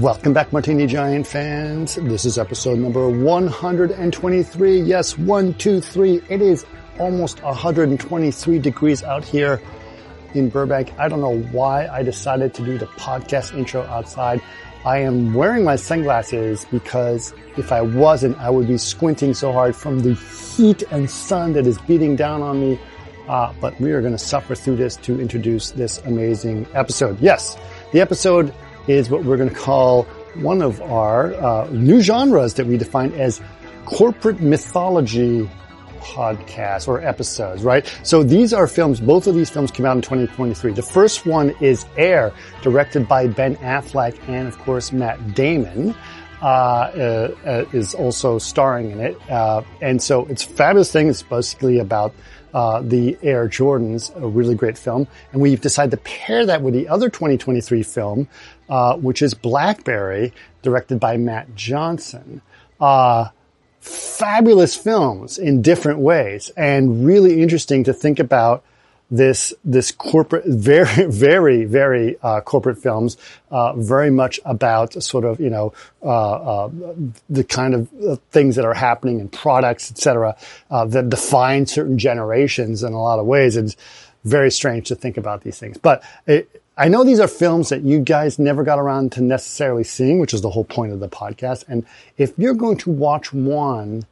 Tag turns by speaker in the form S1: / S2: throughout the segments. S1: Welcome back, Martini Giant fans. This is episode number 123. Yes, one, two, three. It is almost 123 degrees out here in Burbank. I don't know why I decided to do the podcast intro outside. I am wearing my sunglasses because if I wasn't, I would be squinting so hard from the heat and sun that is beating down on me. Uh, but we are going to suffer through this to introduce this amazing episode. Yes, the episode is what we're going to call one of our uh, new genres that we define as corporate mythology podcasts or episodes, right? So these are films, both of these films came out in 2023. The first one is Air, directed by Ben Affleck and of course Matt Damon. Uh, uh, uh, is also starring in it, uh, and so it's a fabulous thing. It's basically about uh, the Air Jordans, a really great film, and we've decided to pair that with the other 2023 film, uh, which is Blackberry, directed by Matt Johnson. Uh, fabulous films in different ways and really interesting to think about this this corporate very very very uh, corporate films uh, very much about sort of you know uh, uh, the kind of uh, things that are happening in products etc uh, that define certain generations in a lot of ways it's very strange to think about these things but it, I know these are films that you guys never got around to necessarily seeing, which is the whole point of the podcast. And if you're going to watch one,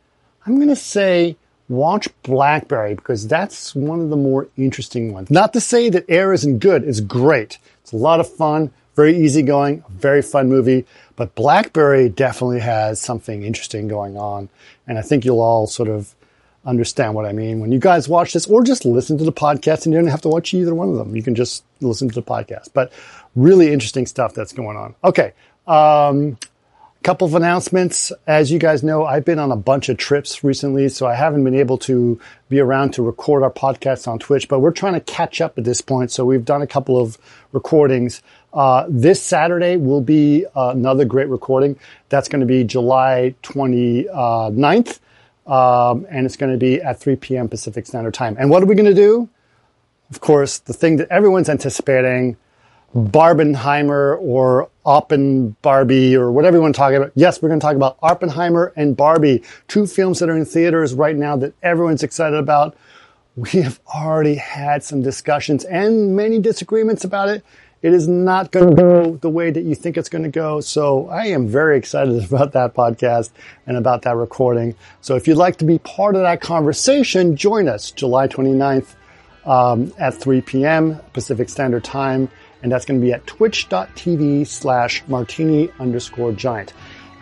S1: I'm going to say watch Blackberry because that's one of the more interesting ones. Not to say that Air isn't good, it's great. It's a lot of fun, very easygoing, very fun movie. But Blackberry definitely has something interesting going on. And I think you'll all sort of understand what I mean when you guys watch this or just listen to the podcast and you don't have to watch either one of them. You can just listen to the podcast. But really interesting stuff that's going on. Okay. Um, couple of announcements. As you guys know, I've been on a bunch of trips recently, so I haven't been able to be around to record our podcasts on Twitch, but we're trying to catch up at this point. So we've done a couple of recordings. Uh, this Saturday will be uh, another great recording. That's going to be July 29th, um, and it's going to be at 3 p.m. Pacific Standard Time. And what are we going to do? Of course, the thing that everyone's anticipating. Barbenheimer or Oppen Barbie or whatever you want to talk about. Yes, we're going to talk about Oppenheimer and Barbie, two films that are in theaters right now that everyone's excited about. We have already had some discussions and many disagreements about it. It is not going to go the way that you think it's going to go. So I am very excited about that podcast and about that recording. So if you'd like to be part of that conversation, join us July 29th um, at 3 p.m. Pacific Standard Time, and that's going to be at twitch.tv slash martini underscore giant.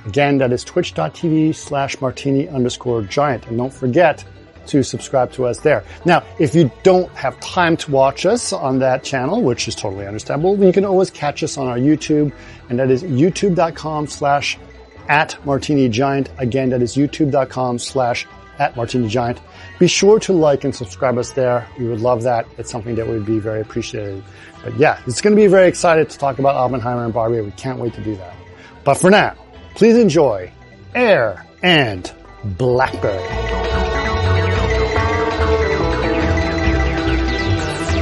S1: Again, that is twitch.tv slash martini underscore giant. And don't forget to subscribe to us there. Now, if you don't have time to watch us on that channel, which is totally understandable, you can always catch us on our YouTube, and that is youtube.com slash at martini giant. Again, that is youtube.com slash at Martini Giant. Be sure to like and subscribe us there. We would love that. It's something that would be very appreciated. But yeah, it's going to be very excited to talk about Oppenheimer and Barbie. We can't wait to do that. But for now, please enjoy Air and Blackberry.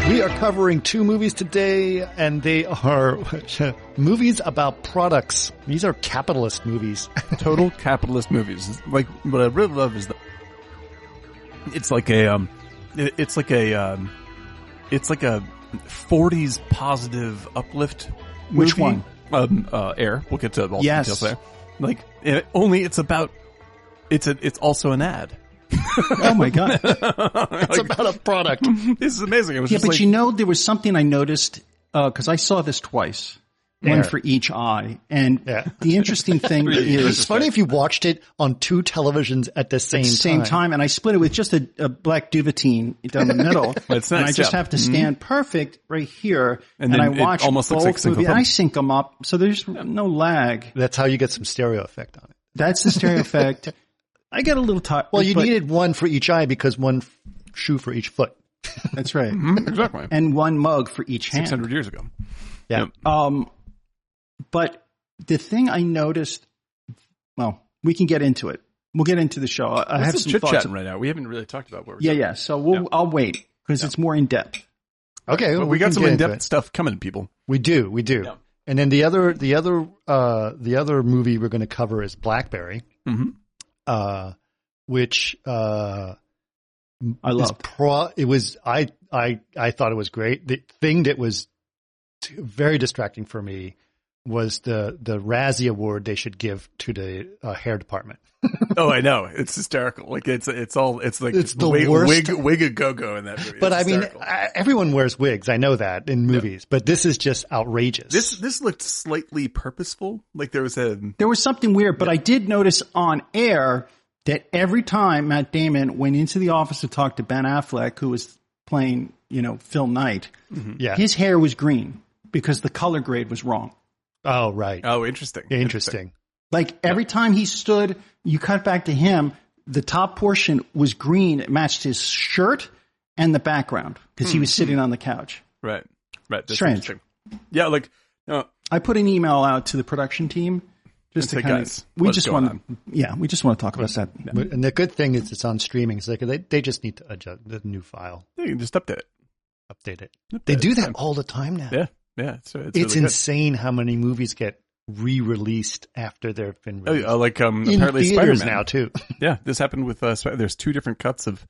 S2: We are covering two movies today, and they are movies about products. These are capitalist movies.
S3: total capitalist movies. Like what I really love is that it's like a um, it- it's like a um, it's like a '40s positive uplift.
S2: Which
S3: movie. Um, uh, Air. We'll get to all
S2: Yes.
S3: the details there. Like it, only it's about it's a it's also an ad.
S4: Oh my god! yeah,
S2: it's about a product.
S3: This is amazing. It was
S4: but
S3: just like
S4: you know, there was something I noticed because I saw this twice,
S2: Yeah.
S4: one for each eye, and
S2: Yeah.
S4: the interesting thing
S2: It's
S4: is
S2: funny if you watched it on two televisions at the same,
S4: same time, and I split it with just a, a black duvetine down the middle,
S3: That's
S4: and
S3: nice,
S4: I just
S3: yeah. Mm-hmm.
S4: have to stand perfect right here,
S3: And
S4: and,
S3: then
S4: I
S3: it
S4: watch
S3: almost looks
S4: both
S3: like sync 'em
S4: movies.
S3: up.
S4: I sync them up, so there's no lag.
S2: That's how you get some stereo effect on it.
S4: That's the stereo effect. I got a little tired.
S2: Well, you
S4: but-
S2: needed one for each eye because one f- shoe for each foot.
S4: that's right,
S3: Mhm, exactly
S4: and one mug for each hand.
S3: six hundred years ago.
S2: Yeah.
S3: Yep.
S4: Um, but the thing I noticed, well, we can get into it. We'll get into the show. I, I
S3: This
S4: have
S3: is
S4: some
S3: chit
S4: thoughts.
S3: chatting right now. We haven't really talked about what we're
S4: yeah,
S3: doing.
S4: yeah. So we'll,
S3: Yeah.
S4: I'll wait because it's more in depth.
S2: Okay,
S3: But we got
S2: can
S3: some
S2: get
S3: in
S2: into
S3: depth
S2: it.
S3: stuff coming, people.
S2: We do, we do.
S1: And then the other the other uh, the other movie we're going to cover is Blackberry,
S2: Mm-hmm.
S5: Mhm.
S1: uh, which uh,
S4: I
S1: is
S4: loved.
S1: pro- it was I I I thought it was great. The thing that was t- very distracting for me was the the Razzie Award they should give to the uh, hair department.
S5: Oh, I know. It's hysterical. Like it's it's all it's like
S1: It's the
S5: wig,
S1: worst.
S5: wig wig a go go in that movie.
S1: But
S5: It's
S1: I mean,
S5: hysterical.
S1: I, everyone wears wigs. I know that in movies, but this is just outrageous.
S5: this this looked slightly purposeful. Like there was a
S4: There was something weird, but I did notice on air that every time Matt Damon went into the office to talk to Ben Affleck, who was playing, you know, Phil Knight,
S3: Mm-hmm.
S1: yeah.
S4: his hair was green because the color grade was wrong.
S1: oh right.
S5: oh interesting
S1: Interesting.
S4: Like every time he stood, you cut back to him, the top portion was green. It matched his shirt and the background because
S5: Hmm.
S4: he was sitting on the couch.
S5: right right that's
S4: Strange.
S5: interesting. yeah like no
S4: I put an email out to the production team just
S5: And say,
S4: to kind
S5: "Guys,
S4: of, we
S5: uh, what's
S4: just
S5: going
S4: want to, yeah, we just want to talk about that.
S1: But, and the good thing is it's on streaming, so they, could- they they just need to adjust the new file,
S5: you can just update it
S1: update it.
S5: Update
S1: They
S5: it,
S1: do that all the time now.
S5: yeah yeah so it's,
S1: It's
S5: really good.
S1: insane how many movies get re-released after they've been
S5: Oh,
S1: released.
S5: yeah, like um
S1: in
S5: apparently
S1: theaters
S5: Spider-Man.
S1: now too.
S5: Yeah, this happened with uh, Sp- there's two different cuts of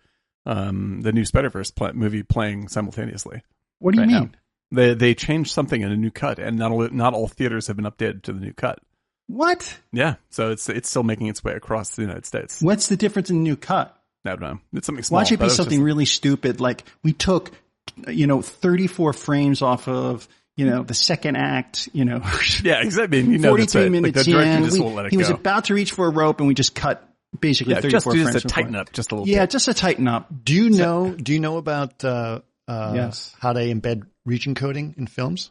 S5: um, the new Spider Verse pl- movie playing simultaneously.
S4: What do you
S5: Right now.
S4: mean?
S5: They they changed something in a new cut, and not all, not all theaters have been updated to the new cut.
S4: What?
S5: Yeah, so it's it's still making its way across the United States.
S4: What's the difference in the new cut?
S5: I don't know. It's something small.
S4: Why should it
S5: but
S4: be
S5: it's just-
S4: something really stupid? Like we took, you know, 34 frames off of, you know, the second act, you know,
S5: yeah, exactly. I mean, you know, that's
S4: 43
S5: it. Like
S4: minutes
S5: the director
S4: in.
S5: just
S4: we-
S5: won't let it
S4: he
S5: go.
S4: was about to reach for a rope and we just cut basically
S5: yeah,
S4: 34
S5: just do
S4: frames.
S5: this to
S4: before.
S5: tighten up just a little.
S4: Yeah,
S5: bit.
S4: just to tighten up.
S1: Do you know? Do you know about uh, uh,
S4: Yes.
S1: how they embed region coding in films?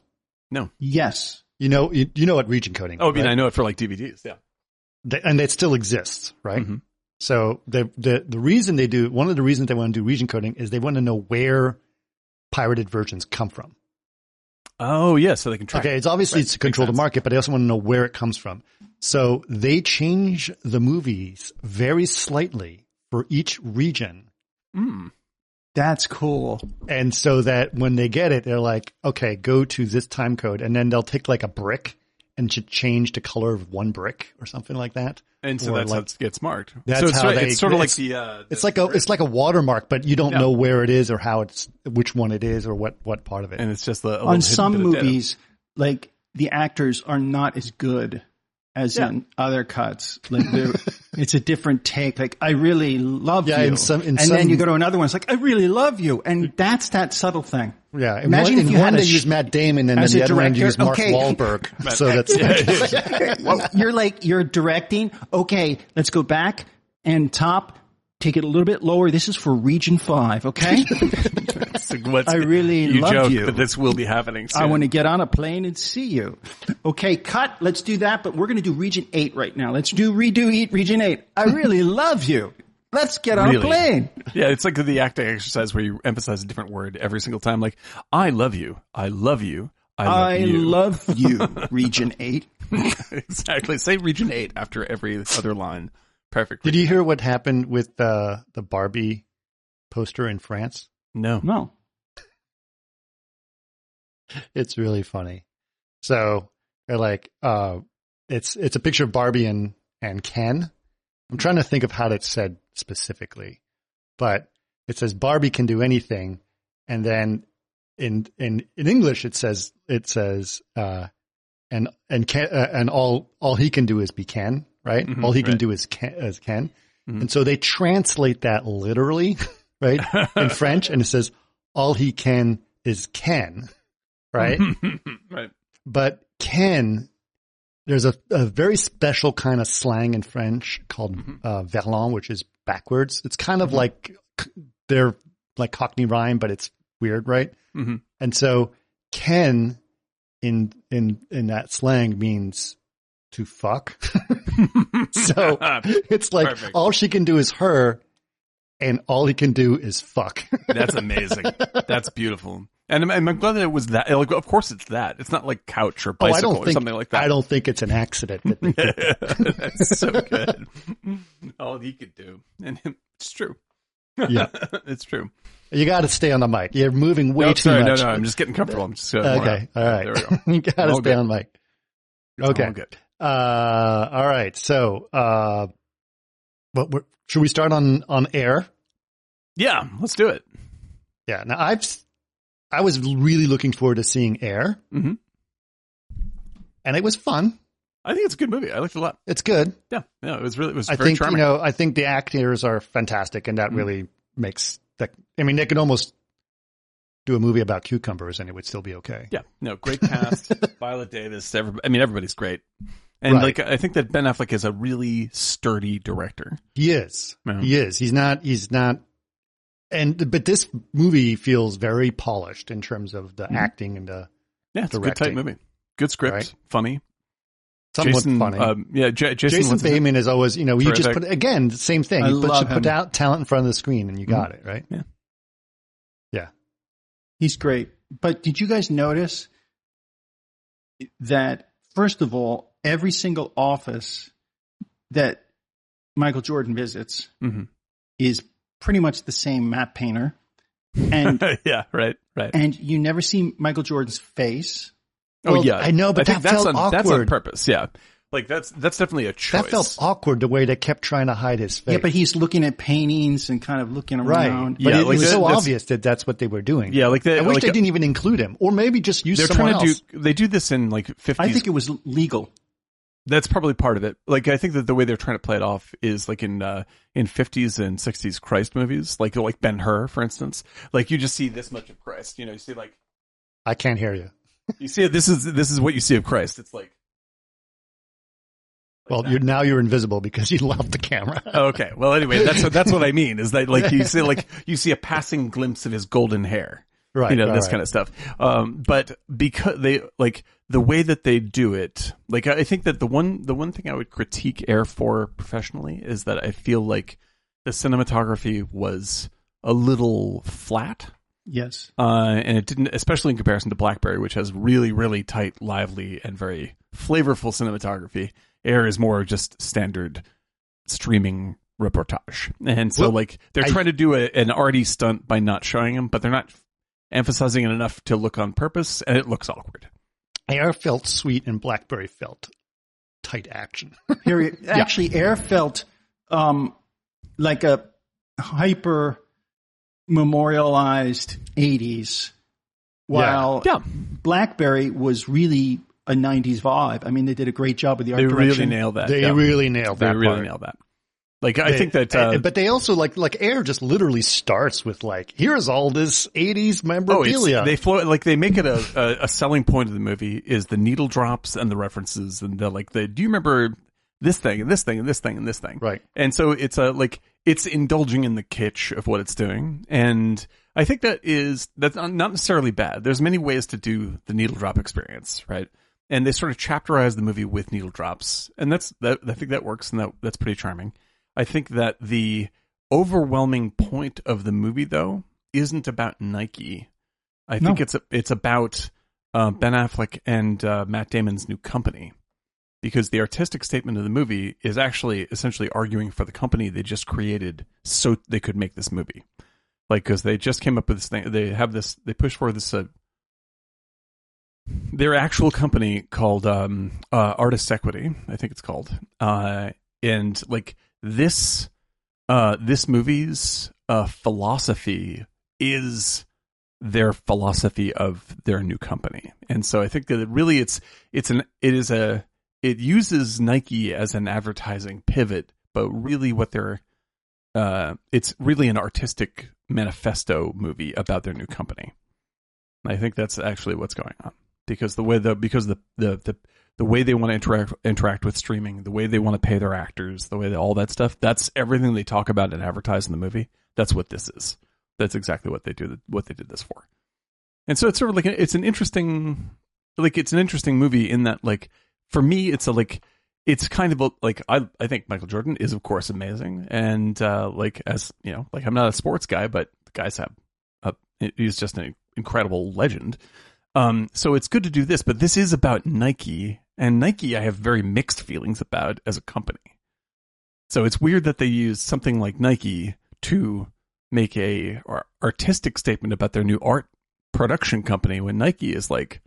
S5: no.
S4: Yes.
S1: You know, you, you know what region coding?
S5: Oh, I mean,
S1: right?
S5: I know it for like DVDs. Yeah.
S1: They- and it still exists, right?
S5: Mhm.
S1: So the the the reason they do one of the reasons they want to do region coding is they want to know where pirated versions come from.
S5: Oh yeah, so they can track.
S1: Okay, it's obviously
S5: Right.
S1: it's to control
S5: Makes
S1: the
S5: sense.
S1: market, but they also want to know where it comes from. So they change the movies very slightly for each region,
S5: Mm.
S4: That's cool.
S1: and so that when they get it, they're like, okay, go to this time code, and then they'll take like a brick and ch- change the color of one brick or something like that.
S5: And so
S1: Or
S5: that's
S1: like-
S5: how it gets marked.
S1: That's
S5: so it's
S1: how
S5: sort,
S1: they-
S5: it's sort of like
S1: it's-
S5: the. Uh,
S1: It's
S5: the-
S1: like a it's like a watermark, but you don't
S5: Yeah.
S1: know where it is or how it's which one it is or what what part of it.
S5: and it's just the a little
S4: On
S5: hidden
S4: some
S5: bit of data.
S4: movies, like the actors are not as good as in other cuts. Like they're- it's a different take. Like I really love
S1: Yeah,
S4: you.
S1: in some- in
S4: and
S1: some-
S4: then you go to another one. It's like I really love you, and that's that subtle thing.
S1: yeah, in
S4: Imagine
S1: one,
S4: if
S1: in
S4: you
S1: one
S4: had a
S1: they
S4: sh-
S1: use Matt Damon, and then
S4: as
S1: the
S4: a
S1: other one they
S4: director,
S1: use Mark
S4: okay.
S1: Wahlberg. so that's
S4: you're like you're directing. Okay, let's go back and top. Take it a little bit lower. This is for region five. Okay,
S5: It's like, what's-
S4: I really
S5: you
S4: love
S5: joke
S4: you.
S5: that this will be happening. Soon.
S4: I want to get on a plane and see you. Okay, cut. Let's do that. But we're going to do region eight right now. Let's do redo eat region eight. I really love you. Let's get on a
S5: Really?
S4: plane.
S5: Yeah, it's like the acting exercise where you emphasize a different word every single time. Like, I love you. I love you. I love
S4: I
S5: you.
S4: love you, region eight.
S5: exactly. Say region eight after every other line. Perfect.
S1: Did you hear what happened with uh, the Barbie poster in France?
S5: No.
S4: No.
S1: It's really funny. So they're like, uh, it's it's a picture of Barbie and and Ken. I'm trying to think of how that's said specifically, but it says Barbie can do anything, and then in in in English it says it says uh, and and Ken, uh, and all all he can do is be Ken, right?
S5: Mhm,
S1: all he can
S5: right.
S1: do is Ken, is Ken,
S5: Mhm.
S1: and so they translate that literally, right, in French, and it says all he can is Ken, right?
S5: right.
S1: but Ken, there's a, a very special kind of slang in French called uh, verlan, which is backwards. It's kind of like c- they're like Cockney rhyme, but it's weird, right?
S5: Mhm.
S1: And so Ken in in in that slang means to fuck. so
S5: Ah,
S1: it's like
S5: Perfect.
S1: all she can do is her, and all he can do is fuck.
S5: That's amazing. That's beautiful. And I'm, and I'm glad that it was that. Like, of course, it's that. It's not like couch or
S1: Oh, I
S5: bicycle or
S1: don't think
S5: something like that.
S1: I don't think it's an accident that they
S5: That's so good. All he could do, and it's true.
S1: Yeah.
S5: it's true.
S2: You got to stay on the mic. You're moving way
S5: no,
S2: too
S5: sorry,
S2: much.
S5: no, no. I'm just getting comfortable. I'm just uh,
S2: Okay, all right.
S5: There we go.
S2: you got to
S5: All
S2: stay
S5: Oh, good.
S2: on mic.
S5: It's
S2: Okay.
S5: all good.
S2: Uh, all right. So, uh, what we're, should we start on on air?
S5: Yeah, let's do it.
S2: Yeah. Now I've s- I was really looking forward to seeing Air,
S5: Mhm.
S2: and it was fun.
S5: I think it's a good movie. I liked it a lot.
S2: It's good.
S5: Yeah, yeah. It was really it was
S2: I
S5: very
S2: think
S5: charming.
S2: you know. I think the actors are fantastic, and that
S4: Mm-hmm.
S2: really makes that. I mean, they could almost do a movie about cucumbers, and it would still be okay.
S5: yeah, no, great cast. Violet Davis. Everybody, I mean, everybody's great. And
S2: Right.
S5: like, I think that Ben Affleck is a really sturdy director.
S2: He is.
S5: Yeah.
S2: He is. He's not. He's not. And but this movie feels very polished in terms of the acting and the
S5: Yeah, it's a good
S2: Directing.
S5: type movie. Good script,
S2: Right.
S5: funny.
S2: somewhat
S5: Jason,
S2: funny.
S5: Um, yeah, J- Jason.
S2: Jason
S5: what's his name?
S2: Bateman is always, you know, you just
S5: Terrific.
S2: put again the same thing.
S4: I
S2: you put,
S4: love
S2: should put
S4: him.
S2: out talent in front of the screen, and you got
S5: Mm-hmm.
S2: it right.
S4: He's great. But did you guys notice that, first of all, every single office that Michael Jordan visits
S5: Mhm.
S4: is pretty much the same map painter. And
S5: Mm-hmm. yeah, right, right.
S4: and you never see Michael Jordan's face.
S5: oh
S2: Well,
S5: yeah,
S2: I know, but
S5: think
S2: that
S5: that's
S2: felt
S5: on, That's on
S2: awkward.
S5: purpose. Yeah, like that's that's definitely a choice.
S2: That felt awkward the way they kept trying to hide his face.
S4: Yeah, but he's looking at paintings and kind of looking
S2: right.
S4: around.
S2: But
S5: Yeah,
S2: it,
S5: like
S2: was
S5: that-
S2: so
S5: that's-
S2: obvious that that's what they were doing.
S5: Yeah, like they-
S2: I wish
S5: like
S2: they
S5: a-
S2: didn't even include him, or maybe just use
S5: They're
S2: someone
S5: trying to
S2: else.
S5: do. They do this in like fifties.
S4: I think it was legal.
S5: that's probably part of it. Like I think that the way they're trying to play it off is like in uh in fifties and sixties Christ movies, like like Ben Hur, for instance. Like you just see this much of Christ. You know, you see like
S2: I can't hear you.
S5: you see this is this is what you see of Christ. It's like
S2: Well, you're, now you're invisible because you left the camera.
S5: okay. Well, anyway, that's what that's what I mean is that like you see like you see a passing glimpse of his golden hair.
S2: right.
S5: you know
S2: right,
S5: this
S2: right.
S5: kind of stuff um but because they like the way that they do it like i I think that the one the one thing i would critique air for professionally is that i feel like the cinematography was a little flat
S4: Yes.
S5: uh and it didn't especially in comparison to blackberry which has really really tight lively and very flavorful cinematography air is more just standard streaming reportage and so
S2: Well,
S5: like they're
S2: I-
S5: trying to do a, an arty stunt by not showing him but they're not emphasizing it enough to look on purpose and it looks awkward
S2: Air felt sweet, and Blackberry felt tight action.
S4: Period. Actually, Air felt um, like a hyper memorialized 80s, while
S5: yeah
S4: Blackberry was really a 90s vibe. I mean, they did a great job with the art
S5: they really
S4: direction.
S5: nail that
S2: they
S5: yeah.
S2: really nailed
S5: they
S2: that.
S5: really
S2: part.
S5: nail that like i
S2: They-
S5: think that uh,
S2: and- but they also like like Air just literally starts with like here's all this '80s
S5: Oh, it's,
S2: memorabilia.
S5: they flow like they make it a, a, a selling point of the movie is the needle drops and the references and the like the do you remember this thing and this thing and this thing and this thing
S2: Right.
S5: and so it's a like it's indulging in the kitsch of what it's doing and I think that is that's not not necessarily bad there's many ways to do the needle drop experience right and they sort of chapterize the movie with needle drops and that's that I think that works and that that's pretty charming I think that the overwhelming point of the movie though isn't about Nike I think it's it's about uh, Ben Affleck and uh, Matt Damon's new company because the artistic statement of the movie is actually essentially arguing for the company they just created so they could make this movie. Like, because they just came up with this thing. They have this, they push for this, uh, their actual company called um, uh, Artist Equity, I think it's called. Uh, and like this, uh, this movie's uh, philosophy is their philosophy of their new company. And so I think that it really it's it's an it is a it uses Nike as an advertising pivot, but really what they're uh it's really an artistic manifesto movie about their new company. And I think that's actually what's going on because the way the because the the the the way they want to interact interact with streaming, the way they want to pay their actors, the way that all that stuff, that's everything they talk about and advertise in the movie. That's what this is. That's exactly what they do what they did this for. And so it's sort of like a, it's an interesting like it's an interesting movie in that like for me it's a like it's kind of a, like I I think Michael Jordan is of course amazing and uh like as you know like I'm not a sports guy but the guys have uh, he's just an incredible legend. Um so it's good to do this but this is about Nike and Nike I have very mixed feelings about as a company. So it's weird that they use something like Nike to make a ar- artistic statement about their new art production company when Nike is like,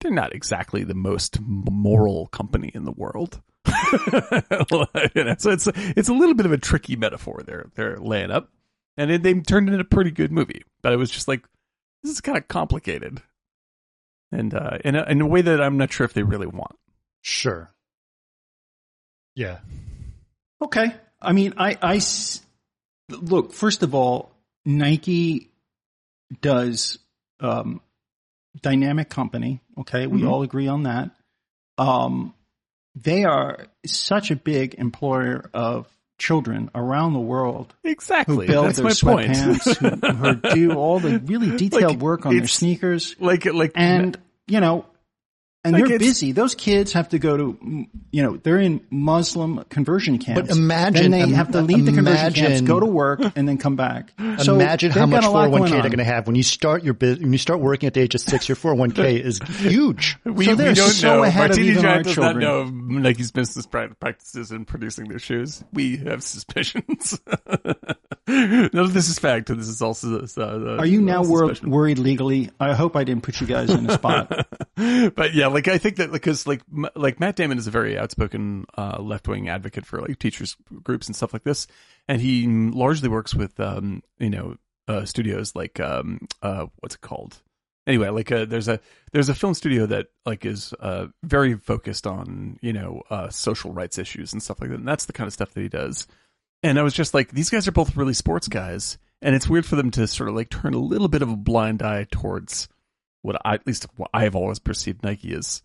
S5: they're not exactly the most moral company in the world. You know, so it's it's a little bit of a tricky metaphor they're they're laying up, and it, they turned it into a pretty good movie. But it was just like this is kind of complicated, and uh, in a, in a way that I'm not sure if they really want.
S2: Sure. Yeah.
S4: Okay. I mean, I, I s- look, first of all, Nike does um, dynamic company. Okay. We
S5: Mm-hmm.
S4: all agree on that. Um, they are such a big employer of children around the world who
S5: Exactly,
S4: build
S5: that's
S4: their
S5: my point.
S4: sweatpants, who, who do all the really detailed
S5: Like,
S4: work on their
S5: it's-
S4: sneakers
S5: like like
S4: and you know, and
S5: Like,
S4: they're
S5: it's-
S4: busy. Those kids have to go to, mm, you know, they're in Muslim conversion camps. then
S2: imagine-
S4: they
S2: im-
S4: have to leave the conversion camps,
S2: imagine-
S4: go to work, and then come back. So
S2: Imagine how
S4: they've
S2: much
S4: got a lot
S2: 401k they're
S4: going on.
S2: going to have when you start your business. When you start working at the age of six, your 401k is huge.
S5: We,
S4: So
S5: we
S4: they're
S5: don't
S4: so
S5: know.
S4: ahead of
S5: Martini
S4: even
S5: Giant
S4: our
S5: does
S4: children.
S5: not know of Nike's business pra- practices in producing their shoes. We have suspicions. None of this is fact. This is also. Uh,
S4: Are you now wor- worried legally? I hope I didn't put you guys in a spot.
S5: but yeah, like I think that because like M- like Matt Damon is a very outspoken uh, left wing advocate for like teachers groups and stuff like this, and he largely works with um you know uh, studios like um uh what's it called anyway like uh, there's a there's a film studio that like is uh very focused on you know uh social rights issues and stuff like that and that's the kind of stuff that he does and I was just like, these guys are both really sports guys, and it's weird for them to sort of like turn a little bit of a blind eye towards what I, at least what I have always perceived Nike as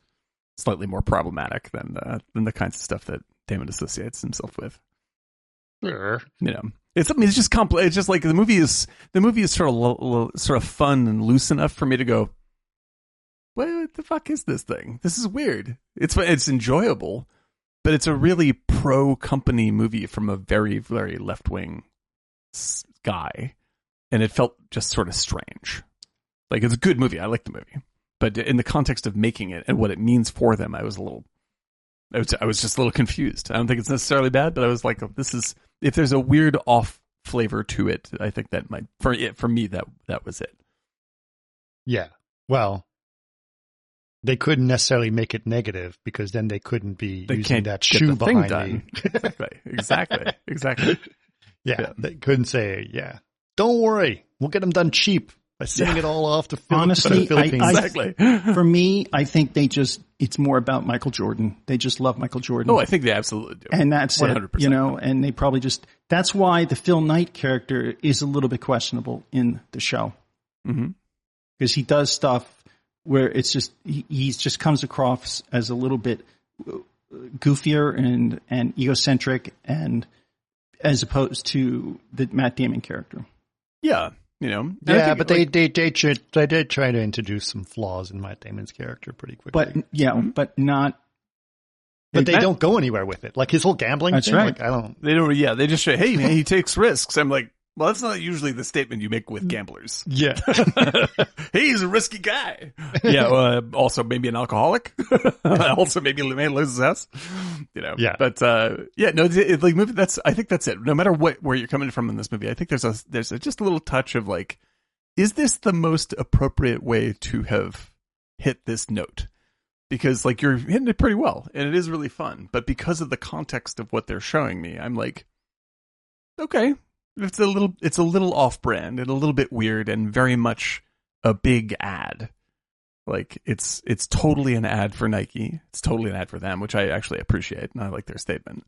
S5: slightly more problematic than uh, than the kinds of stuff that Damon associates himself with. You know, it's I mean, it's just complex. It's just like the movie is the movie is sort of lo- lo- sort of fun and loose enough for me to go, what the fuck is this thing? This is weird. It's it's enjoyable, but it's a really pro company movie from a very very left wing guy, and it felt just sort of strange. Like it's a good movie. I like the movie, but in the context of making it and what it means for them, I was a little, I was I was just a little confused. I don't think it's necessarily bad, but I was like, oh, this is if there's a weird off flavor to it, I think that might for it for me that that was it.
S2: Yeah. Well, they couldn't necessarily make it negative because then they couldn't be
S5: They
S2: using
S5: can't
S2: that
S5: get
S2: shoe
S5: the thing
S2: behind
S5: done.
S2: me.
S5: Exactly, exactly, exactly.
S2: Yeah,
S5: Yeah.
S2: They couldn't say, yeah, don't worry. We'll get them done cheap by sending
S5: Yeah.
S2: it all off to Phil-
S4: Honestly,
S2: the Philippines.
S4: I-
S5: exactly.
S4: For me, I think they just, it's more about Michael Jordan. They just love Michael Jordan.
S5: oh, I think they absolutely do.
S4: and that's it,
S5: 100%.
S4: you know, and they probably just, that's why the Phil Knight character is a little bit questionable in the show.
S5: hmm
S4: because he does stuff where it's just he, he just comes across as a little bit uh, goofier and and egocentric and as opposed to the Matt Damon character.
S5: yeah, you know, And I
S2: yeah,
S5: think,
S2: but
S5: like,
S2: they, they, they, tr- they did try to introduce some flaws in Matt Damon's character pretty quickly.
S4: But yeah,
S5: Mm-hmm.
S4: but not
S2: but they
S5: Matt-
S2: don't go anywhere with it. Like his whole gambling
S4: That's
S2: thing,
S4: right.
S2: like, I don't.
S5: they don't. Yeah, they just say, "Hey, man, he takes risks." I'm like, well, that's not usually the statement you make
S2: Mm.
S5: with gamblers.
S2: Yeah.
S5: He's a risky guy. Yeah. well, uh, also, maybe an alcoholic. also, maybe a man loses his house. You know.
S2: Yeah.
S5: But uh, yeah, no, it, it- like movie. That's I think that's it. No matter what where you're coming from in this movie, I think there's a there's a, just a little touch of like, is this the most appropriate way to have hit this note? Because like you're hitting it pretty well, and it is really fun. But because of the context of what they're showing me, I'm like, okay, it's a little it's a little off brand and a little bit weird and very much a big ad like it's it's totally an ad for nike it's totally an ad for them which i actually appreciate and i like their statement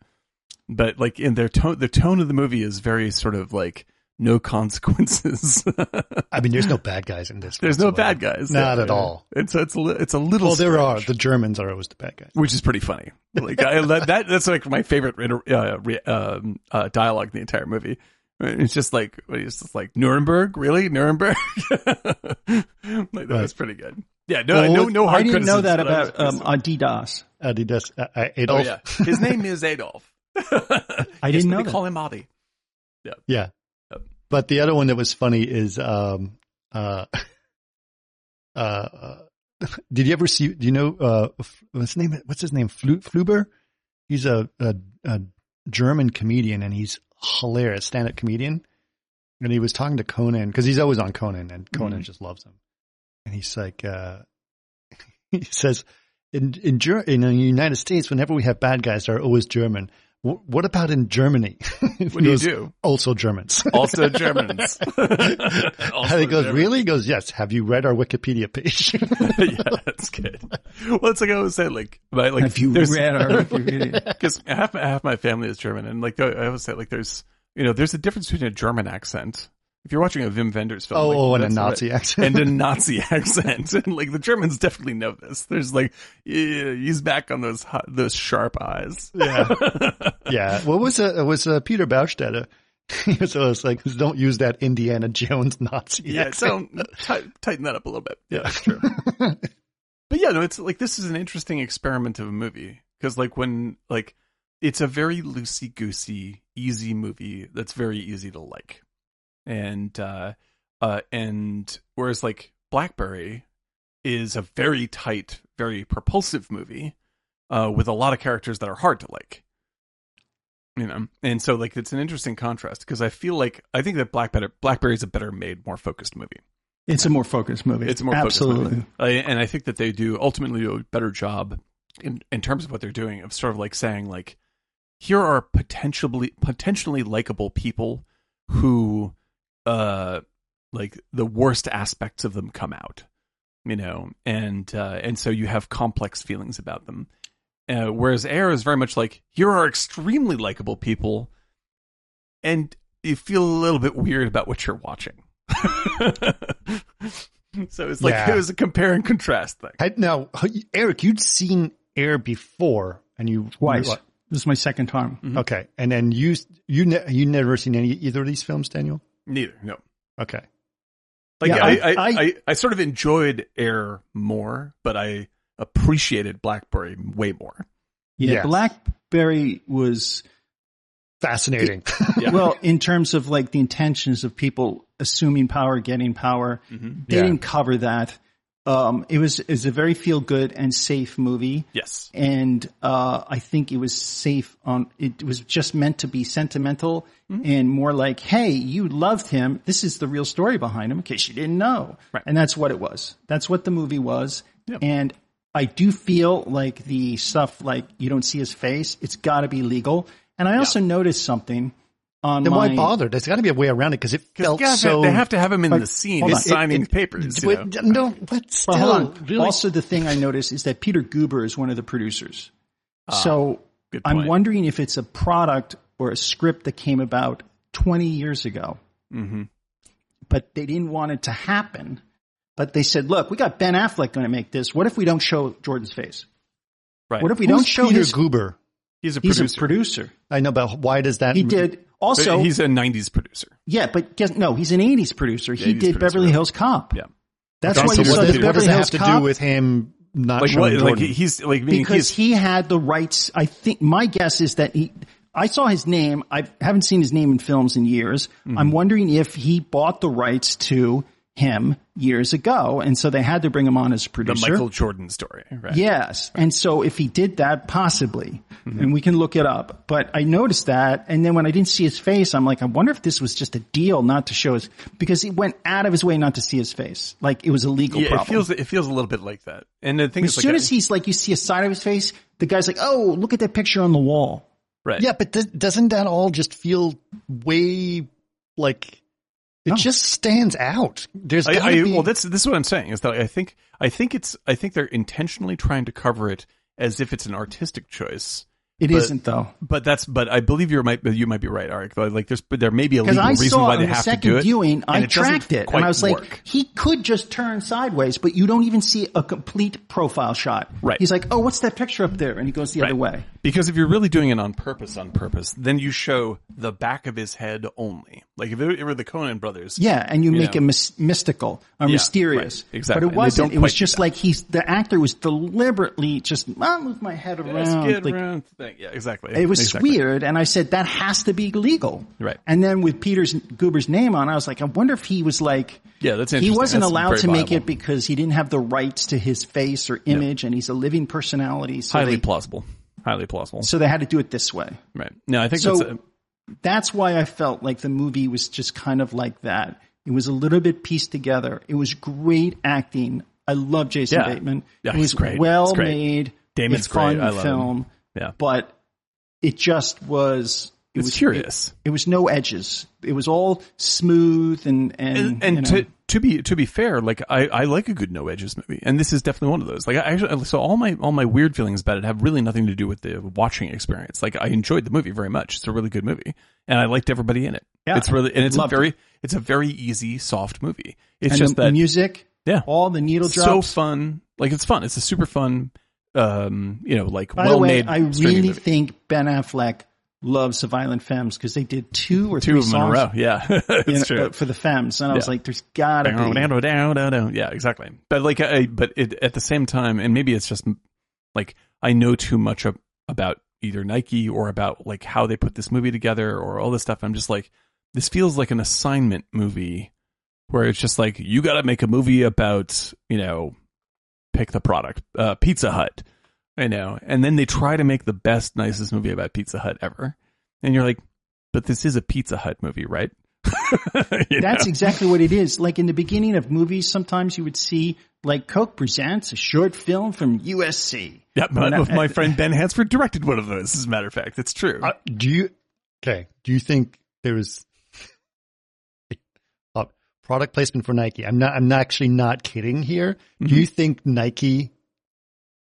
S5: but like in their tone the tone of the movie is very sort of like no consequences
S2: I mean, there's no bad guys in this.
S5: there's no bad
S2: whatsoever.
S5: guys
S2: Not
S5: Yeah.
S2: at all.
S5: it's it's a, li- it's a little
S2: Well, there are.
S5: strange
S2: The Germans are always the bad guys.
S5: which is pretty funny. Like I, that, that's like my favorite re- uh, re- um, uh, dialogue in the entire movie. It's just like it's just like Nuremberg, really Nuremberg. like that was pretty good. Yeah, no,
S2: Well,
S5: no, no hard
S4: I didn't know
S5: criticisms,
S4: that
S5: but I was
S4: about um, Adidas.
S2: Adidas, uh, uh,
S5: Oh
S2: Adolf.
S5: yeah, his name is Adolf.
S4: I
S5: Yes,
S4: didn't
S5: but
S4: know
S5: They
S4: that.
S5: call him Adi.
S2: Yeah.
S5: Yep.
S2: But the other one that was funny is um uh uh, uh did you ever see do you know uh F- what's his name what's his name Flu- Fluber? He's a, a a German comedian and he's hilarious stand-up comedian. and he was talking to Conan because he's always on Conan, and Conan
S5: Mm-hmm.
S4: Mhm.
S2: just loves him. And he's like, uh, he says, in in, Ger- in the United States, whenever we have bad guys, they're always German. W- what about in Germany?
S5: What do you do?
S2: Also Germans.
S5: Also Germans.
S2: and
S5: Also
S2: he goes,
S5: Germans.
S2: really? He goes, yes. Have you read our Wikipedia page?
S5: yeah, that's good. Well, it's like I always say, like my like
S4: Have you
S5: there's-
S4: read our Wikipedia?
S5: because half half my family is German, and like I always say, like there's you know there's a difference between a German accent. If you're watching a Wim Wenders film,
S2: oh,
S5: like,
S2: and
S5: that's
S2: a
S5: what-
S2: Nazi accent.
S5: and a Nazi accent, and like the Germans definitely know this. There's like yeah, he's back on those hot, those sharp eyes.
S2: yeah. Yeah. What was it? It was uh, Peter Baustetter. he was always like, don't use that Indiana Jones Nazi
S5: Yeah,
S2: accent.
S5: so t- tighten that up a little bit.
S2: Yeah.
S5: that's true. but yeah, no, it's like this is an interesting experiment of a movie because like when like it's a very loosey goosey, easy movie that's very easy to like, and uh, uh, and whereas like Blackberry is a very tight, very propulsive movie uh, with a lot of characters that are hard to like. You know, and so like it's an interesting contrast because I feel like I think that Blackberry Blackberry is a better made, more focused movie.
S4: It's a more focused movie.
S5: It's a more
S4: absolutely.
S5: Focused movie. I- and I think that they do ultimately do a better job in in terms of what they're doing of sort of like saying like here are potentially potentially likable people who uh like the worst aspects of them come out you know and uh and so you have complex feelings about them uh, whereas air is very much like here are extremely likable people and you feel a little bit weird about what you're watching so it's like
S2: Yeah.
S5: it was a compare and contrast thing
S2: I, now, Eric, you'd seen Air before, and you
S4: Twice.
S2: you-
S4: This is my second time.
S2: Okay, and then you you ne- you never seen any either of these films, Daniel.
S5: neither no
S2: Okay,
S5: Like
S4: Yeah,
S5: I,
S4: I-
S5: I, I,
S4: I-
S5: I, sort of enjoyed Air more, but I appreciated BlackBerry way more.
S4: Yeah,
S2: Yes.
S4: BlackBerry was
S2: fascinating.
S5: Yeah.
S4: well in terms of like the intentions of people assuming power, getting power. They
S2: Mm-hmm. Yeah.
S4: didn't cover that. Um, it was is a very feel good and safe movie,
S5: Yes.
S4: and uh, I think it was safe on. It was just meant to be sentimental
S2: Mm-hmm.
S4: and more like, "Hey, you loved him. This is the real story behind him." In case you didn't know,
S5: Right.
S4: and that's what it was. That's what the movie was, and. I do feel like the stuff like you don't see his face, it's got to be legal. And I also noticed something on
S2: then
S4: my
S2: why bother? There's got to be a way around it because it felt
S5: Yeah,
S2: so.
S5: they have to have him in the scene.
S4: hold
S5: He's
S4: on.
S5: signing
S2: it-
S5: papers. you
S2: But,
S5: know?
S2: no, but still,
S4: Well, hold on.
S2: really,
S4: Also, the thing I noticed is that Peter Goober is one of the producers.
S2: Ah,
S4: so
S5: good
S4: I'm
S5: point.
S4: wondering if it's a product or a script that came about 20 years ago,
S2: Mm-hmm.
S5: Mhm.
S4: but they didn't want it to happen. But they said, look, we got Ben Affleck going to make this. What if we don't show Jordan's face?
S5: Right.
S4: What if we
S2: Who's
S4: don't show
S2: Peter
S4: his?
S2: Goober.
S5: he's a
S4: he's
S5: producer.
S4: a producer.
S2: I know, but why does that?
S4: He did
S5: But
S4: also.
S5: he's a '90s producer.
S4: yeah, but guess, no, he's an 80s producer. he
S5: 80s
S4: did
S5: producer,
S4: Beverly
S5: yeah.
S4: Hills Cop.
S5: Yeah.
S4: That's
S2: So
S4: why
S2: what,
S4: you
S5: Johnson
S2: does,
S4: saw
S5: was
S4: the
S5: the-
S2: what
S4: Beverly
S2: does it have
S4: Hills
S2: to
S4: Cop
S2: do with him not
S5: Like what?
S2: showing
S5: Like
S2: Jordan?
S5: he's like meaning
S4: because
S5: he's,
S4: he had the rights. I think my guess is that he. I saw his name. I haven't seen his name in films in years.
S5: Mm-hmm.
S4: I'm wondering if he bought the rights to him years ago, and so they had to bring him on as a
S5: the
S4: producer.
S5: Michael Jordan story. Right.
S4: Yes. And so if he did that, possibly,
S5: Mm-hmm.
S4: and we can look it up, but I noticed that. And then when I didn't see his face, I'm like, I wonder if this was just a deal not to show his, because he went out of his way not to see his face. Like it was a legal
S5: Yeah, it
S4: problem.
S5: feels it feels a little bit like that. And the thing
S4: as
S5: is, like,
S4: soon
S5: I-
S4: as he's like, you see a side of his face, the guy's like, oh, look at that picture on the wall.
S5: right.
S2: Yeah, but th- doesn't that all just feel way like it just stands out? There's
S5: I,
S2: gotta
S5: I,
S2: be,
S5: well, that's this is what I'm saying is that I think I think it's I think they're intentionally trying to cover it as if it's an artistic choice.
S4: It
S5: But-
S4: not though.
S5: But that's but I believe you might you might be right, Eric. Like there's but there may be a
S4: Because
S5: legal
S4: I
S5: reason
S4: saw
S5: why
S4: it
S5: they
S4: on the
S5: have to do
S4: second
S5: it.
S4: viewing, I
S5: and it doesn't
S4: tracked it,
S5: quite
S4: and I was like,
S5: work.
S4: he could just turn sideways, but you don't even see a complete profile shot.
S5: Right.
S4: He's like, oh, what's that picture up there? And he goes the other way.
S5: because if you're really doing it on purpose, on purpose, then you show the back of his head only. Like if it were the Conan brothers,
S4: Yeah, and you, make
S5: know.
S4: it mys- mystical or mysterious.
S5: right, exactly.
S4: But
S5: And
S4: it
S5: they
S4: wasn't.
S5: don't
S4: It was
S5: quite do
S4: just
S5: that.
S4: like he's the actor was deliberately just "Ah, move my head
S5: Let's
S4: around.
S5: get
S4: like,
S5: around to that. Yeah, exactly.
S4: It was
S5: exactly.
S4: weird, and I said that has to be legal.
S5: Right.
S4: And then with Peter's Goober's name on, I was like, I wonder if he was like,
S5: Yeah, that's
S4: he
S5: interesting.
S4: wasn't
S5: That's
S4: allowed
S5: very
S4: to make
S5: viable.
S4: it because he didn't have the rights to his face or image, and he's a living personality. So
S5: Highly
S4: they,
S5: plausible. Highly plausible.
S4: so they had to do it this way.
S5: right. No, I think
S4: So-
S5: that's. A,
S4: that's why I felt like the movie was just kind of like that. It was a little bit pieced together. It was great acting. I love Jason
S5: Yeah.
S4: Bateman.
S5: Yeah,
S4: it
S5: he's
S4: was
S5: great.
S4: well
S5: He's great.
S4: made.
S5: Damon's
S4: it's fun
S5: great. I love him.
S4: film,
S5: Yeah.
S4: but it just was. It
S5: It's
S4: was
S5: curious.
S4: It, it was no edges. It was all smooth and and
S5: and, and
S4: Mm, you know.
S5: to to be to be fair, like I, I like a good no edges movie, and this is definitely one of those. Like I actually, so all my all my weird feelings about it have really nothing to do with the watching experience. Like I enjoyed the movie very much. It's a really good movie, and I liked everybody in it.
S4: Yeah.
S5: it's really and it's a
S4: Loved
S5: very it's a very easy soft movie. It's
S4: and
S5: just
S4: the
S5: that
S4: music,
S5: yeah,
S4: all the needle
S5: so
S4: drops.
S5: fun. Like it's fun. It's a super fun. Um, you know, like
S4: By the
S5: well
S4: way,
S5: made.
S4: I really think Ben Affleck loves the Violent Femmes because they did two or
S5: two
S4: three
S5: of them in a
S4: songs
S5: row. Yeah, it's
S4: you know,
S5: true.
S4: uh, for the Femmes, and I was
S5: Yeah.
S4: like, "There's gotta
S5: Down,
S4: be."
S5: down, down, down, down. Yeah, exactly. But like, I, but it, at the same time, and maybe it's just like I know too much ab- about either Nike or about like how they put this movie together or all this stuff. I'm just like, this feels like an assignment movie where it's just like you got to make a movie about you know pick the product, uh, Pizza Hut, you know, and then they try to make the best, nicest movie about Pizza Hut ever, and you're like, but this is a Pizza Hut movie, right? You know?
S4: That's exactly what it is. Like in the beginning of movies, sometimes you would see like Coke presents a short film from USC.
S5: Yeah, my,
S4: No,
S5: my friend Ben Hansford directed one of those. As a matter of fact, it's true.
S2: Uh, do you okay? Do you think there was uh, product placement for Nike? I'm not. I'm not actually not kidding here.
S5: Mm-hmm.
S2: Do you think Nike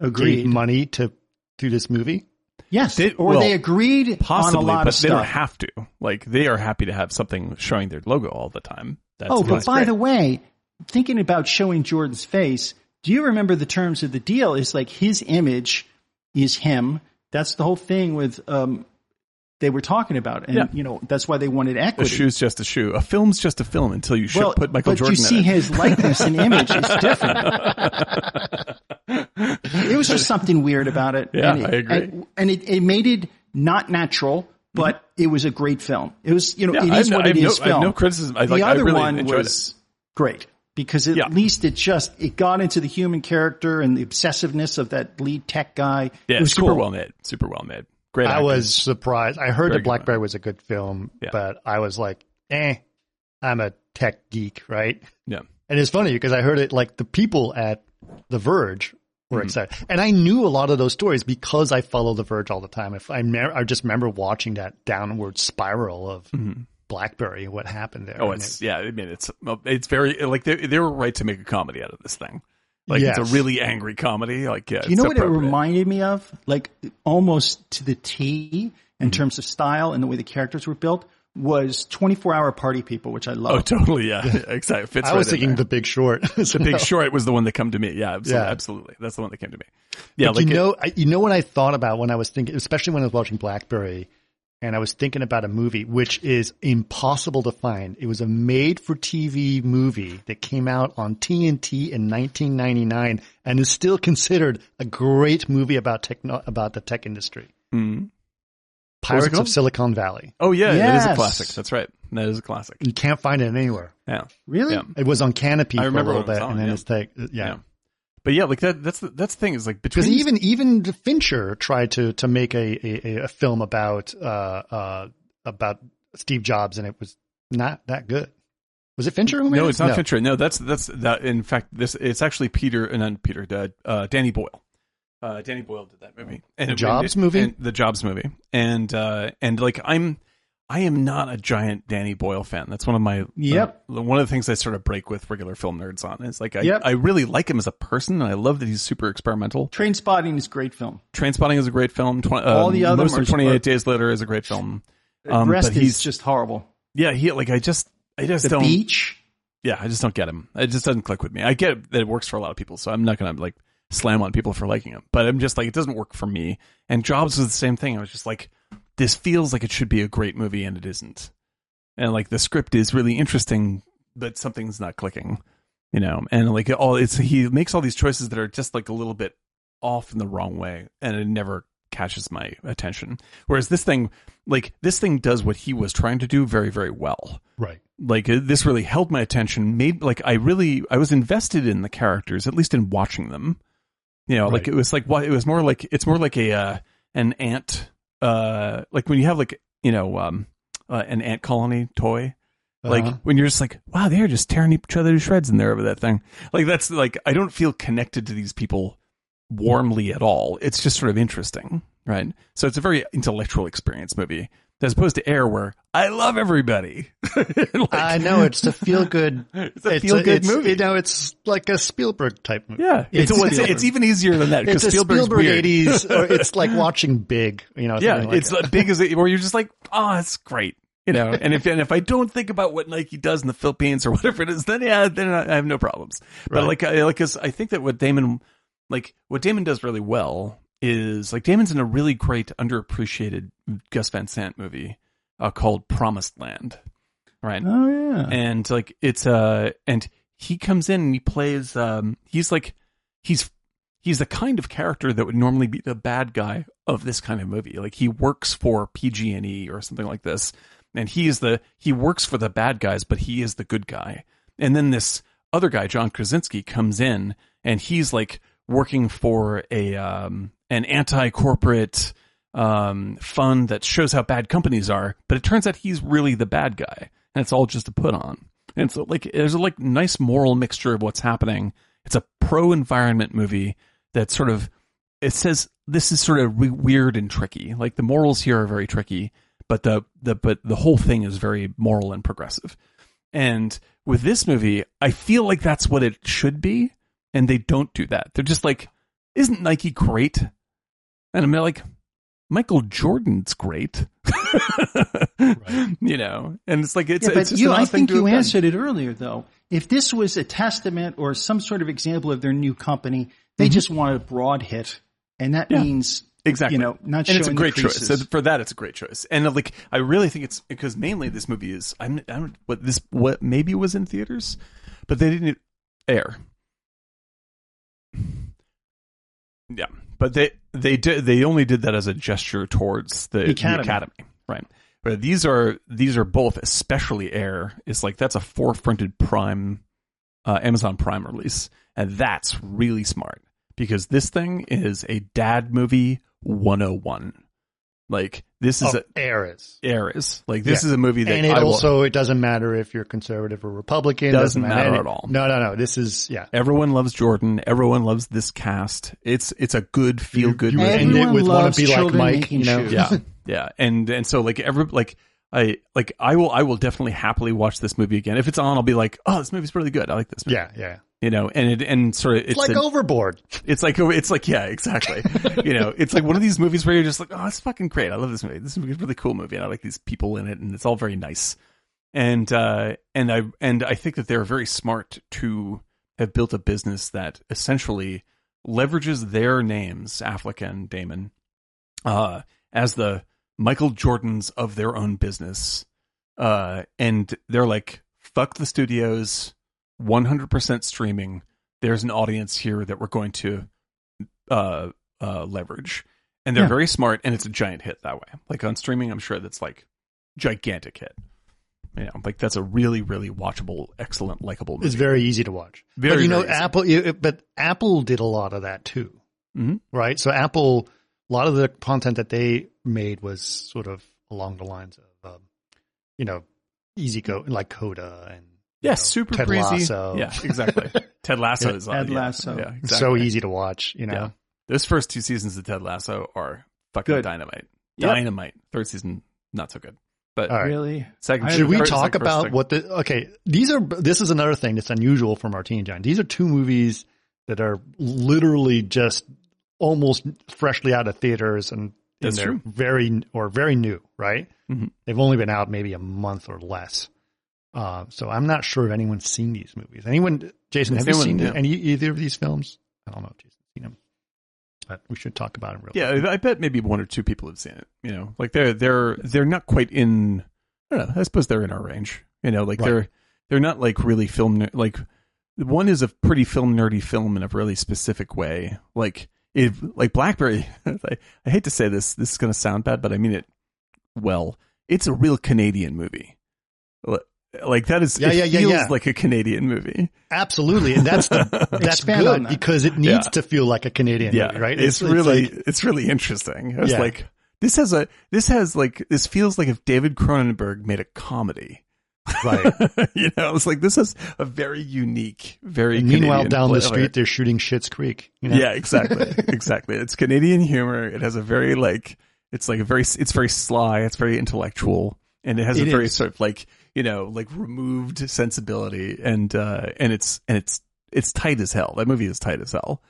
S2: gave
S4: Agreed.
S2: money to do this movie?
S4: Yes,
S5: They-
S4: or
S5: well,
S4: they agreed
S5: Possibly,
S4: on a lot
S5: but
S4: of
S5: they don't
S4: stuff.
S5: have to. Like they are happy to have something showing their logo all the time. That's
S4: oh, but
S5: that's
S4: by
S5: great.
S4: the way, thinking about showing Jordan's face, do you remember the terms of the deal? Is like his image is him. That's the whole thing with um, they were talking about, and
S5: Yeah.
S4: you know that's why they wanted
S5: a
S4: equity.
S5: shoe's just a shoe. A film's just a film until you show,
S4: well,
S5: put Michael
S4: but
S5: Jordan.
S4: you see
S5: in it.
S4: his likeness and image is different. it was just something weird about it.
S5: Yeah,
S4: and it,
S5: I agree.
S4: And, and it, it made it not natural, but it was a great film. It was, you know,
S5: Mm-hmm. Yeah,
S4: it
S5: I
S4: is
S5: have-
S4: what
S5: I
S4: it
S5: have
S4: is.
S5: no- I have
S4: film.
S5: no criticism. I-
S4: the
S5: like, I
S4: other
S5: really
S4: one
S5: enjoyed
S4: was great because at
S5: Yeah.
S4: least it just it got into the human character and the obsessiveness of that lead tech guy.
S5: yeah,
S4: it was
S5: super
S4: cool.
S5: well made. Super well made. Great.
S2: I
S5: acting.
S2: was surprised. I heard
S5: Very
S2: that
S5: good
S2: Blackberry was a good film,
S5: Yeah.
S2: but I was like, eh, I'm a tech geek, right?
S5: Yeah.
S2: And it's funny because I heard it like the people at The Verge were
S5: Mm-hmm.
S2: excited, and I knew a lot of those stories because I follow The Verge all the time. If I, me- I just remember watching that downward spiral of BlackBerry, what happened there?
S5: Mm-hmm. Oh,
S2: And
S5: it's yeah. I mean, it's it's very like they they were right to make a comedy out of this thing. Like it's
S2: Yes.
S5: a really angry comedy. Like yeah.
S4: You know
S5: it's
S4: what it
S5: appropriate.
S4: reminded me of? Like almost to the T
S5: Mm-hmm.
S4: in terms of style and the way the characters were built was 24 hour party people, which I love.
S5: Oh, totally. Yeah, exactly. Fits
S2: I
S5: right
S2: was
S5: in
S2: thinking
S5: there.
S2: The Big Short. So
S5: Big
S2: no.
S5: Short was the one that came to me. Yeah, absolutely.
S2: Yeah.
S5: absolutely. That's the one that came to me. Yeah,
S2: But
S5: like
S2: you
S5: it-
S2: know, I, you know what I thought about when I was thinking, especially when I was watching BlackBerry, and I was thinking about a movie which is impossible to find. It was a made-for-TV movie that came out on TNT in 1999, and is still considered a great movie about techno about the tech industry.
S5: Mhm. was it
S2: Pirates of
S5: called?
S2: Silicon Valley.
S5: oh yeah, that is a
S4: Yes.
S5: classic. That's right. That is a classic.
S2: You can't find it anywhere.
S5: Yeah,
S4: really?
S5: yeah,
S2: It was on Canopy
S5: I
S2: for a
S5: remember
S2: little
S5: when it was
S2: bit,
S5: on,
S2: and then
S5: yeah.
S2: it's like, yeah.
S5: yeah. But yeah, like that. That's the that's the thing is like between
S2: Because even even Fincher tried to to make a a, a film about uh, uh, about Steve Jobs, and it was not that good. Was it Fincher? Who made
S5: no,
S2: it?
S5: it's not Fincher. No, that's that's that. In fact, this it's actually Peter and not Peter, uh, uh, Danny Boyle. Uh, Danny Boyle did that movie and
S2: The Jobs movie?
S5: and the Jobs movie, and uh, and like I'm, I am not a giant Danny Boyle fan. That's one of my
S4: Yep.
S5: uh, one of the things I sort of break with regular film nerds on is like I
S4: Yep.
S5: I really like him as a person, and I love that he's super experimental.
S4: Train Spotting is a great film.
S5: Transpotting is a great film. Tw- uh,
S4: All the other
S5: most of
S4: ones
S5: Twenty
S4: are-
S5: Eight Days Later is a great film. Um,
S4: the rest
S5: but he's
S4: is just horrible.
S5: yeah he like I just I just
S4: The
S5: don't
S4: beach.
S5: yeah, I just don't get him. It just doesn't click with me. I get that it works for a lot of people, so I'm not gonna like slam on people for liking him. But I'm just like it doesn't work for me. And Jobs was the same thing. I was just like, this feels like it should be a great movie and it isn't. And like the script is really interesting, but something's not clicking. You know, and like all it's he makes all these choices that are just like a little bit off in the wrong way, and it never catches my attention. Whereas this thing, like this thing, does what he was trying to do very, very well
S2: Right.
S5: like uh, this really held my attention made like i really i was invested in the characters at least in watching them you know like
S2: Right.
S5: it was like what it was more like it's more like a uh, an ant uh like when you have like you know um uh, an ant colony toy.
S2: Uh-huh.
S5: Like when you're just like, wow, they're just tearing each other to shreds in there over that thing. Like that's like I don't feel connected to these people warmly at all. It's just sort of interesting, right? So it's a very intellectual experience movie, as opposed to Air, where I love everybody. Like,
S2: I know it's a feel good.
S5: It's a feel good movie.
S2: You know, it's like a Spielberg type movie.
S5: yeah, it's,
S2: It's
S5: well, it's,
S2: Spielberg.
S5: it's even easier than that because
S2: It's a
S5: Spielberg's
S2: Spielberg
S5: weird.
S2: eighties. It's like watching Big. You know.
S5: yeah,
S2: something like
S5: it's
S2: that.
S5: big as it, where you're just like, oh, it's great, you know. And if and if I don't think about what Nike does in the Philippines or whatever it is, then yeah, then I I have no problems. But
S2: Right.
S5: like, I, like, 'cause I think that what Damon, like, what Damon does really well is like Damon's in a really great underappreciated Gus Van Sant movie uh, called Promised Land, right?
S4: Oh yeah.
S5: and like it's uh and he comes in and he plays um he's like he's he's the kind of character that would normally be the bad guy of this kind of movie like he works for pg&e E or something like this and he is the he works for the bad guys but he is the good guy and then this other guy john krasinski comes in and he's like working for a um an anti-corporate um, fund that shows how bad companies are, but it turns out he's really the bad guy, and it's all just a put on. And so, like, there's a like nice moral mixture of what's happening. It's a pro environment movie that sort of it says this is sort of re- weird and tricky. Like the morals here are very tricky, but the the but the whole thing is very moral and progressive. And with this movie, I feel like that's what it should be, and they don't do that. They're just like, isn't Nike great? And I'm like, Michael Jordan's great, you know. And it's like it's,
S4: Yeah,
S5: it's
S4: but
S5: just
S4: you,
S5: an odd
S4: I
S5: thing
S4: think
S5: to have
S4: you
S5: done.
S4: answered it earlier though. If this was a testament or some sort of example of their new company, they just wanted a broad hit, and that
S5: Mm-hmm. Yeah.
S4: means
S5: exactly.
S4: You know, not
S5: and it's a
S4: showing
S5: great
S4: the
S5: choice.
S4: creases.
S5: So for that, it's a great choice. And like, I really think it's because mainly this movie is I'm I don't what this what maybe was in theaters, but they didn't air. Yeah, but they they did they only did that as a gesture towards the the
S4: Academy.
S5: academy, right? But these are these are both, especially Air is like that's a four fronted Prime, uh, Amazon Prime release, and that's really smart because this thing is a dad movie 101. Like this is
S2: Oh,
S5: a
S2: air is.
S5: Air is like this
S2: Yeah.
S5: is a movie that
S2: And it
S5: I will-
S2: also it doesn't matter if you're conservative or Republican.
S5: Doesn't matter
S2: Any-
S5: at all.
S2: No, no, no. This is yeah.
S5: everyone loves Jordan, everyone loves this cast. It's it's a good feel good
S2: you
S5: movie.
S2: end it
S4: Everyone
S2: with
S4: loves
S2: "Wanna be like
S4: children
S2: Mike,"
S4: making
S2: you know?
S4: shoes.
S5: yeah yeah and and so like every like i like i will i will definitely happily watch this movie again if it's on i'll be like oh this movie's really good i like this movie.
S2: Yeah, yeah.
S5: you know and it and sort of it's
S2: It's like
S5: an-
S2: overboard.
S5: it's like it's like yeah exactly you know it's like one of these movies where you're just like oh it's fucking great i love this movie this movie is a really cool movie and i like these people in it and it's all very nice and uh and i and i think that they're very smart to have built a business that essentially leverages their names affleck and damon uh as the michael jordans of their own business uh and they're like fuck the studios 100% streaming there's an audience here that we're going to uh, uh, leverage. And they're
S4: Yeah.
S5: very smart, and it's a giant hit that way. Like on streaming, I'm sure that's like gigantic hit. You know, like that's a really, really watchable, excellent, likable movie.
S2: It's very easy to watch. but
S5: Very,
S2: you know,
S5: very easy.
S2: Apple. You, but Apple did a lot of that too,
S5: Mhm.
S2: right? So Apple, a lot of the content that they made was sort of along the lines of, um, you know, easy go like Coda and you
S5: yeah,
S2: know,
S5: super
S2: Ted
S5: breezy.
S2: Lasso.
S5: Yeah, exactly. Ted Lasso is on.
S4: Ted
S5: yeah.
S4: Lasso.
S5: Yeah, exactly.
S2: so easy to watch. You know,
S5: Yeah. Those first two seasons of Ted Lasso are fucking
S4: Good.
S5: dynamite.
S4: Yep.
S5: Dynamite. Third season, not so good. But
S2: All right.
S4: really.
S5: second,
S4: I-
S2: Should we
S5: first-
S2: talk
S5: second- first-
S2: about
S5: second-
S2: what the okay? These are this is another thing that's unusual for Martine and John. These are two movies that are literally just almost freshly out of theaters and, and
S5: That's
S2: they're
S5: true.
S2: very or very new, right?
S5: Mhm.
S2: They've only been out maybe a month or less. Uh, so I'm not sure if anyone's seen these movies. Anyone, Jason,
S5: Has
S2: have you seen
S5: anyone- yeah.
S2: any either of these films? I don't know if Jason's seen them, but we should talk about them real quick.
S5: Yeah, I bet maybe one or two people have seen it. You know, like they're they're they're not quite in. I don't know. I suppose they're in our range. You know, like
S2: Right.
S5: they're they're not like really film ner- like one is a pretty film nerdy film in a really specific way. Like if like Blackberry, I, I hate to say this. This is going to sound bad, but I mean it. Well, it's a real Canadian movie. Li- Like that is
S2: Yeah,
S5: it
S2: yeah, yeah,
S5: feels
S2: yeah.
S5: like a Canadian movie.
S2: Absolutely, and that's the, that's
S4: Expand on
S2: good
S4: that.
S2: because it needs
S5: Yeah.
S2: to feel like a Canadian movie, right?
S5: It's, really
S2: like-
S5: it's really interesting. It's
S2: Yeah.
S5: like This has a this has like this feels like if David Cronenberg made a comedy.
S2: Right.
S5: you know, it's like this is a very unique, very
S2: And meanwhile,
S5: Canadian Oh,
S2: down the
S5: flavor.
S2: street, they're shooting Shit's Creek. You know?
S5: Yeah, exactly, exactly. It's Canadian humor. It has a very like, it's like a very, it's very sly. It's very intellectual, and it has
S2: It
S5: a very
S2: is.
S5: sort of like, you know, like removed sensibility, and uh, and it's and it's it's tight as hell. That movie is tight as hell.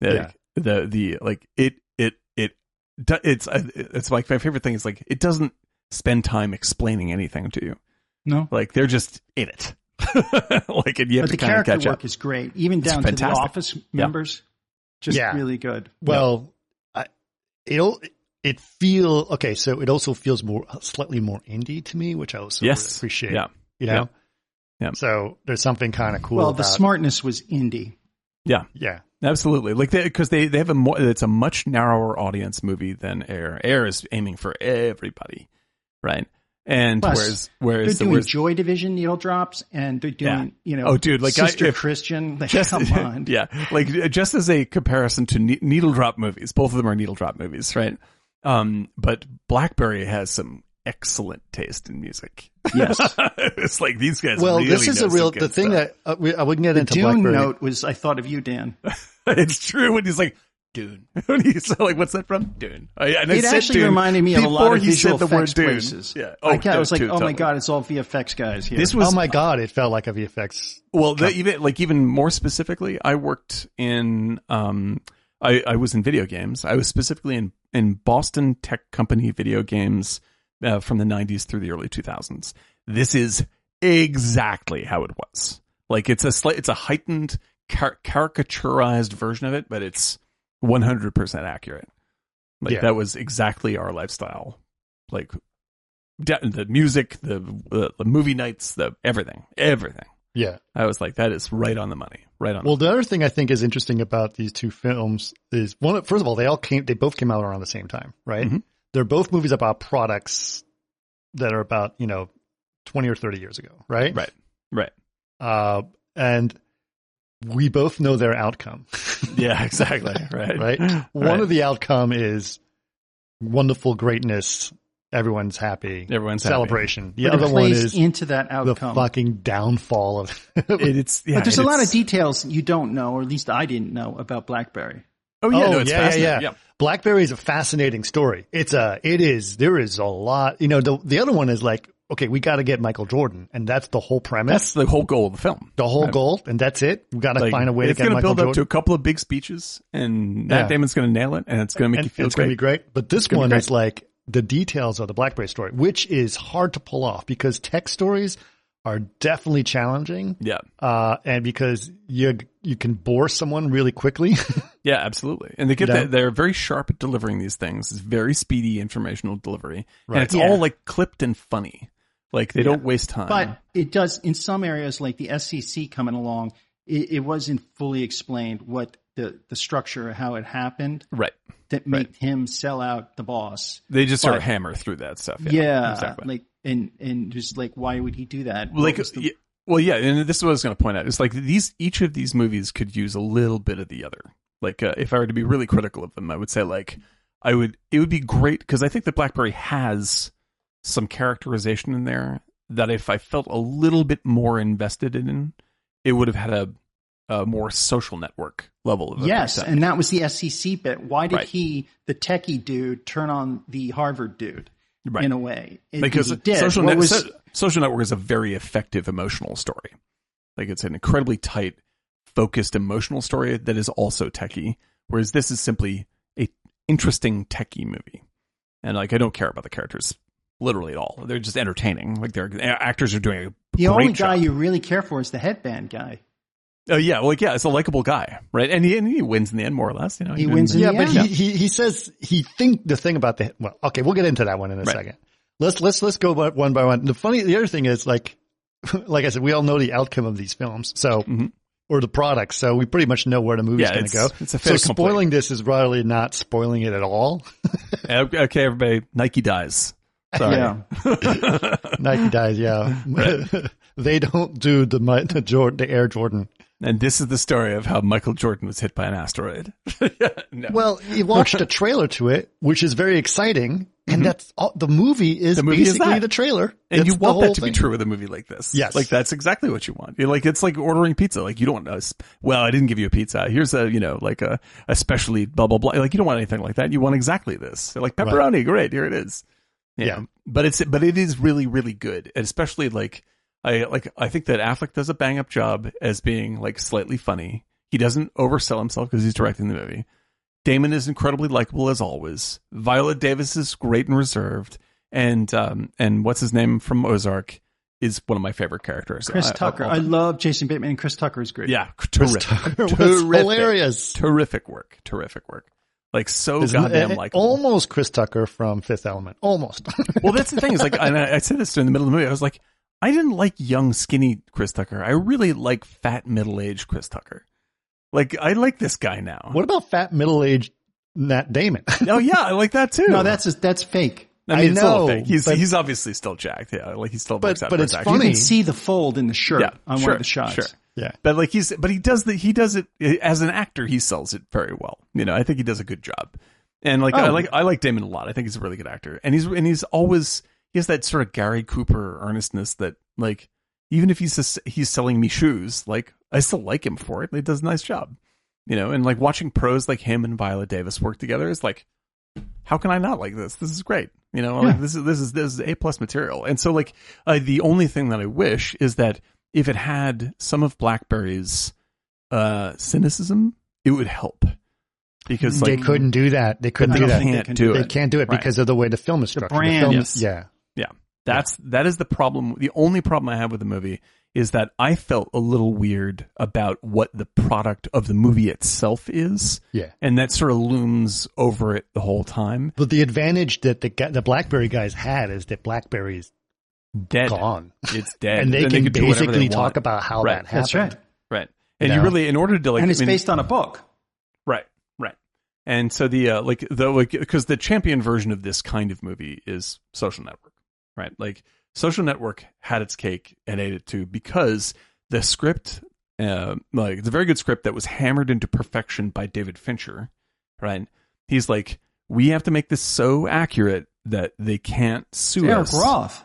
S5: Like,
S2: Yeah.
S5: The the like it it it do- it's uh, it's like my favorite thing is like it doesn't spend time explaining anything to you.
S4: No,
S5: Like they're just in it. like and you have to kind
S4: but the
S5: of
S4: character
S5: catch
S4: work
S5: up.
S4: is great, even
S5: It's
S4: down to the
S5: fantastic.
S4: office members. Just
S2: Yeah.
S4: really good.
S2: Well, I, it'll it feel okay. So it also feels more slightly more indie to me, which I also really
S5: Yes.
S2: appreciate.
S5: Yeah.
S2: you know.
S5: Yeah. Yeah.
S2: So there's something kind of cool.
S4: well,
S2: about,
S4: the smartness was indie.
S5: Yeah.
S2: Yeah.
S5: Absolutely, like because they, they have a more it's a much narrower audience movie than Air. Air is aiming for everybody, right? And
S4: Plus,
S5: whereas
S4: They're
S5: whereas the
S4: doing
S5: whereas,
S4: Joy Division needle drops, and they're doing
S5: Yeah.
S4: you know,
S5: Oh, dude, like, I-
S4: Sister
S5: if-
S4: Christian. Like,
S5: just
S4: come on,
S5: yeah, like uh, just as a comparison to ne- needle drop movies, both of them are needle drop movies, right? Um, but Blackberry has some excellent taste in music.
S4: Yes.
S5: it's like these guys.
S2: Well,
S5: really
S2: this is
S5: know
S2: a
S5: some
S2: real
S5: good
S2: the thing
S5: stuff.
S2: that uh, we, I wouldn't get into
S4: Dune
S2: Blackberry.
S4: note was I thought of you, Dan.
S5: it's true when he's like Dune. when he's like, "What's that from?" Dune. I, and I
S4: it
S5: said
S4: actually
S5: Dune
S4: reminded me of a lot
S5: before
S4: of
S5: he
S4: visual
S5: said the word
S4: effects
S5: Dune.
S4: places.
S5: Yeah.
S4: Oh, I,
S5: no,
S4: was like,
S5: Dune,
S4: oh my
S5: totally.
S4: god, it's all VFX guys here.
S5: This was
S2: oh my god! It felt like a VFX.
S5: Well, the, even like even more specifically, I worked in um, I I was in video games. I was specifically in in Boston tech company video games uh, from the '90s through the early 2000s. This is exactly how it was. Like it's a slight, it's a heightened, car- caricaturized version of it, but it's 100 percent accurate. Like
S2: Yeah.
S5: that was exactly our lifestyle. Like da- the music, the, the the movie nights, the everything, everything.
S2: Yeah.
S5: I was like, that is right on the money. Right on.
S2: Well, the other thing I think is interesting about these two films is one. First of all, they all came. They both came out around the same time, right?
S5: Mhm.
S2: They're both movies about products that are about you know twenty or thirty years ago,
S5: the
S2: right?
S5: money. right, right.
S2: Uh, and we both know their outcome,
S5: Yeah, exactly. Right,
S2: right? One
S5: Right.
S2: of the outcome is wonderful greatness. Everyone's happy.
S5: Everyone's happy.
S2: celebration. The
S4: But it
S2: other one
S4: plays
S2: is
S4: into that
S2: the
S4: outcome.
S2: fucking downfall of.
S5: It- it's yeah,
S4: but there's a
S5: it's-
S4: lot of details you don't know, or at least I didn't know about BlackBerry.
S5: Oh yeah, no, it's
S2: yeah,
S5: fascinating.
S2: yeah, yeah. BlackBerry is a fascinating story. It's a, it is, there is a lot, you know, the, the other one is like, okay, we got to get Michael Jordan. And that's the whole
S5: That's
S2: premise,
S5: the whole goal of the film.
S2: the whole goal. And that's it. We got to
S5: Like,
S2: find a way to
S5: it's
S2: get
S5: going to
S2: Michael
S5: build up to
S2: Jordan.
S5: a couple of big speeches, and Matt
S2: Yeah.
S5: Damon's going to nail it, and it's going to make
S2: and
S5: you feel
S2: it's going to
S5: great.
S2: be great. But this
S5: gonna be
S2: one
S5: great.
S2: is like the details of the BlackBerry story, which is hard to pull off because tech stories are definitely challenging.
S5: Yeah,
S2: Uh, and because you, you can bore someone really quickly.
S5: yeah, absolutely. And they get
S2: You know?
S5: that they're very sharp at delivering these things. It's very speedy informational delivery,
S2: Right.
S5: and it's
S4: Yeah.
S5: all like clipped and funny. Like they don't waste time.
S4: But it does in some areas, like the SEC coming along, it, it wasn't fully explained what the the structure, how it happened,
S5: right,
S4: that made him sell out the boss.
S5: they just sort of
S4: But-
S5: hammer through that stuff.
S4: Yeah,
S5: Yeah, exactly.
S4: like and and just like why would he do that?
S5: Well, like
S4: What was the-
S5: yeah, well yeah and this is what i was going to point out it's like these each of these movies could use a little bit of the other like uh, if i were to be really critical of them i would say like i would it would be great because i think that blackberry has some characterization in there that if i felt a little bit more invested in it would have had a, a more social network level of
S4: yes,
S5: effect.
S4: and that was the SEC bit. Why did
S5: Right.
S4: he, the techie dude, turn on the Harvard dude
S5: Right.
S4: in a way? It-
S5: because
S4: he did.
S5: social
S4: What
S5: net,
S4: was-
S5: so- social network is a very effective emotional story. Like it's an incredibly tight, focused emotional story that is also techie. Whereas this is simply a interesting techie movie, and like I don't care about the characters literally at all. They're just entertaining. Like their actors are doing a
S4: the
S5: great
S4: only
S5: job.
S4: guy you really care for is the headband guy.
S5: Oh yeah, well, like yeah, it's a likable guy, right? And he and he wins in the end, more or less. You know,
S4: He wins in
S2: yeah,
S4: the
S2: but
S4: end.
S2: he, he he says he think the thing about the well. Okay, we'll get into that one in a
S5: Right.
S2: second. Let's let's let's go by- one by one. The funny, the other thing is like, like I said, we all know the outcome of these films, so
S5: Mhm.
S2: or the products, so we pretty much know where the movie's
S5: Yeah,
S2: going
S5: it's-
S2: to go.
S5: it's a
S2: so
S5: fait accompli.
S2: spoiling this is probably not spoiling it at all.
S5: Yeah. Okay, everybody, Nike dies. Sorry.
S4: Yeah.
S2: Nike dies, yeah. they don't do the Mi- the, Jordan, the Air Jordan.
S5: And this is the story of how Michael Jordan was hit by an asteroid. no.
S2: Well, you watched a trailer to it, which is very exciting. and that's all, the movie
S5: Mm-hmm.
S2: is
S5: The movie is
S2: basically
S5: that.
S2: the trailer,
S5: And
S2: It's
S5: you
S2: the
S5: want
S2: whole
S5: that to
S2: thing.
S5: be true with a movie like this.
S2: Yes.
S5: Like that's exactly what you want. You're like, it's like ordering pizza. Like you don't want us. Well, I didn't give you a pizza. Here's a, you know, like a, a specially blah, blah, blah. Like you don't want anything like that. You want exactly this. They're like pepperoni. Great. Here it is.
S2: Yeah.
S5: But it's, but it is really, really good. And especially like, I like, I think that Affleck does a bang up job as being like slightly funny. He doesn't oversell himself because he's directing the movie. Damon is incredibly likable as always. Viola Davis is great and reserved, and um, and what's his name from Ozark is one of my favorite characters.
S4: Chris
S5: I- I-
S4: Tucker.
S5: all
S4: I,
S5: time.
S4: love Jason Bateman and Chris Tucker is great.
S5: yeah, terrific,
S2: It was
S5: Terrific.
S2: hilarious.
S5: terrific work, terrific work. Like so
S2: It's-
S5: goddamn
S2: it-
S5: likable.
S4: Oh
S2: almost Chris Tucker from Fifth Element. Almost.
S5: well, that's the thing is like, and I, I said this during the middle of the movie. I was like, I didn't like young, skinny Chris Tucker. I really like fat, middle aged Chris Tucker. Like, I like this guy now.
S2: what about fat middle aged Matt Damon?
S5: Oh yeah, I like that too.
S4: No, that's that's fake.
S5: I mean,
S2: I
S5: it's all
S2: know,
S5: fake. He's
S2: but-
S5: he's obviously still jacked. Yeah, like he still
S2: But-
S5: works out.
S2: but
S5: for
S2: it's
S5: his
S4: You
S2: funny.
S5: acting.
S4: can see the fold in the shirt
S5: Yeah,
S4: on
S5: sure,
S4: one of the shots.
S5: Sure.
S2: yeah.
S5: But like he's but he does that he does it as an actor. He sells it very well. You know, I think he does a good job. And like I
S4: Oh.
S5: like I like Damon a lot. I think he's a really good actor. And he's and he's always he has that sort of Gary Cooper earnestness that like even if he's just, he's selling me shoes, like I still like him for it. He does a nice job. You know, and like watching pros like him and Viola Davis work together is like how can I not like this? This is great. You know, like
S4: Yeah.
S5: this is this is this is a plus material. And so like uh, the only thing that I wish is that if it had some of Blackberry's uh cynicism, it would help because
S2: they
S5: like
S2: couldn't do that. They couldn't
S4: I
S2: do
S4: don't
S2: that.
S4: think
S5: can't
S4: they can
S5: do
S4: do
S5: it.
S2: They can't do it
S5: Right.
S2: because of the way the film is structured.
S4: brand,
S2: film-
S4: yes.
S2: Yeah.
S5: Yeah. That's that is the problem. The only problem I have with the movie is that I felt a little weird about what the product of the movie itself is.
S2: Yeah.
S5: And that sort of looms over it the whole time.
S2: But the advantage that the guy, the BlackBerry guys had is that BlackBerry is
S5: Dead.
S2: gone,
S5: It's dead.
S2: and they
S5: And
S2: can
S5: could do whatever they
S2: basically talk
S5: want.
S2: about how
S5: Right.
S2: that happened.
S4: That's right.
S5: Right. And
S2: You
S5: you
S2: know?
S5: really, in order to like,
S4: and it's
S5: I mean-
S4: based on a book.
S5: right, right. And so the uh, like the like because the champion version of this kind of movie is Social Network, right? Like Social Network had its cake and ate it too because the script, uh, like it's a very good script that was hammered into perfection by David Fincher, right? He's like, we have to make this so accurate that they can't sue
S4: Eric
S5: us.
S4: Roth.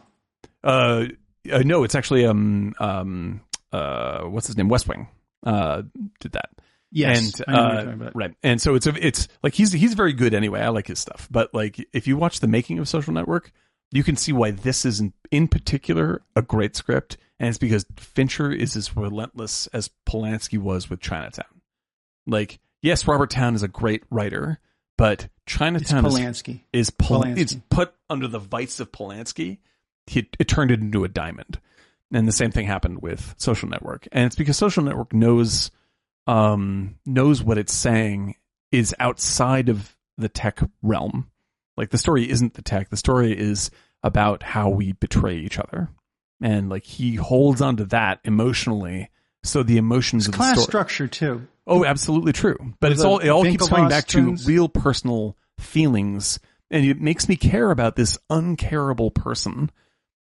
S5: Uh, uh, no, it's actually um um uh what's his name West Wing uh did that.
S4: Yes.
S5: and
S4: I know what you're
S5: uh,
S4: talking about.
S5: right, and so it's a, it's like he's he's very good anyway. I like his stuff, but like if you watch the making of Social Network, you can see why this is in, in particular a great script, and it's because Fincher is as relentless as Polanski was with Chinatown. Like, yes, Robert Town is a great writer, but
S4: It's
S5: Chinatown is
S4: Polanski.
S5: is Pol-
S4: Polanski.
S5: it's put under the vice of Polanski. He, it turned it into a diamond, and the same thing happened with Social Network. And it's because Social Network knows um, knows what it's saying is outside of the tech realm. Like the story isn't the tech. The story is about how we betray each other, and like he holds onto that emotionally. So the emotions of the
S4: Class
S5: story.
S4: structure too.
S5: Oh, absolutely true. But it's
S4: the
S5: all it all keeps coming
S4: Winklevoss
S5: back
S4: twins?
S5: to real personal feelings, and it makes me care about this uncareable person,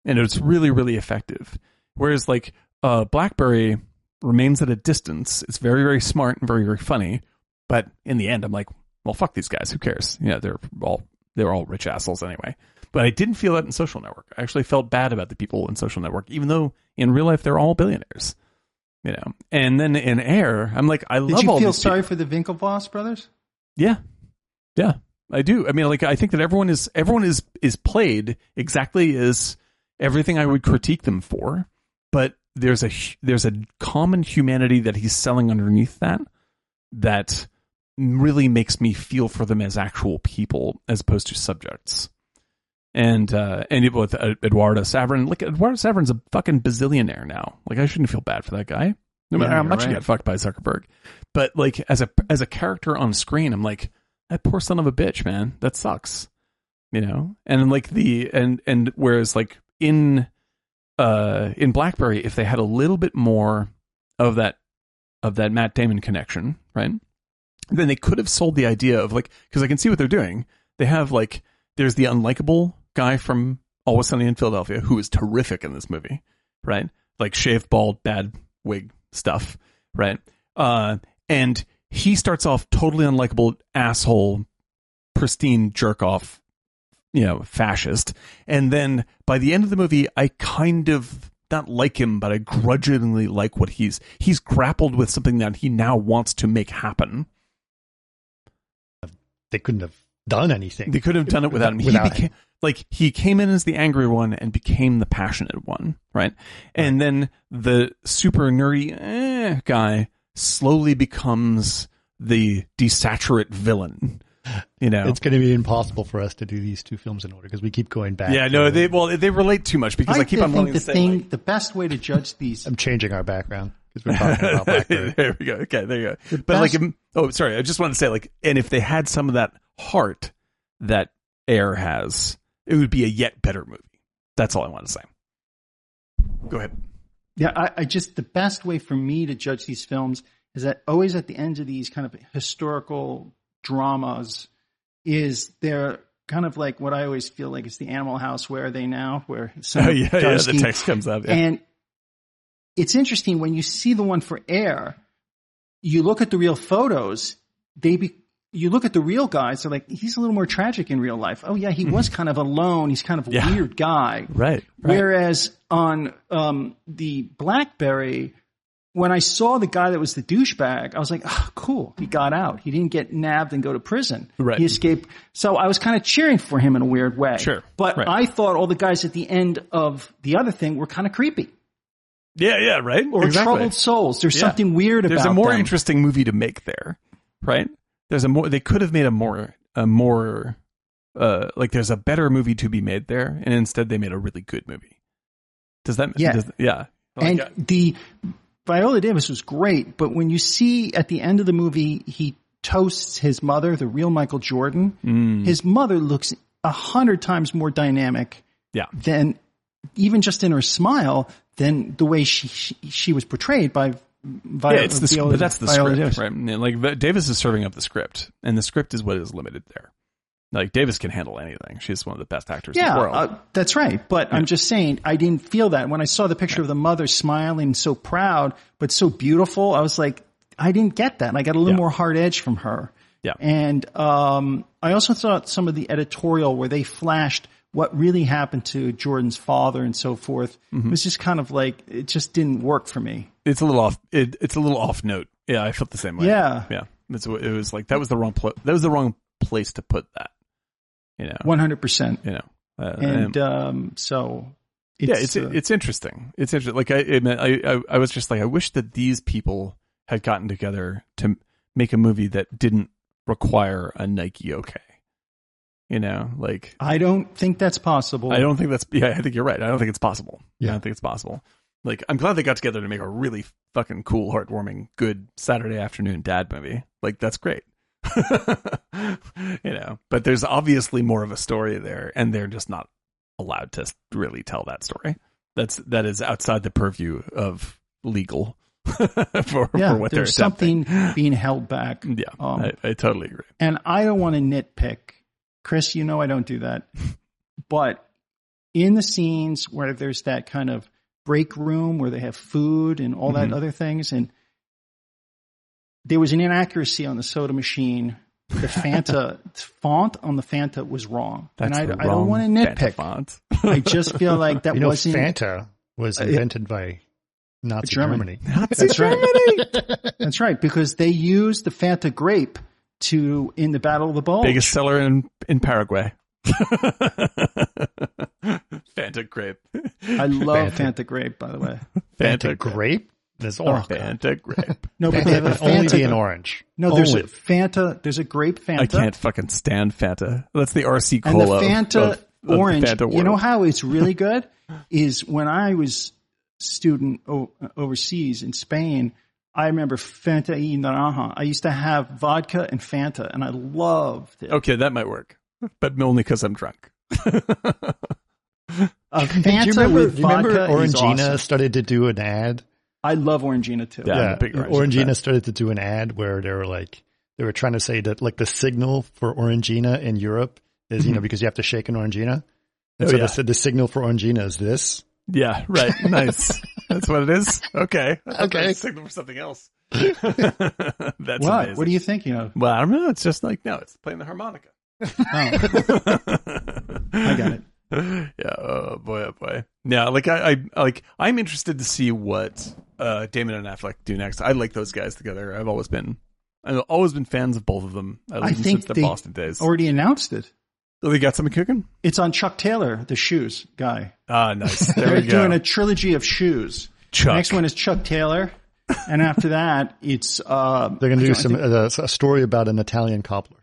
S5: and it's really really effective. Whereas like uh, BlackBerry remains at a distance. It's very very smart and very very funny, but in the end, I'm like, well, fuck these guys. Who cares? You know, they're all they're all rich assholes anyway. But I didn't feel that in Social Network. I actually felt bad about the people in Social Network, even though in real life they're all billionaires. You know, and then in Air, I'm like, I
S4: Did
S5: love
S4: you
S5: all
S4: feel
S5: these people.
S4: sorry for the Winklevoss brothers?
S5: Yeah. Yeah. I do. I mean, like I think that everyone is everyone is is played exactly as everything I would critique them for, but there's a hu- there's a common humanity that he's selling underneath that that really makes me feel for them as actual people as opposed to subjects. And uh and it- with uh, Eduardo Saverin, like Eduardo Saverin's a fucking bazillionaire now. Like I shouldn't feel bad for that guy. No matter
S4: Yeah,
S5: how
S4: you're
S5: much he
S4: right.
S5: got fucked by Zuckerberg. But like as a as a character on screen, I'm like, that poor son of a bitch, man. That sucks. You know? And like the and and whereas like in uh in Blackberry, if they had a little bit more of that of that Matt Damon connection, right? Then they could have sold the idea of like because I can see what they're doing. They have like there's the unlikable guy from Always Sunny in Philadelphia who is terrific in this movie, right? Like shaved, bald, bad wig stuff, right? Uh, and he starts off totally unlikable asshole, pristine jerk off you know, fascist. And then by the end of the movie, I kind of not like him, but I grudgingly like what he's he's grappled with something that he now wants to make happen.
S2: They couldn't have done anything.
S5: They could have done it without him.
S2: Without
S5: he became,
S2: him.
S5: Like he came in as the angry one and became the passionate one, right? And then the super nerdy eh, guy slowly becomes the desaturate villain. You know,
S2: It's going to be impossible for us to do these two films in order because we keep going back.
S5: yeah, no, they well they relate too much because I, keep on wanting
S4: think
S5: to
S4: the
S5: say.
S4: thing,
S5: like,
S4: the best way to judge these
S2: I'm changing our background because we're talking about Blackbird.
S5: there we go. Okay, there you go. But like,
S4: best-
S5: um, oh, sorry. I just wanted to say, like, and if they had some of that heart that Air has, it would be a yet better movie. That's all I want to say. Go ahead.
S4: Yeah, I, I just the best way for me to judge these films is that always at the end of these kind of historical dramas is they're kind of like what I always feel like it's the Animal House. Where are they now? Where some
S5: Oh, yeah, yeah, the
S4: Darsky-
S5: text comes up. Yeah.
S4: and it's interesting when you see the one for air, you look at the real photos, they be, you look at the real guys, they're like, he's a little more tragic in real life. Oh yeah, he was kind of alone. He's kind of a
S5: Mm-hmm. Yeah.
S4: weird guy.
S5: right.
S4: Whereas on um, the BlackBerry, when I saw the guy that was the douchebag, I was like, oh, cool. He got out. He didn't get nabbed and go to prison.
S5: Right.
S4: He escaped. So I was kind of cheering for him in a weird way.
S5: Sure.
S4: But
S5: Right.
S4: I thought all the guys at the end of the other thing were kind of creepy
S5: Yeah. Yeah. Right.
S4: or troubled souls. There's
S5: Yeah.
S4: something weird
S5: There's
S4: about
S5: a more
S4: them.
S5: interesting movie to make there, right? There's a more. They could have made a more a more uh like there's a better movie to be made there, and instead they made a really good movie. Does that?
S4: Yeah.
S5: Does, yeah.
S4: and the Viola Davis was great, but when you see at the end of the movie, he toasts his mother, the real Michael Jordan.
S5: Mm.
S4: His mother looks a hundred times more dynamic
S5: Yeah.
S4: than even just in her smile than the way she she, she was portrayed by Viola.
S5: yeah, it's the,
S4: Viola-
S5: but that's the
S4: Viola
S5: script,
S4: Davis.
S5: right? And, Like Va- Davis is serving up the script, and the script is what is limited there. Like Davis can handle anything. She's one of the best actors in
S4: Yeah,
S5: the world.
S4: uh, that's right. But I'm just saying, I didn't feel that when I saw the picture of the mother smiling, so proud but so beautiful. I was like, I didn't get that. And I got a little
S5: Yeah.
S4: more hard edge from her.
S5: Yeah.
S4: And um, I also thought some of the editorial where they flashed what really happened to Jordan's father and so forth
S5: Mm-hmm.
S4: it was just kind of like it just didn't work for me.
S5: it's a little off. It, it's a little off note. Yeah, I felt the same way.
S4: Yeah.
S5: yeah. It's, it was like that was the wrong pl- that was the wrong place to put that. You know.
S4: One hundred percent.
S5: you know. Uh,
S4: And um, so it's,
S5: yeah, it's
S4: uh,
S5: it's interesting. It's interesting. Like I, I, mean, I, I, I was just like, I wish that these people had gotten together to make a movie that didn't require a Nike OK. You know, like
S4: I don't think that's possible.
S5: I don't think that's. Yeah, I think you're right. I don't think it's possible. I
S2: Yeah.
S5: don't think it's possible. Like I'm glad they got together to make a really fucking cool, heartwarming, good Saturday afternoon dad movie. Like that's great. you know, but there's obviously more of a story there, and they're just not allowed to really tell that story. That's that is outside the purview of legal for,
S4: Yeah,
S5: for what they're
S4: there's
S5: attempting.
S4: something being held back.
S5: Yeah,
S4: Um,
S5: I, I totally agree.
S4: and I don't want to nitpick. Chris, you know I don't do that. But in the scenes where there's that kind of break room where they have food and all
S5: Mm-hmm.
S4: that other things, and there was an inaccuracy on the soda machine. The Fanta font on the Fanta was wrong,
S5: That's
S4: and
S5: the
S4: I, I
S5: wrong
S4: don't want to
S5: Fanta
S4: nitpick.
S5: font.
S4: I just feel like that
S2: You know,
S4: wasn't
S2: Fanta
S4: Uh,
S2: was invented by Nazi
S4: German.
S2: Germany.
S4: That's right. That's right, because they used the Fanta grape to in the Battle of the Bulge.
S5: biggest seller in in Paraguay. Fanta grape.
S4: I love
S2: Fanta.
S4: Fanta. grape, by the way.
S2: Fanta grape? There's orange.
S5: Fanta grape.
S4: No, but Oh, they have a
S2: Fanta can only
S4: Fanta.
S2: be an orange.
S4: no, there's
S2: Only.
S4: a Fanta. There's a grape Fanta.
S5: I can't fucking stand Fanta. That's the RC
S4: and
S5: cola.
S4: the Fanta
S5: of- of the
S4: orange.
S5: Fanta
S4: you know
S5: world.
S4: how it's really good is when I was student o- overseas in Spain. I remember Fanta y naranja. I used to have vodka and Fanta, and I loved it.
S5: Okay, that might work, but only because I'm drunk.
S4: A
S2: Do you
S4: Fanta
S2: remember,
S4: with
S2: do you remember
S4: vodka is
S2: Orangina
S4: awesome.
S2: started to do an ad?
S4: I love Orangina too.
S5: Yeah. I'm a big Orangina
S2: Orangina
S5: fan.
S2: started to do an ad where they were like, they were trying to say that like the signal for Orangina in Europe is,
S4: Mm-hmm.
S2: you know, because you have to shake an Orangina. And
S5: Oh,
S2: so
S5: yeah.
S2: they said the signal for Orangina is this.
S5: Yeah, right. Nice. That's what it is. Okay. I thought that
S2: Okay.
S5: was a Signal for something else. That's
S4: What?
S5: amazing.
S4: What are you thinking of?
S5: Well, I don't know. It's just like no, it's playing the harmonica.
S4: Oh. I got it.
S5: yeah. Oh boy. Oh boy. Yeah. Like I, I like I'm interested to see what uh, Damon and Affleck do next. I like those guys together. I've always been, I've always been fans of both of them. I,
S4: I think
S5: since the
S4: they-
S5: Boston days.
S4: Already announced it.
S5: oh, they got something cooking.
S4: It's on Chuck Taylor, the shoes guy.
S5: Ah, nice. There
S4: They're
S5: we go.
S4: doing a trilogy of shoes.
S5: Chuck.
S4: Next one is Chuck Taylor, and after that, it's uh,
S2: They're going to do some uh, a story about an Italian cobbler.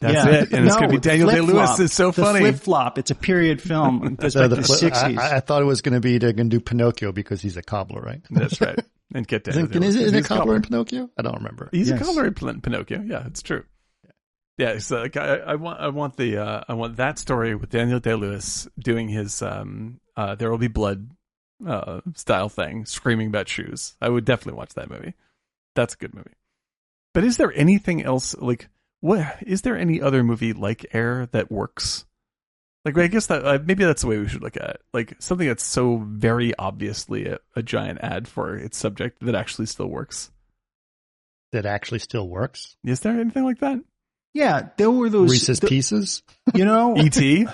S5: That's it. And it's
S4: No,
S5: going to be Daniel Day Lewis.
S4: Flip-Flop.
S5: It's so
S4: The
S5: funny.
S4: Flip flop. It's a period film. That's like
S2: Uh,
S4: the,
S2: the fli- I-
S4: '60s.
S2: I, I thought it was going to be they're going to do Pinocchio because he's a cobbler, right?
S5: That's right. And get Daniel.
S2: Isn't,
S5: Day-Lewis.
S2: is it, is it
S5: He's
S2: cobbler, in Pinocchio? I don't remember.
S5: He's
S4: Yes.
S5: a cobbler in Pin- Pinocchio. Yeah, it's true. Yeah, so like, I, I want I want the uh, I want that story with Daniel Day Lewis doing his um uh there will be blood uh style thing, screaming about shoes. I would definitely watch that movie. That's a good movie. But is there anything else like what is there any other movie like Air that works? Like I guess that uh, maybe that's the way we should look at it. Like something that's so very obviously a, a giant ad for its subject that actually still works.
S2: That actually still works.
S5: Is there anything like that?
S4: yeah, there were those.
S2: Reese's
S4: the-
S2: Pieces.
S4: you know,
S2: E
S5: E.T.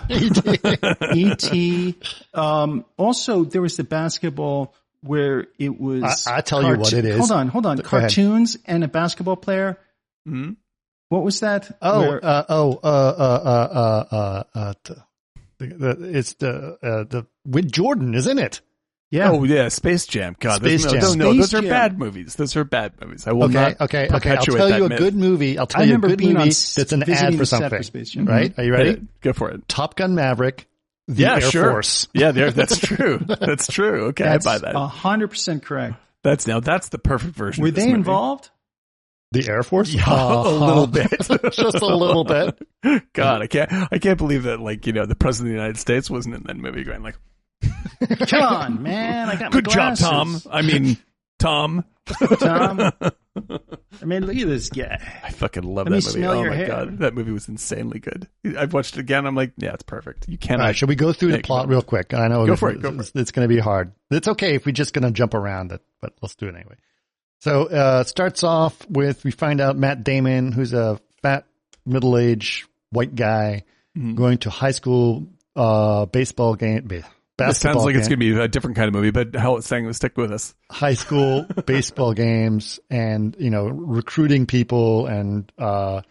S4: E.T. Um, also, there was the basketball where it was.
S2: I- I tell you what it is.
S4: Hold on, hold on.
S2: Go ahead.
S4: Cartoons and a basketball player.
S5: Hmm?
S4: What was that?
S2: Oh,
S4: Where-
S2: uh, oh, uh, uh, uh, uh, uh, uh, t- the, the, it's the uh, the with Jordan, isn't it?
S4: yeah.
S5: Oh yeah, Space Jam. God, those- no,
S2: Space Jam.
S5: No, no,
S4: Space
S5: those are
S4: Jam.
S5: bad movies. Those are bad movies. I will
S2: okay,
S5: not
S2: okay, okay. I'll
S5: perpetuate
S2: tell
S5: that
S2: you a
S5: myth.
S2: good movie. I'll
S4: I
S2: tell you a
S4: remember
S2: good
S4: being
S2: movie
S4: on s-
S2: that's an
S4: visiting
S2: ad for
S4: the set for
S2: something.
S4: Space Jam.
S2: Right? Are you
S5: Hit
S2: ready?
S5: it. Go for it.
S2: Top Gun Maverick, the
S5: yeah,
S2: Air
S5: sure.
S2: Force.
S5: Yeah, there. That's true. That's true. Okay,
S4: That's
S5: I buy that.
S4: hundred percent correct.
S5: that's now. That's the perfect version.
S4: Were
S5: of this
S4: they
S5: movie.
S4: involved?
S2: The Air Force?
S5: Yeah, a little bit, Oh,
S2: Just a little bit.
S5: God, I can't. I can't believe that. Like you know, the president of the United States wasn't in that movie. Going like,
S4: Come on, man! I got
S5: good
S4: my
S5: job, Tom.
S4: glasses.
S5: I mean, Tom.
S4: Tom. I mean, look at this guy.
S5: I fucking love
S4: Let me
S5: that movie.
S4: smell
S5: Oh
S4: your
S5: my
S4: hair.
S5: god, that movie was insanely good. I've watched it again. I'm like, yeah, it's perfect. You
S2: All
S5: cannot.
S2: right, should we go through the
S5: Hey,
S2: plot real quick? I know
S5: Go
S2: it-
S5: for it, go for
S2: it's, going to be hard. It's okay if we're just going to jump around it, but let's do it anyway. So uh, it starts off with we find out Matt Damon, who's a fat, middle aged white guy, going to high school uh, baseball game. ba-
S5: This Mm-hmm. sounds
S2: Basketball
S5: like it's
S2: game,
S5: going to be a different kind of movie, but how it's saying will stick with us.
S2: high school baseball games, and you know recruiting people and uh,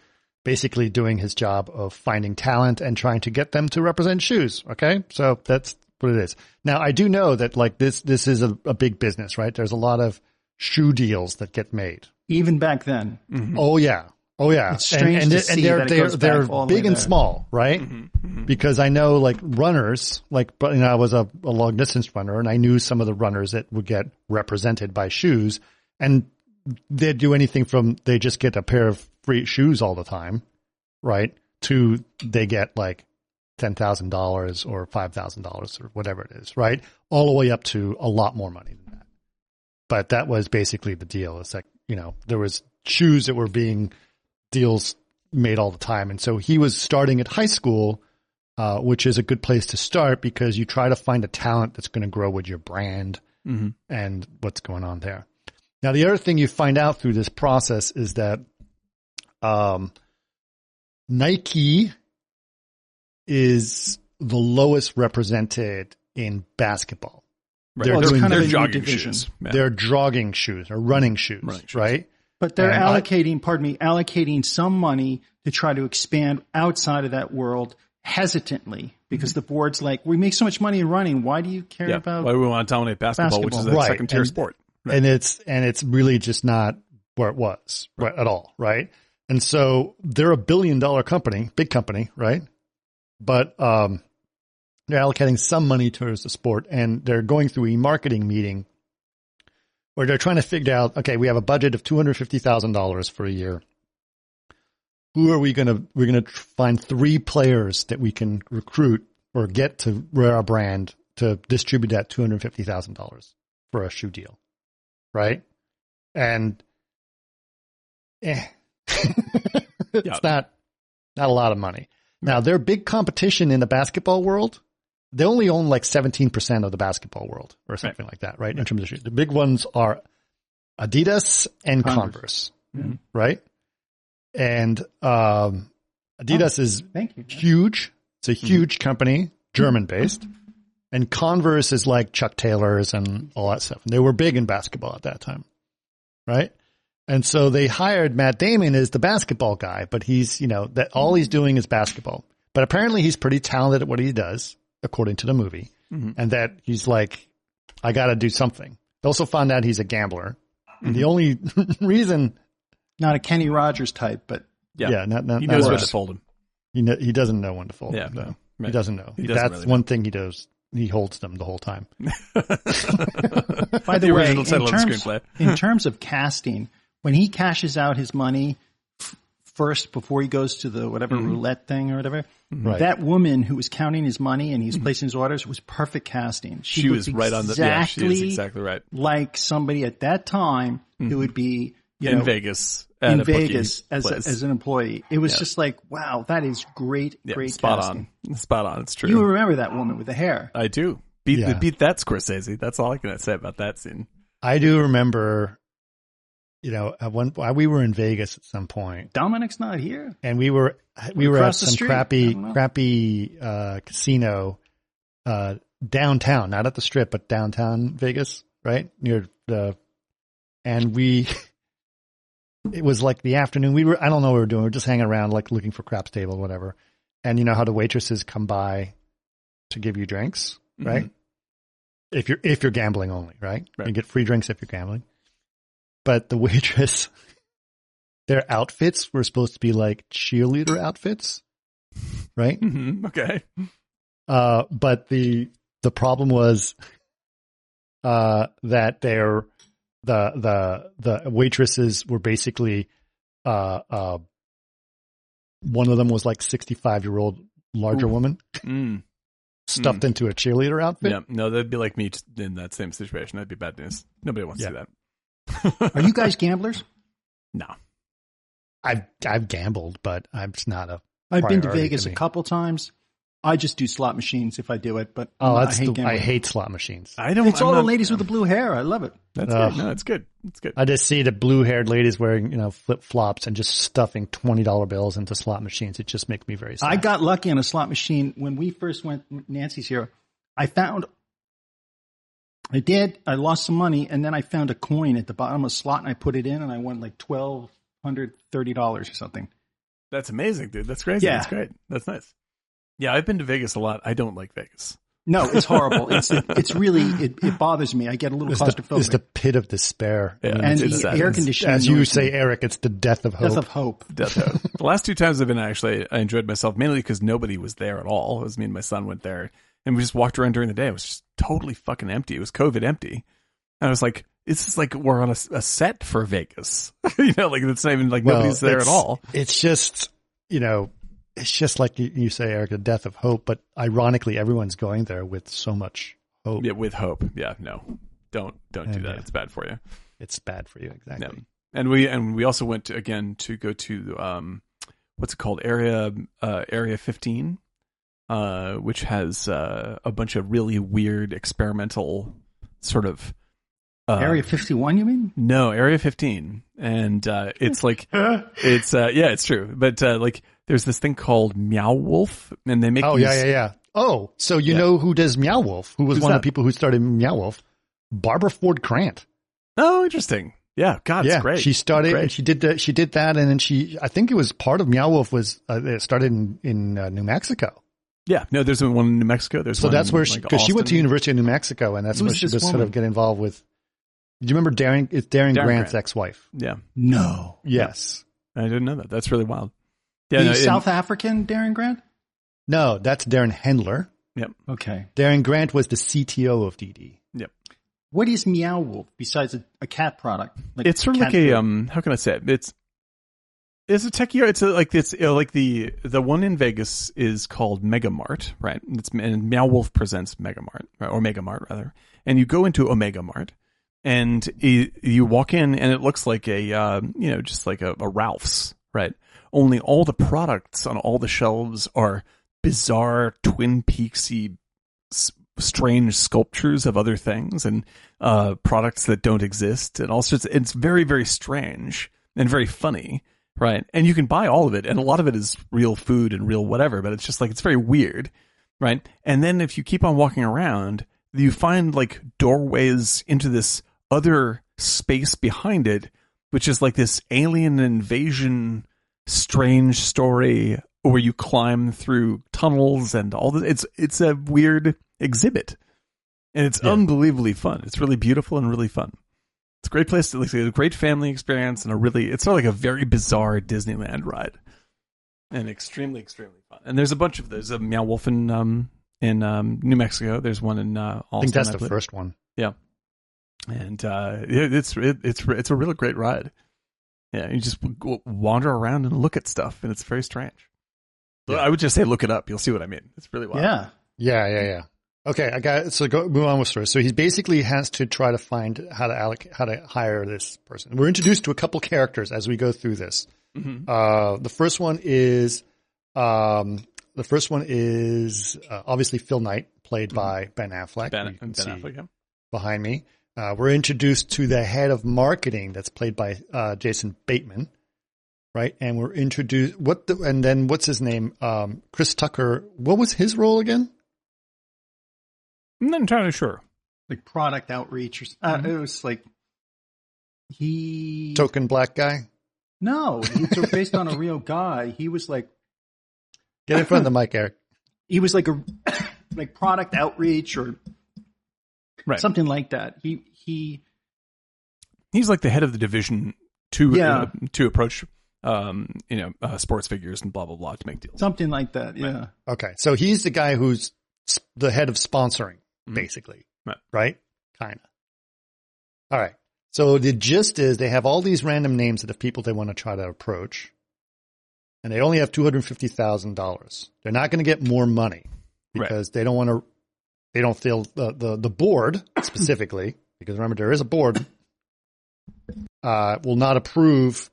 S2: basically doing his job of finding talent and trying to get them to represent shoes. Okay, so that's what it is. Now I do know that like this this is a, a big business, right? There's a lot of shoe deals that get made.
S4: Even back then,
S2: Oh yeah. Oh
S4: Mm-hmm.
S2: yeah,
S4: It's strange to see
S2: they're
S4: that it
S2: they're
S4: goes back
S2: they're
S4: all the way
S2: big and
S4: there. Mm-hmm.
S2: small, right? Because I know like runners, like but you know, I was a, a long distance runner, and I knew some of the runners that would get represented by shoes, and they'd do anything from they just get a pair of free shoes all the time, right? To they get like ten thousand dollars or five thousand dollars or whatever it is, right? All the way up to a lot more money than that. But that was basically the deal. It's like you know there was shoes that were being deals made all the time, and so he was starting at high school, uh, which is a good place to start because you try to find a talent that's going to grow with your brand
S5: Mhm.
S2: and what's going on there. Now, the other thing you find out through this process is that um, Nike is the lowest represented in basketball.
S5: Right.
S2: They're doing
S4: kind of
S2: their
S4: a new
S5: jogging
S4: division.
S5: shoes. Yeah.
S2: They're jogging shoes or running shoes,
S5: Running shoes.
S2: right?
S4: but they're
S2: And I-
S4: allocating, pardon me, allocating some money to try to expand outside of that world hesitantly because the board's like, we make so much money in running. Why do you care
S5: Mm-hmm. yeah.
S4: about?
S5: Why we want to dominate basketball, which is a
S4: Basketball.
S2: Right.
S5: second tier
S2: And-
S5: sport.
S2: and it's and it's really just not where it was right, at all, right? And so they're a billion dollar company, big company, right? But um, they're allocating some money towards the sport, and they're going through a marketing meeting where they're trying to figure out, okay, we have a budget of two hundred fifty thousand dollars for a year. Who are we gonna? We're gonna tr- find three players that we can recruit or get to wear our brand to distribute that two hundred fifty thousand dollars for a shoe deal right? And eh, it's
S5: Yeah.
S2: not not a lot of money. Now their big competition in the basketball world, they only own like seventeen percent of the basketball world or something like that, right? In terms of shoes. the big ones are Adidas and Converse,
S4: Converse.
S2: right? And um, Adidas
S5: Oh.
S2: is
S4: Thank you.
S2: huge. It's
S5: Mm-hmm.
S2: a huge company, German based. And Converse is like Chuck Taylor's and all that stuff. And they were big in basketball at that time. Right? And so they hired Matt Damon as the basketball guy, but he's, you know, that all he's doing is basketball. But apparently he's pretty talented at what he does, according to the movie.
S5: Mm-hmm.
S2: And that he's like, I got to do something. They also found out he's a gambler.
S5: Mm-hmm.
S2: And the only reason,
S4: Not a Kenny Rogers type, but
S2: yeah, not, not,
S5: he
S2: not
S5: knows
S2: worse.
S5: what to fold him.
S2: He kn- he doesn't know when to fold
S5: Yeah,
S2: them. Though. He
S5: right.
S2: doesn't know.
S5: doesn't
S2: That's
S5: really
S2: one thing he does. He holds them the whole time.
S4: by the,
S5: The
S4: way,
S5: original
S4: in
S5: title of the
S4: terms,
S5: screenplay.
S4: in terms of casting, when he cashes out his money f- first before he goes to the whatever
S5: Mm-hmm.
S4: roulette thing or whatever,
S2: Right.
S4: that woman who was counting his money and he's placing his orders was perfect casting.
S5: Mm-hmm. She
S4: looked
S5: was right on the. Yeah, she is exactly right.
S4: like somebody at that time who would be you
S5: Mm-hmm. in
S4: know,
S5: Vegas. at
S4: in
S5: a bookie
S4: Vegas as, a,
S5: place.
S4: as an employee. It was just like, wow, that is great,
S5: Yeah,
S4: great
S5: spot
S4: casting.
S5: on, Uh, spot on. It's true.
S4: You remember that woman with the hair?
S5: I do beat
S2: Yeah.
S5: beat that Scorsese. That's all I can say about that scene.
S2: I do remember, you know, at one while we were in Vegas at some point,
S4: Dominic's not here.
S2: and we were we were at
S4: Across the
S2: some
S4: street. I
S2: crappy
S4: don't know.
S2: crappy uh, casino uh, downtown, not at the strip, but downtown Vegas, right near the, and we. It was like the afternoon. We were, I don't know what we were doing. We were just hanging around, like looking for craps table, whatever. And you know how the waitresses come by to give you drinks, right? If you're, if you're gambling only, right?
S5: Right.
S2: You get free drinks if you're gambling. But the waitress, their outfits were supposed to be like cheerleader outfits, right?
S5: hmm Okay.
S2: Uh, but the the problem was uh, that their the the the waitresses were basically uh, uh, one of them was like sixty five year old larger woman
S5: Mm.
S2: stuffed into a cheerleader outfit.
S5: Yeah. No, that'd be like me just in that same situation. That'd be bad news. Nobody wants to
S2: Yeah.
S5: do that.
S4: Are you guys gamblers?
S5: No.
S2: I've I've gambled, but I'm just not a.
S4: I've been to
S2: priority
S4: Vegas a
S2: to me.
S4: couple times. I just do slot machines if I do it, but
S2: Oh,
S4: I
S2: that's
S4: hate
S2: the,
S4: gambling.
S2: I hate slot machines.
S5: I don't.
S4: it's
S5: I'm
S4: all the
S5: not-
S4: ladies with the blue hair. I love it.
S5: That's
S2: Ugh.
S5: good. No, it's good. It's good.
S2: I just see the blue haired ladies wearing you know flip flops and just stuffing twenty dollar bills into slot machines. It just makes me very. Sad.
S4: I got lucky on a slot machine when we first went. Nancy's here. I found. I did. I lost some money, and then I found a coin at the bottom of a slot, and I put it in, and I won like twelve hundred thirty dollars or something.
S5: That's amazing, dude. That's crazy.
S4: Yeah.
S5: That's great. That's nice. Yeah, I've been to Vegas a lot. I don't like Vegas.
S4: No, it's horrible. it's it's really it, it bothers me. I get a little
S2: It's the, it's
S4: claustrophobic.
S2: the pit of despair.
S5: Yeah.
S2: I mean,
S4: and
S5: it's-
S4: the
S5: it's-
S4: air
S5: it's-
S4: conditioning,
S2: as you
S4: annoys
S2: say,
S4: me.
S2: Eric, it's the death of hope.
S4: death of hope.
S5: Death Note. the last two times I've been, actually, I enjoyed myself mainly because nobody was there at all. It was me and my son went there, and we just walked around during the day. It was just totally fucking empty. It was COVID empty, and I was like, "This is like we're on a, a set for Vegas." you know, like it's not even like
S2: Well,
S5: nobody's there at
S2: it's-
S5: all.
S2: It's just, you know, it's just like you, you say, Eric, the death of hope. But ironically, everyone's going there with so much hope.
S5: Yeah, with hope. Yeah, no, don't don't do
S2: Yeah,
S5: that.
S2: yeah.
S5: It's bad for you.
S2: It's bad for you, exactly.
S5: No. And we and we also went to, again to go to um, what's it called area uh, area fifteen, uh, which has uh, a bunch of really weird experimental sort of uh,
S4: Area fifty one, you mean?
S5: No, area fifteen, and uh, it's like it's uh, yeah, it's true. But uh, like there's this thing called Meow Wolf, and they make
S2: Oh
S5: these,
S2: yeah, yeah, yeah. Oh, so you know who does Meow Wolf? Who was
S5: Who's
S2: one of
S5: that?
S2: the people who started Meow Wolf? Barbara Ford Grant.
S5: oh interesting yeah God
S2: yeah,
S5: it's great
S2: she started.
S5: Great.
S2: And she did that. She did that, and then she. I think it was part of Meow Wolf was uh, it started in in uh, New Mexico.
S5: yeah no there's one in New Mexico there's
S2: So
S5: one
S2: that's
S5: in,
S2: where she,
S5: Um, like,
S2: because she went to
S5: Austin.
S2: University of New Mexico, and that's
S4: Who's
S2: where she
S4: this
S2: just sort
S4: woman?
S2: of get involved with. Do you remember Darren? It's Darren,
S5: Darren
S2: Grant's
S5: Grant.
S2: ex-wife.
S5: yeah
S4: No.
S2: Yes.
S5: I didn't know that that's really wild yeah
S4: the
S5: no, and-
S4: South African Darren Grant.
S2: No, that's Darren Hendler.
S5: yep
S4: Okay.
S2: Darren Grant was the CTO of DD.
S5: yep
S4: What is Meow Wolf besides a, a cat product? Like
S5: it's sort of like
S4: cat
S5: a
S4: food?
S5: um how can I say it it's it's a techie it's a, like it's uh, like the the one in Vegas is called Megamart right it's and Meow Wolf presents Megamart right, or Megamart rather and you go into Omega Mart and y you walk in and it looks like a uh, you know just like a, a Ralph's right only all the products on all the shelves are bizarre Twin Peaksy s- strange sculptures of other things and uh, products that don't exist and all sorts. It's very, very strange and very funny, Right. And you can buy all of it, and a lot of it is real food and real whatever, but it's just like, it's very weird. Right. And then if you keep on walking around, you find like doorways into this other space behind it, which is like this alien invasion strange story where you climb through tunnels and all the it's it's a weird exhibit. And it's
S2: Yeah.
S5: unbelievably fun. It's really beautiful and really fun. It's a great place to like a great family experience and a really it's sort of like a very bizarre Disneyland ride. And extremely, extremely fun. And there's a bunch of there's a Meow Wolf in um in um New Mexico. There's one in uh Austin.
S2: I think that's
S5: I
S2: the
S5: believe.
S2: first one.
S5: And uh it, it's it, it's it's a really great ride. Yeah, you just w- w- wander around and look at stuff and it's very strange. So
S2: Yeah.
S5: I would just say look it up. You'll see what I mean. It's really wild.
S4: Yeah.
S2: Yeah, yeah, yeah. Okay, I got so go move on with story. So he basically has to try to find how to allocate, how to hire this person. We're introduced to a couple characters as we go through this.
S5: Mhm.
S2: Uh, the first one is um, the first one is uh, obviously Phil Knight, played by Ben Affleck.
S5: Ben,
S2: You can
S5: Ben
S2: see
S5: Affleck. yeah.
S2: behind me. Uh, we're introduced to the head of marketing that's played by uh, Jason Bateman, right? And we're introduced what the and then what's his name? Um, Chris Tucker. What was his role again?
S5: I'm not entirely sure.
S4: Like product outreach. Or, s- uh,
S5: Mm-hmm.
S4: It was like he.
S2: Token black guy.
S4: No, it's based on a real guy. He was like
S2: Get in front of the mic, Eric.
S4: he was like a like product outreach or
S5: Right.
S4: something like that. He he
S5: He's like the head of the division to
S4: Yeah.
S5: uh, to approach um you know uh, sports figures and blah blah blah to make deals.
S4: something like that. Yeah.
S2: Okay, so he's the guy who's s- the head of sponsoring, basically,
S5: Right.
S2: right? Kind of. All right. So the gist is they have all these random names of people they want to try to approach, and they only have two hundred fifty thousand dollars. They're not going to get more money
S5: Right.
S2: because they don't want to. They don't feel the the, the board specifically because remember there is a board. Uh, will not approve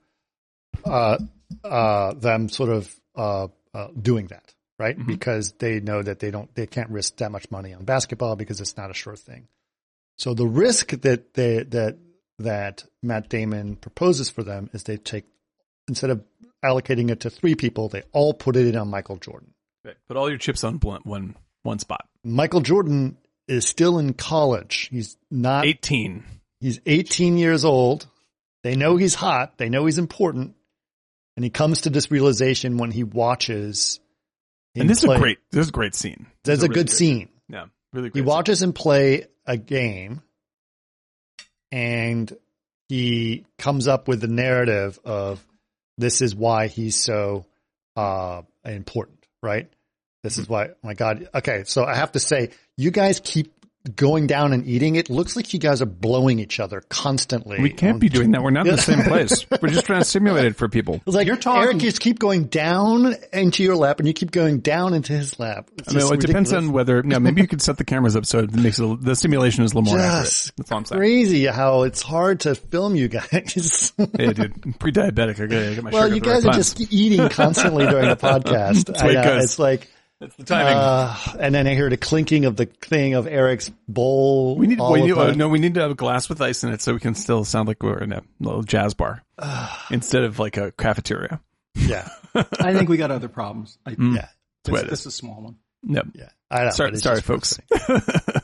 S2: uh, uh, them sort of uh, uh, doing that, right? Because they know that they don't, they can't risk that much money on basketball because it's not a sure thing. So the risk that they that that Matt Damon proposes for them is they take instead of allocating it to three people, they all put it in on Michael Jordan.
S5: Right. Put all your chips on blunt one one spot.
S2: Michael Jordan is still in college. He's not.
S5: Eighteen.
S2: He's 18 years old. They know he's hot. They know he's important. And he comes to this realization when he watches. him
S5: And this is
S2: play.
S5: a great this is a great scene.
S2: There's
S5: It's
S2: a,
S5: really
S2: good scene.
S5: Yeah. Really
S2: He
S5: great. scene.
S2: watches him play a game, and he comes up with the narrative of this is why he's so uh, important, right? This is why. My God. Okay, so I have to say, you guys keep going down e, and eating. It looks like you guys are blowing each other constantly.
S1: We can't
S2: on
S1: be doing that. We're not in the same place. We're just trying to simulate it for people.
S2: It's like
S4: You're talking-
S2: Eric, you just keep going down into your lap, and you keep going down into his lap. It's
S5: I mean,
S2: just
S5: well, it depends
S2: ridiculous.
S5: on whether. No, maybe you could set the cameras up so it makes it, a- the simulation is a little more
S2: Yes.
S5: accurate. That's all I'm saying.
S2: crazy how it's hard to film you guys.
S5: Yeah, dude, I'm pre-diabetic. I gotta get my
S2: well,
S5: sugar
S2: you
S5: at the right
S2: guys are
S5: times.
S2: just eating constantly during the
S5: That's
S2: podcast.
S5: the way
S2: I
S5: it
S2: know,
S5: goes.
S2: it's like,
S5: That's the timing.
S2: uh, and then I hear the clinking of the thing of Eric's bowl.
S5: we need.
S2: all
S5: We need
S2: about-
S5: oh, no, we need to have a glass with ice in it so we can still sound like we're in a little jazz bar instead of like a cafeteria.
S2: Yeah,
S4: I think we got other problems. I,
S5: Mm.
S2: yeah,
S5: That's what
S4: this,
S5: it
S4: this
S5: is.
S4: is a small one.
S5: No,
S2: yeah. I know.
S5: sorry,
S2: but it's
S5: sorry,
S2: just-
S5: folks.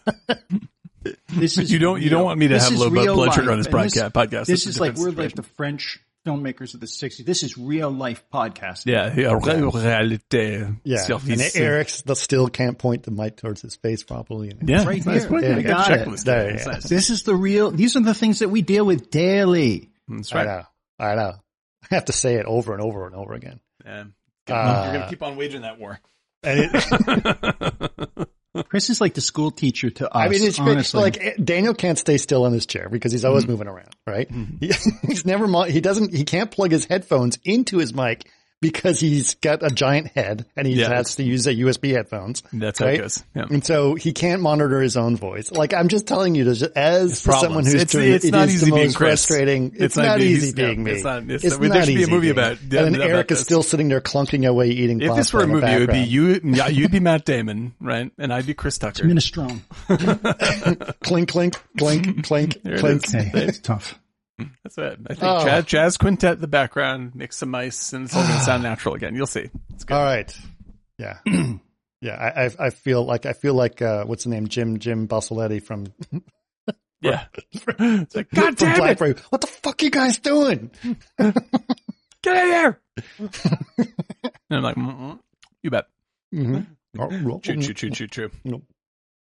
S4: This is
S5: You don't- you
S4: real.
S5: don't want me to
S4: This
S5: have
S4: is
S5: low blood
S4: real
S5: blood sugar
S4: life.
S5: on this
S4: And
S5: broadca- podcast.
S4: This
S5: That's a
S4: is like we're
S5: different
S4: like the French filmmakers of the '60s. This is real life podcast.
S5: Yeah, yeah, reality.
S2: Yeah, and
S5: Service.
S2: Eric's the still can't point the mic towards his face properly. And
S5: yeah,
S4: right
S5: nice
S4: here.
S5: point.
S2: Yeah,
S4: I
S2: yeah.
S4: got it.
S5: Checklist.
S2: There,
S5: That's
S2: yeah.
S5: nice.
S4: This is the real. These are the things that we deal with daily.
S5: That's
S2: I
S5: right.
S2: know. I know. I have to say it over and over and over again.
S5: Yeah.
S2: Uh,
S5: You're gonna keep on waging that war.
S2: And it,
S4: Chris is like the school teacher to us.
S2: I mean, it's
S4: honestly.
S2: like eh, Daniel can't stay still in his chair because he's
S5: Mm-hmm.
S2: always moving around, right? He, he's never, mo- he doesn't, he can't plug his headphones into his mic because he's got a giant head and he
S5: Yeah.
S2: has to use a USB headphones.
S5: That's how it goes. Yeah.
S2: And so he can't monitor his own voice. Like I'm just telling you, there's- as for someone
S5: problems.
S2: who's
S5: It's-
S2: doing it,
S5: it's
S2: it
S5: not
S2: is
S5: easy
S2: the
S5: being
S2: most
S5: Chris.
S2: frustrating. It's,
S5: It's
S2: not,
S5: not
S2: easy
S5: easy.
S2: being
S5: No,
S2: me.
S5: it's not- it's-
S2: It's
S5: there should be a
S2: easy
S5: movie
S2: being
S5: about-
S2: me. And then
S5: about
S2: Eric is
S5: this.
S2: still sitting there clunking away eating.
S5: If this
S2: pasta
S5: were a
S2: in the
S5: movie, it would be
S2: background.
S5: you. Yeah, you'd be Matt Damon, right? And I'd be Chris Tucker.
S4: Minestrone.
S2: clink, clink, clink, clink,
S5: There it
S2: clink.
S5: is.
S4: Okay, it's tough.
S5: That's it. I think
S2: Oh.
S5: jazz, jazz quintet in the background, mix some ice, and it's all going to sound natural again. You'll see. It's good.
S2: All right. Yeah. yeah. I, I I feel like I feel like uh, what's the name? Jim Jim Basiletti from
S5: yeah. it's like, God
S2: from
S5: damn
S2: Black
S5: it!
S2: Parade. What the fuck you guys doing?
S5: Get out of here! and I'm like, mm-mm, you bet. Choo, choo, choo, choo, choo.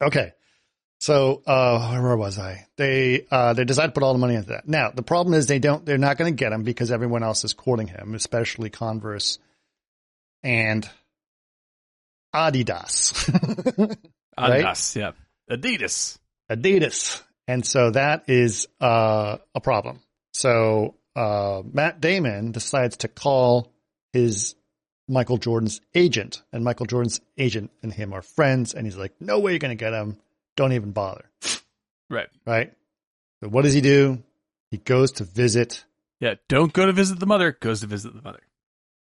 S2: Okay. So uh, where was I? They uh, they decide to put all the money into that. Now the problem is they don't. They're not going to get him because everyone else is courting him, especially Converse and Adidas. Right?
S5: Adidas, yeah. Adidas.
S2: Adidas. And so that is uh, a problem. So uh, Matt Damon decides to call his Michael Jordan's agent, and Michael Jordan's agent and him are friends. And he's like, "No way you're going to get him. Don't even bother."
S5: Right.
S2: Right? So what does he do? He goes to visit
S5: Yeah. Don't go to visit the mother. Goes to visit the mother.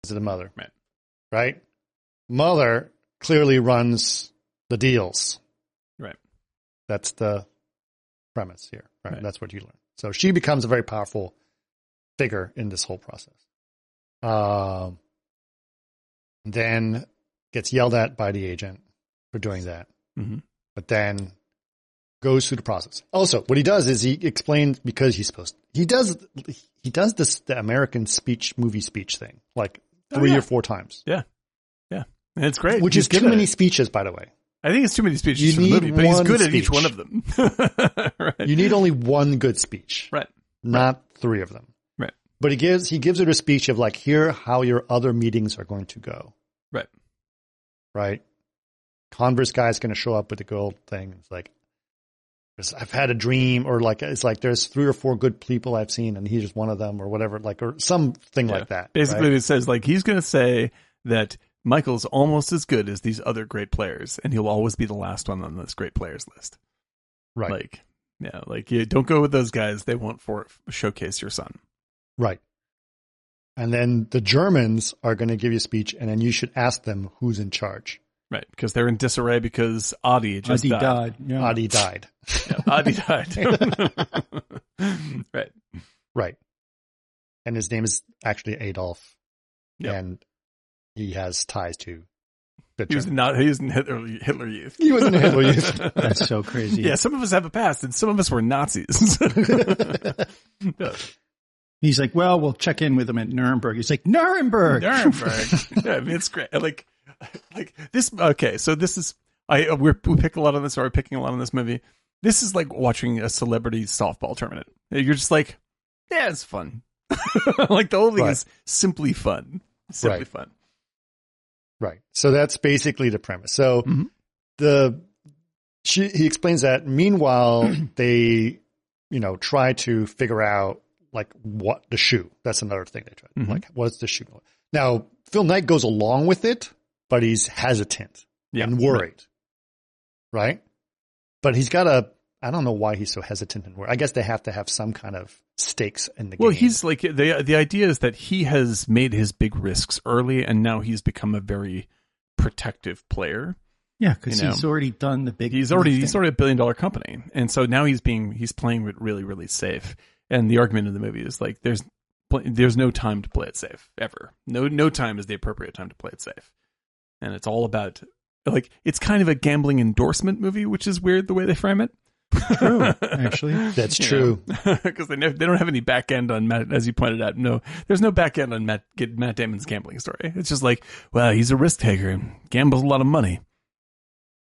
S2: visit the mother.
S5: Right.
S2: Right? Mother clearly runs the deals.
S5: Right.
S2: That's the premise here. Right?
S5: Right.
S2: That's what you learn. So she becomes a very powerful figure in this whole process. Um, then gets yelled at by the agent for doing that,
S5: Mhm.
S2: but then goes through the process. Also, what he does is he explains because he's supposed he does he does this the American speech movie speech thing like
S5: Oh,
S2: three
S5: yeah.
S2: or four times,
S5: And it's great.
S2: which
S5: He's
S2: is
S5: good
S2: too
S5: at
S2: many
S5: it.
S2: speeches, by the way.
S5: I think it's too many speeches
S2: You
S5: for the movie,
S2: need
S5: but he's
S2: one
S5: good at each
S2: speech.
S5: one of them. right.
S2: You need only one good speech.
S5: right.
S2: not three of them.
S5: Right.
S2: But he gives he gives it a speech of like, here how your other meetings are going to go.
S5: Right.
S2: Right. Converse guy's going to show up with the gold thing. It's like, "There's- I've had a dream, or like it's like there's three or four good people I've seen, and he's just one of them, or whatever, like or something
S5: Yeah.
S2: like that.
S5: Basically,
S2: right?
S5: it says like he's going to say that Michael's almost as good as these other great players, and he'll always be the last one on this great players list.
S2: right,
S5: Like, yeah, like you don't go with those guys; they won't for- showcase your son.
S2: right. And then the Germans are going to give you a speech, and then you should ask them who's in charge.
S5: Right, because they're in disarray because Adi just
S4: Adi
S5: died.
S4: died. Yeah.
S2: Adi died.
S5: Adi died. right.
S2: Right. And his name is actually Adolf.
S5: Yep.
S2: And he has ties to the
S5: He was
S2: German-
S5: not. He was in Hitler, Hitler Youth.
S2: He was in Hitler Youth.
S4: That's so crazy.
S5: Yeah, some of us have a past, and some of us were Nazis.
S4: He's like, well, we'll check in with him at Nuremberg. He's like, Nuremberg.
S5: Nuremberg. yeah, I mean, it's great. Like, like this. Okay, so this is I uh, we're, we pick a lot on this, or we're picking a lot on this movie. This is like watching a celebrity softball tournament. You're just like, yeah, it's fun. like the whole thing
S2: Right.
S5: is simply fun, simply
S2: Right.
S5: fun.
S2: Right. So that's basically the premise. So
S5: Mhm.
S2: the she, he explains that. Meanwhile, they you know try to figure out like what the shoe. That's another thing they try.
S5: Mhm.
S2: Like what's the shoe? Now Phil Knight goes along with it, but he's hesitant
S5: Yeah,
S2: and worried. Right. But he's got a. I don't know why he's so hesitant and worried. I guess they have to have some kind of stakes in the
S5: Well,
S2: game.
S5: he's like the the idea is that he has made his big risks early, and now he's become a very protective player.
S4: Yeah, because
S5: You know.
S4: he's already done the big.
S5: he's already
S4: lifting.
S5: he's already a billion dollar company, and so now he's being he's playing it really really safe. And the argument in the movie is like there's pl- there's no time to play it safe ever. No no time is the appropriate time to play it safe, and it's all about like it's kind of a gambling endorsement movie, which is weird the way they frame it. True,
S4: actually.
S2: that's true.
S5: because they never, they don't have any back end on Matt, as you pointed out. No, there's no back end on Matt get Matt Damon's gambling story. It's just like, well, he's a risk taker, and gambles a lot of money.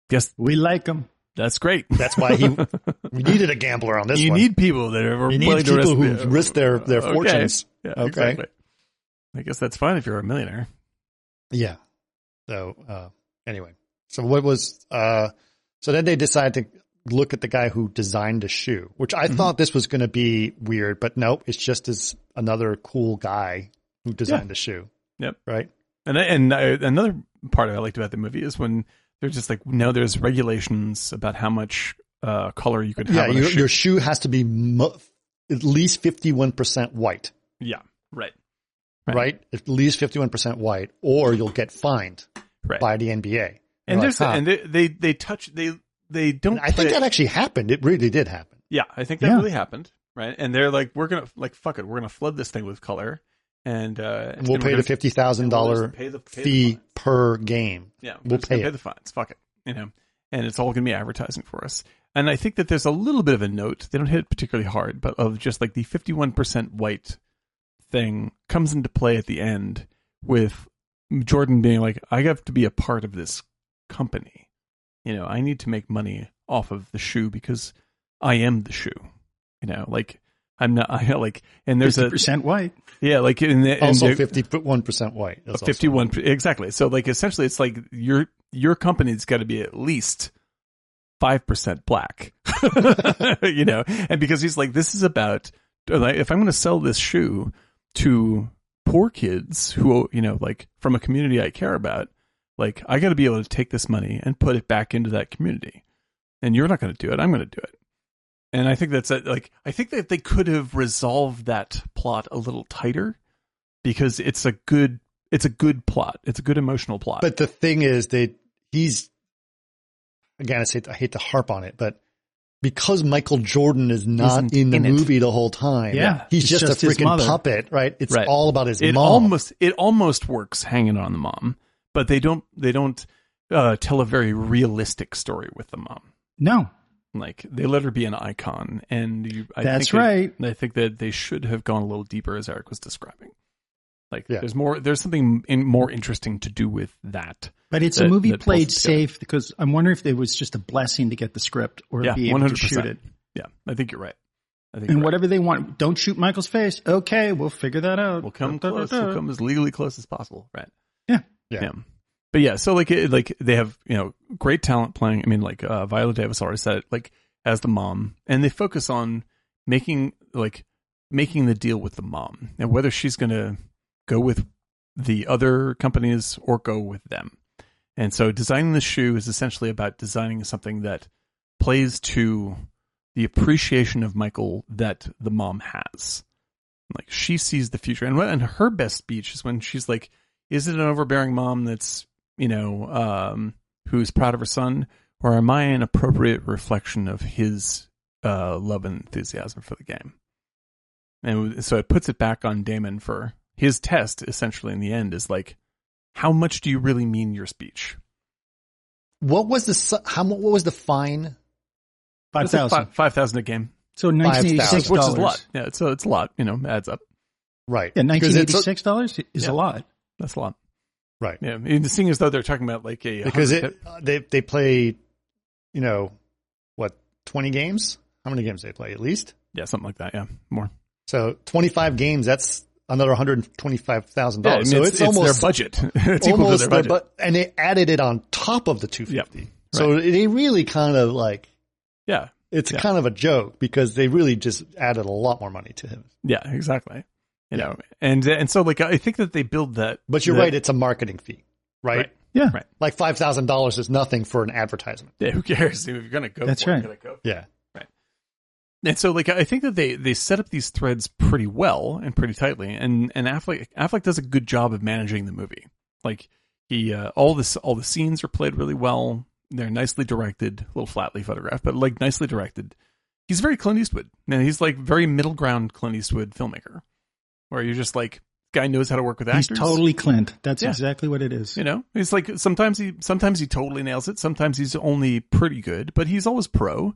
S5: Guess
S4: We like him.
S5: that's great.
S2: That's why he we needed a gambler on this
S5: you
S2: one.
S5: need people that are
S2: You need
S5: willing to
S2: people
S5: risk
S2: who risk their- their
S5: Okay.
S2: fortunes.
S5: Yeah,
S2: Okay.
S5: exactly. I guess that's fine if you're a millionaire.
S2: Yeah. So uh, anyway, so what was uh, so then they decide to look at the guy who designed the shoe, which I
S5: Mm-hmm.
S2: thought this was going to be weird, but no, it's just as another cool guy who designed the shoe.
S5: Yep.
S2: Right.
S5: And I, and I, another part I liked about the movie is when they're just like, no, there's regulations about how much uh, color you could have.
S2: yeah.
S5: on a
S2: Your,
S5: shoe.
S2: your shoe has to be mo- at least fifty one percent white.
S5: yeah, right,
S2: Right. At least fifty one percent white, or you'll get fined
S5: right.
S2: by the NBA.
S5: and
S2: You're
S5: there's
S2: like, huh.
S5: and they, they they touch they they don't.
S2: I think
S5: play-
S2: that actually happened. It really did happen.
S5: yeah, I think that
S4: Yeah.
S5: really happened. right? And they're like, we're gonna like fuck it, we're gonna flood this thing with color, and uh, and
S2: we'll
S5: we're
S2: pay
S5: gonna-
S2: the fifty thousand
S5: we'll
S2: dollar
S5: just pay the- pay the
S2: fee
S5: fines.
S2: per game.
S5: Yeah, we're
S2: We'll
S5: just gonna
S2: pay it.
S5: the fines. Fuck it, you know. And it's all going to be advertising for us. And I think that there's a little bit of a note. They don't hit it particularly hard, but of just like the 51% white thing comes into play at the end with Jordan being like, I have to be a part of this company. You know, I need to make money off of the shoe because I am the shoe. You know, like I'm not. I like, and there's a
S4: percent white.
S5: yeah, like in the in
S2: Also
S5: the-
S2: fifty one percent white. That's also-
S5: 51 exactly so like essentially it's like your your company's got to be at least 5% black you know and because he's like this is about like, if i'm going to sell this shoe to poor kids who you know like from a community i care about like i got to be able to take this money and put it back into that community and you're not going to do it i'm going to do it and i think that's it. like i think that they could have resolved that plot a little tighter because it's a good it's a good plot. It's a good emotional plot.
S2: But the thing is that he's again, I, say, I hate to harp on it, but because Michael Jordan is not
S5: Isn't
S2: in the
S5: in it.
S2: movie the whole time,
S4: Yeah.
S2: he's
S4: It's
S2: just,
S4: just
S2: a
S4: his
S2: freaking
S4: mother.
S2: puppet, right? It's
S5: Right.
S2: all about his
S5: it
S2: mom.
S5: almost it almost works hanging on the mom, but they don't they don't uh, tell a very realistic story with the mom.
S4: No,
S5: Like they let her be an icon, and you, I
S4: That's
S5: think that-
S4: right.
S5: I think that they should have gone a little deeper, as Eric was describing. Like
S2: Yeah.
S5: there's more there's something in, more interesting to do with that.
S4: but it's
S5: That-
S4: a movie
S5: that pulls
S4: played
S5: it together.
S4: safe because I'm wondering if it was just a blessing to get the script or
S5: Yeah,
S4: be
S5: one
S4: able to
S5: hundred
S4: shoot it.
S5: percent. Yeah, I think you're right. I think
S4: And
S5: you're right.
S4: whatever they want, don't shoot Michael's face. Okay, we'll figure that out.
S5: We'll come
S4: Da, da, da,
S5: close. We'll
S4: da.
S5: come as legally close as possible. Right.
S4: Yeah.
S2: Yeah.
S5: But yeah, so like, it, like they have you know great talent playing. I mean, like uh, Viola Davis already said it, like as the mom, and they focus on making like making the deal with the mom and whether she's going to go with the other companies or go with them. And so, designing the shoe is essentially about designing something that plays to the appreciation of Michael that the mom has like she sees the future and, and her best speech is when she's like is it an overbearing mom that's you know um who's proud of her son or am i an appropriate reflection of his uh love and enthusiasm for the game and so it puts it back on damon for his test essentially in the end is like how much do you really mean your speech
S2: What was the su- how? mu- What was the fine?
S4: Five
S5: It's like
S4: thousand.
S5: fi- 5000 a game
S4: So 1986
S2: $5,000,
S5: which
S4: dollars.
S5: is a lot yeah so it's a lot you know adds up
S2: Right.
S4: Yeah,
S2: Because it's-
S4: 1986 dollars is
S5: Yeah.
S4: a lot.
S5: that's a lot
S2: Right.
S5: yeah and seeing as though they're talking about like a
S2: Because
S5: 100
S2: it they they play, you know, what twenty games? How many games they play at least?
S5: Yeah, something like that. Yeah, more.
S2: So twenty five games. That's another one hundred twenty five thousand
S5: Yeah, I
S2: dollars.
S5: mean,
S2: Oh, so
S5: it's,
S2: it's,
S5: it's
S2: almost
S5: their budget. it's equal to
S2: almost
S5: their
S2: their
S5: budget.
S2: bu- and they added it on top of the two
S5: yeah,
S2: fifty. So they really kind of like
S5: yeah,
S2: it's
S5: Yeah.
S2: kind of a joke because they really just added a lot more money to him.
S5: yeah, exactly. You know, and and so like I think that they build that.
S2: But you're
S5: that-
S2: right; it's a marketing fee, right?
S5: Right.
S4: Yeah.
S5: Right.
S2: Like five thousand dollars is nothing for an advertisement.
S5: Yeah, who cares? If you're gonna go,
S4: That's
S5: for it,
S4: right.
S5: you're gonna go.
S2: Yeah,
S5: And so like I think that they they set up these threads pretty well and pretty tightly, and and Affleck Affleck does a good job of managing the movie. Like he uh, all this all the scenes are played really well. They're nicely directed, a little flatly photographed, but like nicely directed. He's very Clint Eastwood. Now he's like very middle ground Clint Eastwood filmmaker, where you're just like guy knows how to work with
S4: He's
S5: actors.
S4: totally Clint. That's
S5: Yeah.
S4: exactly what it is.
S5: You know, he's like sometimes he sometimes he totally nails it. Sometimes he's only pretty good, but he's always pro.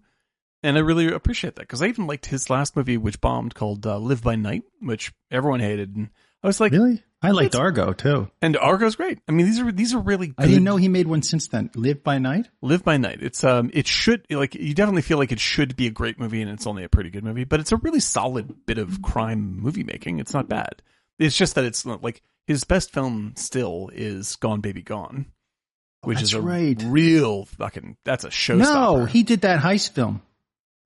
S5: And I really appreciate that because I even liked his last movie, which bombed, called uh, Live by Night, which everyone hated. And I was like,
S4: Really? I liked Argo too.
S5: and Argo's great. I mean, these are these are really. Good.
S4: I didn't know he made one since then. Live by Night.
S5: Live by Night. It's um, it should like you definitely feel like it should be a great movie, and it's only a pretty good movie. But it's a really solid bit of crime movie making. It's not bad. It's just that it's not, like his best film still is Gone Baby Gone, which
S4: that's
S5: is a
S4: right.
S5: real fucking that's a showstopper.
S4: No, he did that heist film.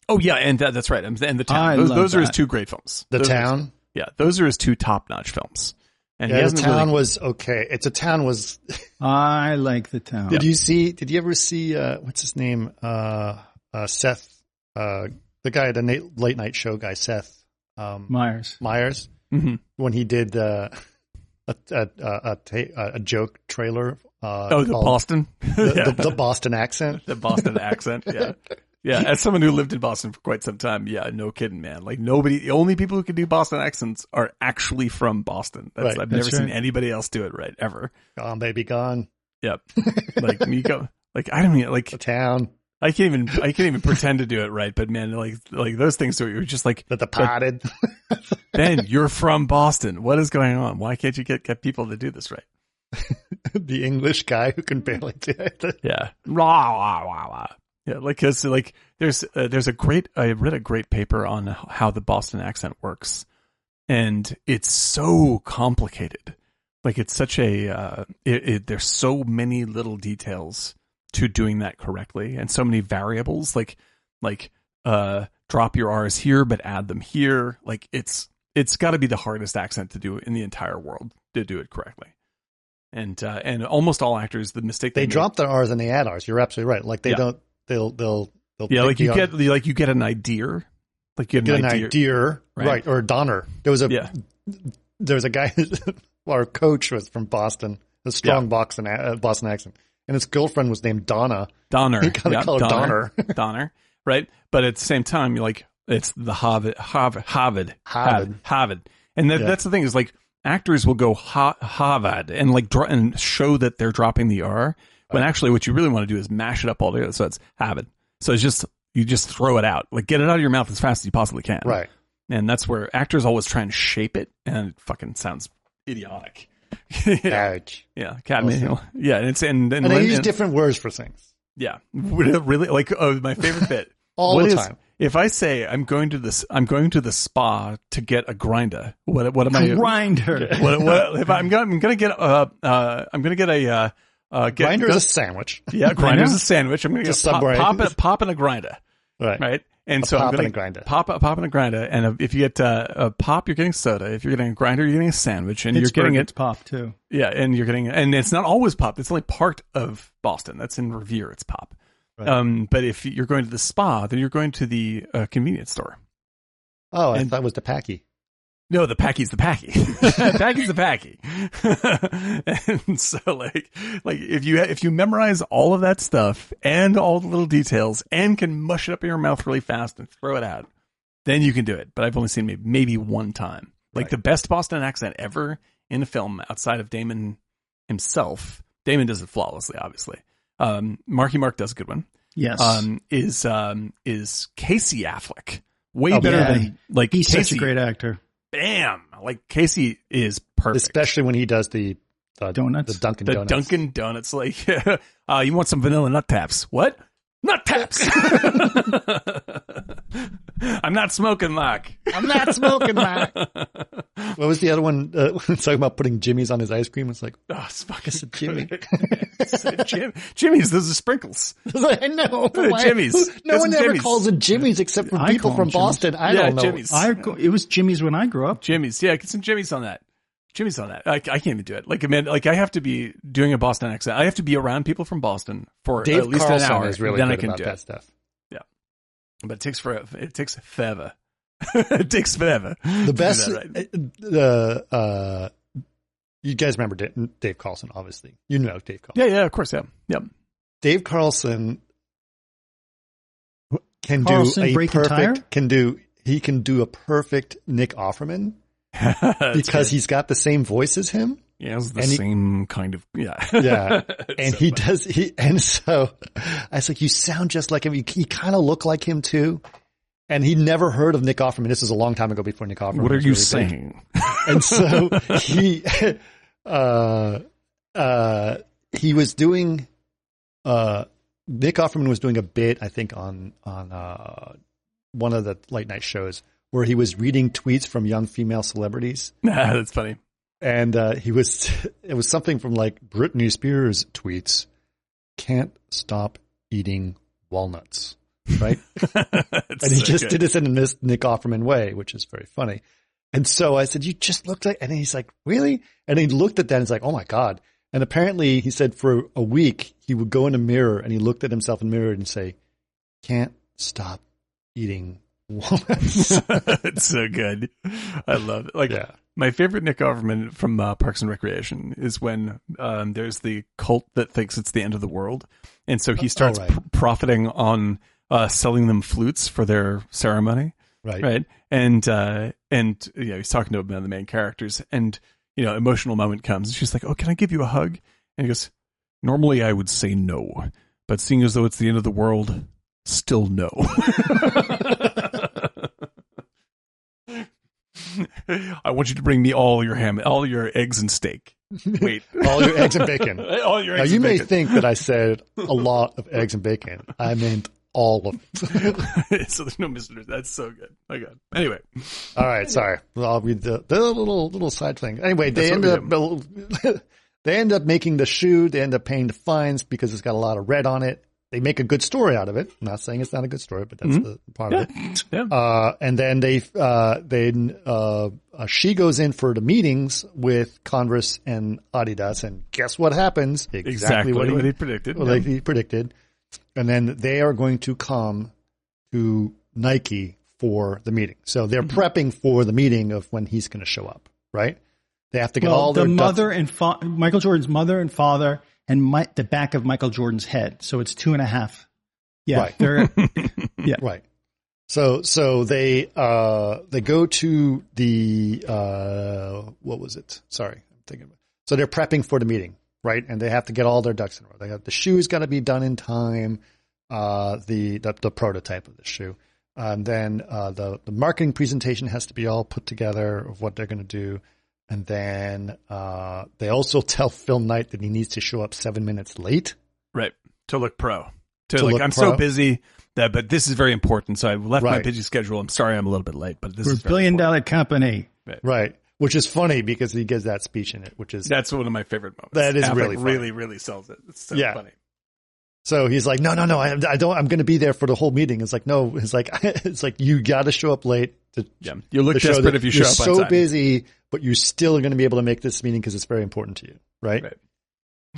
S5: oh yeah, and that, that's right. And The- and the town.
S4: I
S5: those
S4: love
S5: those are his
S4: that.
S5: two great films.
S2: the
S5: Those are-
S2: town.
S5: yeah, those are his two top notch films. And he
S2: Yeah, the
S5: hasn't
S2: town
S5: really,
S2: was okay. It's a town was.
S4: I like the town.
S2: Did you see? Did you ever see? Uh, what's his name? Uh, uh, Seth, uh, the guy, the na- late night show guy, Seth um,
S4: Myers.
S2: Myers,
S5: Mhm.
S2: when he did uh, a a a, ta- a joke trailer. Uh,
S5: oh the
S2: called
S5: Boston,
S2: the,
S5: Yeah.
S2: the, the Boston accent.
S5: the Boston accent. Yeah, Yeah, as someone who lived in Boston for quite some time, yeah, no kidding, man. Like nobody, the only people who can do Boston accents are actually from Boston. That's,
S2: Right,
S5: I've
S2: that's
S5: never seen
S2: right.
S5: anybody else do it right ever.
S2: Gone, baby, gone.
S5: Yep. Like Nico, like I don't even like
S2: The town.
S5: I can't even I can't even pretend to do it right. But man, like like those things where you're just like
S2: The departed.
S5: Ben, you're from Boston. What is going on? Why can't you get, get people to do this right?
S2: the English guy who can barely do it.
S5: Yeah. Rah, rah, rah, rah. Yeah, like cause like there's uh, there's a great I read a great paper on how the Boston accent works, and it's so complicated. Like it's such a uh, it, it, there's so many little details to doing that correctly, and so many variables. Like like uh, drop your R's here, but add them here. Like it's it's got to be the hardest accent to do in the entire world to do it correctly. And uh, and almost all actors, the mistake
S2: They
S5: make-
S2: drop their R's and they add R's. You're absolutely right. Like they
S5: Yeah.
S2: don't. They'll. They'll. they'll
S5: Yeah,
S2: pick
S5: like you
S2: the-
S5: get like you get an idea, like you
S2: get an idea, right.
S5: right?
S2: Or Donner. There was a
S5: Yeah,
S2: there was a guy. our coach was from Boston. A strong Boston uh, Boston accent, and his girlfriend was named Donna.
S5: Donner.
S2: You gotta
S5: Yeah,
S2: call it
S5: Donner. Donner, right? But at the same time, you're like it's the Harvard, Harvard, Harvard,
S2: Harvard.
S5: Harvard, and that,
S2: Yeah.
S5: that's the thing is like actors will go ha- Harvard and like dro- and show that they're dropping the R
S2: Uh.
S5: when actually what you really want to do is mash it up all together. So it's Harvard. So it's just you just throw it out, like get it out of your mouth as fast as you possibly can,
S2: Right.
S5: And that's where actors always try and shape it, and it fucking sounds idiotic. You know?
S2: Ouch.
S5: Yeah, Academy. Yeah, and it's and and,
S2: And they
S5: Lin-
S2: use
S5: and-
S2: different words for things
S5: yeah, really, really, like oh, my favorite bit
S2: all
S5: What
S2: the
S5: is-
S2: time.
S5: If I say I'm going to this, I'm going to the spa to get a grinder. What what am I?
S4: Grinder.
S5: What, what if I'm gonna I'm gonna get uh uh I'm gonna get a uh uh get,
S2: Grinder is a sandwich.
S5: yeah grinder's
S4: know.
S5: a sandwich. I'm gonna get
S2: Just
S5: a pop,
S2: Subway.
S5: pop it pop in a grinder
S2: Right.
S5: right? And
S2: A
S5: so I'm
S2: pop and
S5: gonna
S2: a grinder.
S5: pop pop and a grinder. And uh, if you get uh, a pop, you're getting soda. If you're getting a grinder, you're getting a sandwich, and you're getting it
S4: it's pop too.
S5: yeah, and you're getting, and it's not always pop. It's only part of Boston. That's in Revere. It's pop. Um, but if you're going to the spa, then you're going to the uh, convenience store.
S2: Oh, I
S5: And-
S2: thought it was the packy.
S5: No, the packy's the packy. packy's the packy. and so, like, like if you if you memorize all of that stuff and all the little details and can mush it up in your mouth really fast and throw it out, then you can do it. But I've only seen maybe, maybe one time. Like the best Boston accent ever in a film outside of Damon himself. Damon does it flawlessly, obviously. Um, Marky Mark does a good one.
S4: Yes.
S5: Um, is um, is Casey Affleck way better
S4: yeah.
S5: than like
S4: Oh, He's
S5: Casey,
S4: such a great actor.
S5: bam. Like Casey is perfect.
S2: Especially when he does the the
S4: Donuts?
S2: the Dunkin'
S5: the
S2: Donuts.
S5: Dunkin' Donuts, like, uh, you want some vanilla nut taps? What? Nut taps. I'm not smoking, Mark.
S2: I'm not smoking that. what was the other one? Uh, talking about putting Jimmy's on his ice cream. It's like
S5: Oh, it's fucking
S2: it's a Jimmy.
S5: Jim, Jimmy's. Those are sprinkles.
S2: I know.
S5: They're
S2: Why-
S5: Uh, Jimmy's.
S2: No
S5: It's
S2: one ever
S5: Jimmy's.
S2: calls it Jimmy's except for
S4: I
S2: people
S4: call
S2: from
S4: them Jimmy's.
S2: Boston. I
S5: yeah,
S2: don't know.
S5: Jimmy's.
S4: I go- it was Jimmy's when I grew up.
S5: Jimmy's. Yeah, get some Jimmy's on that. Jimmy's on that. I, I can't even do it. Like, man, like I have to be doing a Boston accent. I have to be around people from Boston for
S2: Dave
S5: at least
S2: Carlson
S5: an hour.
S2: is really
S5: then
S2: good
S5: I can
S2: about
S5: do
S2: that
S5: it.
S2: stuff.
S5: But it takes forever. It takes forever. it takes forever. to do
S2: The best, eh,
S5: that right.
S2: the uh, uh, you guys remember Da- Dave Carlson, obviously. You know Dave Carlson.
S5: Yeah, yeah, of course, yeah, yep.
S2: Dave Carlson can
S4: Carlson
S2: do a
S4: break a
S2: perfect.
S4: tire?
S2: Can do he can do a perfect Nick Offerman because he's got the same voice as him.
S5: he has the
S2: and he-
S5: same kind of yeah,
S2: Yeah. and
S5: So
S2: he
S5: funny.
S2: does he and so I was like, you sound just like him. You, you kind of look like him too. And he never heard of Nick Offerman. This is a long time ago before Nick Offerman.
S5: What are
S2: was
S5: you
S2: really big.
S5: saying?
S2: And so he uh uh he was doing uh Nick Offerman was doing a bit, I think, on on uh one of the late night shows where he was reading tweets from young female celebrities
S5: nah, that's funny.
S2: and uh, he was it was something from like Britney Spears tweets can't stop eating walnuts right and he just did this in this Nick Offerman way which is very funny and so I said you just looked like and he's like really and he looked at that and he's like oh my god and apparently he said for a week he would go in a mirror and he looked at himself in the mirror and say can't stop eating walnuts
S5: it's so good. I love it. Like
S2: Yeah.
S5: my favorite Nick Offerman from uh, Parks and Recreation is when um, there's the cult that thinks it's the end of the world, and so he starts
S2: Oh, right.
S5: pr- profiting on uh, selling them flutes for their ceremony,
S2: right?
S5: right? And uh, and you know, he's talking to one of the main characters, and you know, emotional moment comes. And she's like, "Oh, can I give you a hug?" And he goes, "Normally, I would say no, but seeing as though it's the end of the world, still no." I want you to bring me all your ham, all your eggs and steak. Wait,
S2: All your eggs and bacon.
S5: all your
S2: Now
S5: eggs
S2: you
S5: and
S2: may
S5: bacon.
S2: think that I said a lot of eggs and bacon. I meant all of it.
S5: so there's no mystery. That's so good. My God. Anyway,
S2: All right, sorry. Well, I'll read the, the little little side thing. Anyway, they
S5: That's
S2: end
S5: what
S2: up they end up making the shoe. They end up paying the fines because it's got a lot of red on it. They make a good story out of it. I'm not saying it's not a good story, but that's the part of it.
S5: Mm-hmm. Yeah.
S2: Uh, and then they uh, they uh, uh, she goes in for the meetings with Converse and Adidas, and guess what happens?
S5: exactly, what, he,
S2: he
S5: predicted.
S2: well, like he predicted. And then they are going to come to Nike for the meeting. So they're
S4: Mm-hmm.
S2: prepping for the meeting of when he's going to show up, right? They have to get
S4: Well,
S2: all
S4: the
S2: their ducks-
S4: mother and fa- Michael Jordan's mother and father, and my, the back of Michael Jordan's head. So it's two and a half. Yeah,
S2: Right.
S4: they're
S2: right. So so they uh they go to the uh what was it? Sorry, I'm thinking. About So they're prepping for the meeting, right? And they have to get all their ducks in a row. They got the shoe's got to be done in time. Uh, the, the the prototype of the shoe, and then uh, the the marketing presentation has to be all put together of what they're going to do, and then uh, they also tell Phil Knight that he needs to show up seven minutes late.
S5: Right. To look pro. To,
S2: To
S5: like,
S2: look
S5: I'm
S2: pro.
S5: so busy that, but this is very important. So I left my
S2: Right.
S5: busy schedule. I'm sorry I'm a little bit late, but this
S4: we're
S5: is
S4: a
S5: very
S4: billion
S5: important.
S4: dollar company.
S2: Right, which is funny because he gives that speech in it, which is
S5: That's one of my favorite moments.
S2: That is
S5: Affleck
S2: really funny.
S5: really, really sells it. It's so
S2: Yeah.
S5: funny.
S2: So he's like, no, no, no, I, I don't, I'm going to be there for the whole meeting. It's like, no, it's like, it's like, you got to show up late to,
S5: Yeah. You look
S2: to show
S5: desperate
S2: that
S5: if you show
S2: you're
S5: up
S2: so
S5: on time.
S2: busy, but you still are going to be able to make this meeting because it's very important to you. Right.
S5: Right.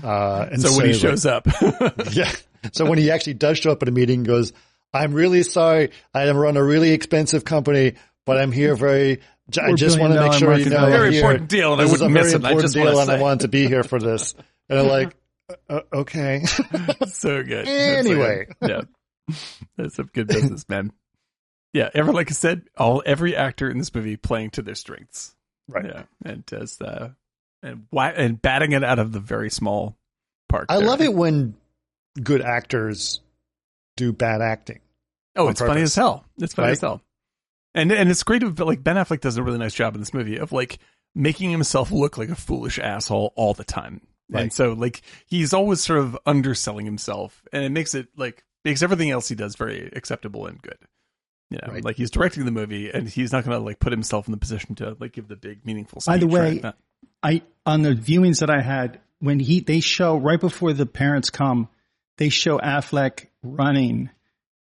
S2: Uh, and
S5: So, when he
S2: he's like-
S5: shows up,
S2: yeah. So when he actually does show up at a meeting, he goes, I'm really sorry. I run a really expensive company, but I'm here very, j- I
S4: We're
S2: just want to
S4: billion dollar
S2: make sure you
S4: market
S2: know.
S4: value.
S2: I'm
S5: Very
S2: here.
S5: important deal, and I
S2: This is
S5: wouldn't
S2: a
S5: miss
S2: very
S5: it. I
S2: important
S5: just
S2: deal,
S5: wanna
S2: and I
S5: say.
S2: wanted to be here for this. And I'm like, uh, okay.
S5: so good.
S2: Anyway.
S5: That's so good. yeah. That's a good business, man. Yeah. Ever, like I said, all every actor in this movie playing to their strengths.
S2: right.
S5: Yeah. And does, uh, and why, and batting it out of the very small part.
S2: I
S5: there.
S2: love it when good actors do bad acting.
S5: Oh,
S2: on
S5: it's funny
S2: purpose.
S5: as hell. It's funny
S2: Right?
S5: as hell. And and it's great of like Ben Affleck does a really nice job in this movie of like making himself look like a foolish asshole all the time.
S2: Right.
S5: And so like he's always sort of underselling himself and it makes it like makes everything else he does very acceptable and good. You know,
S2: Right.
S5: like he's directing the movie and he's not gonna like put himself in the position to like give the big meaningful speech.
S4: By the
S5: or
S4: way,
S5: anything.
S4: I on the viewings that I had when he they show right before the parents come, they show Affleck running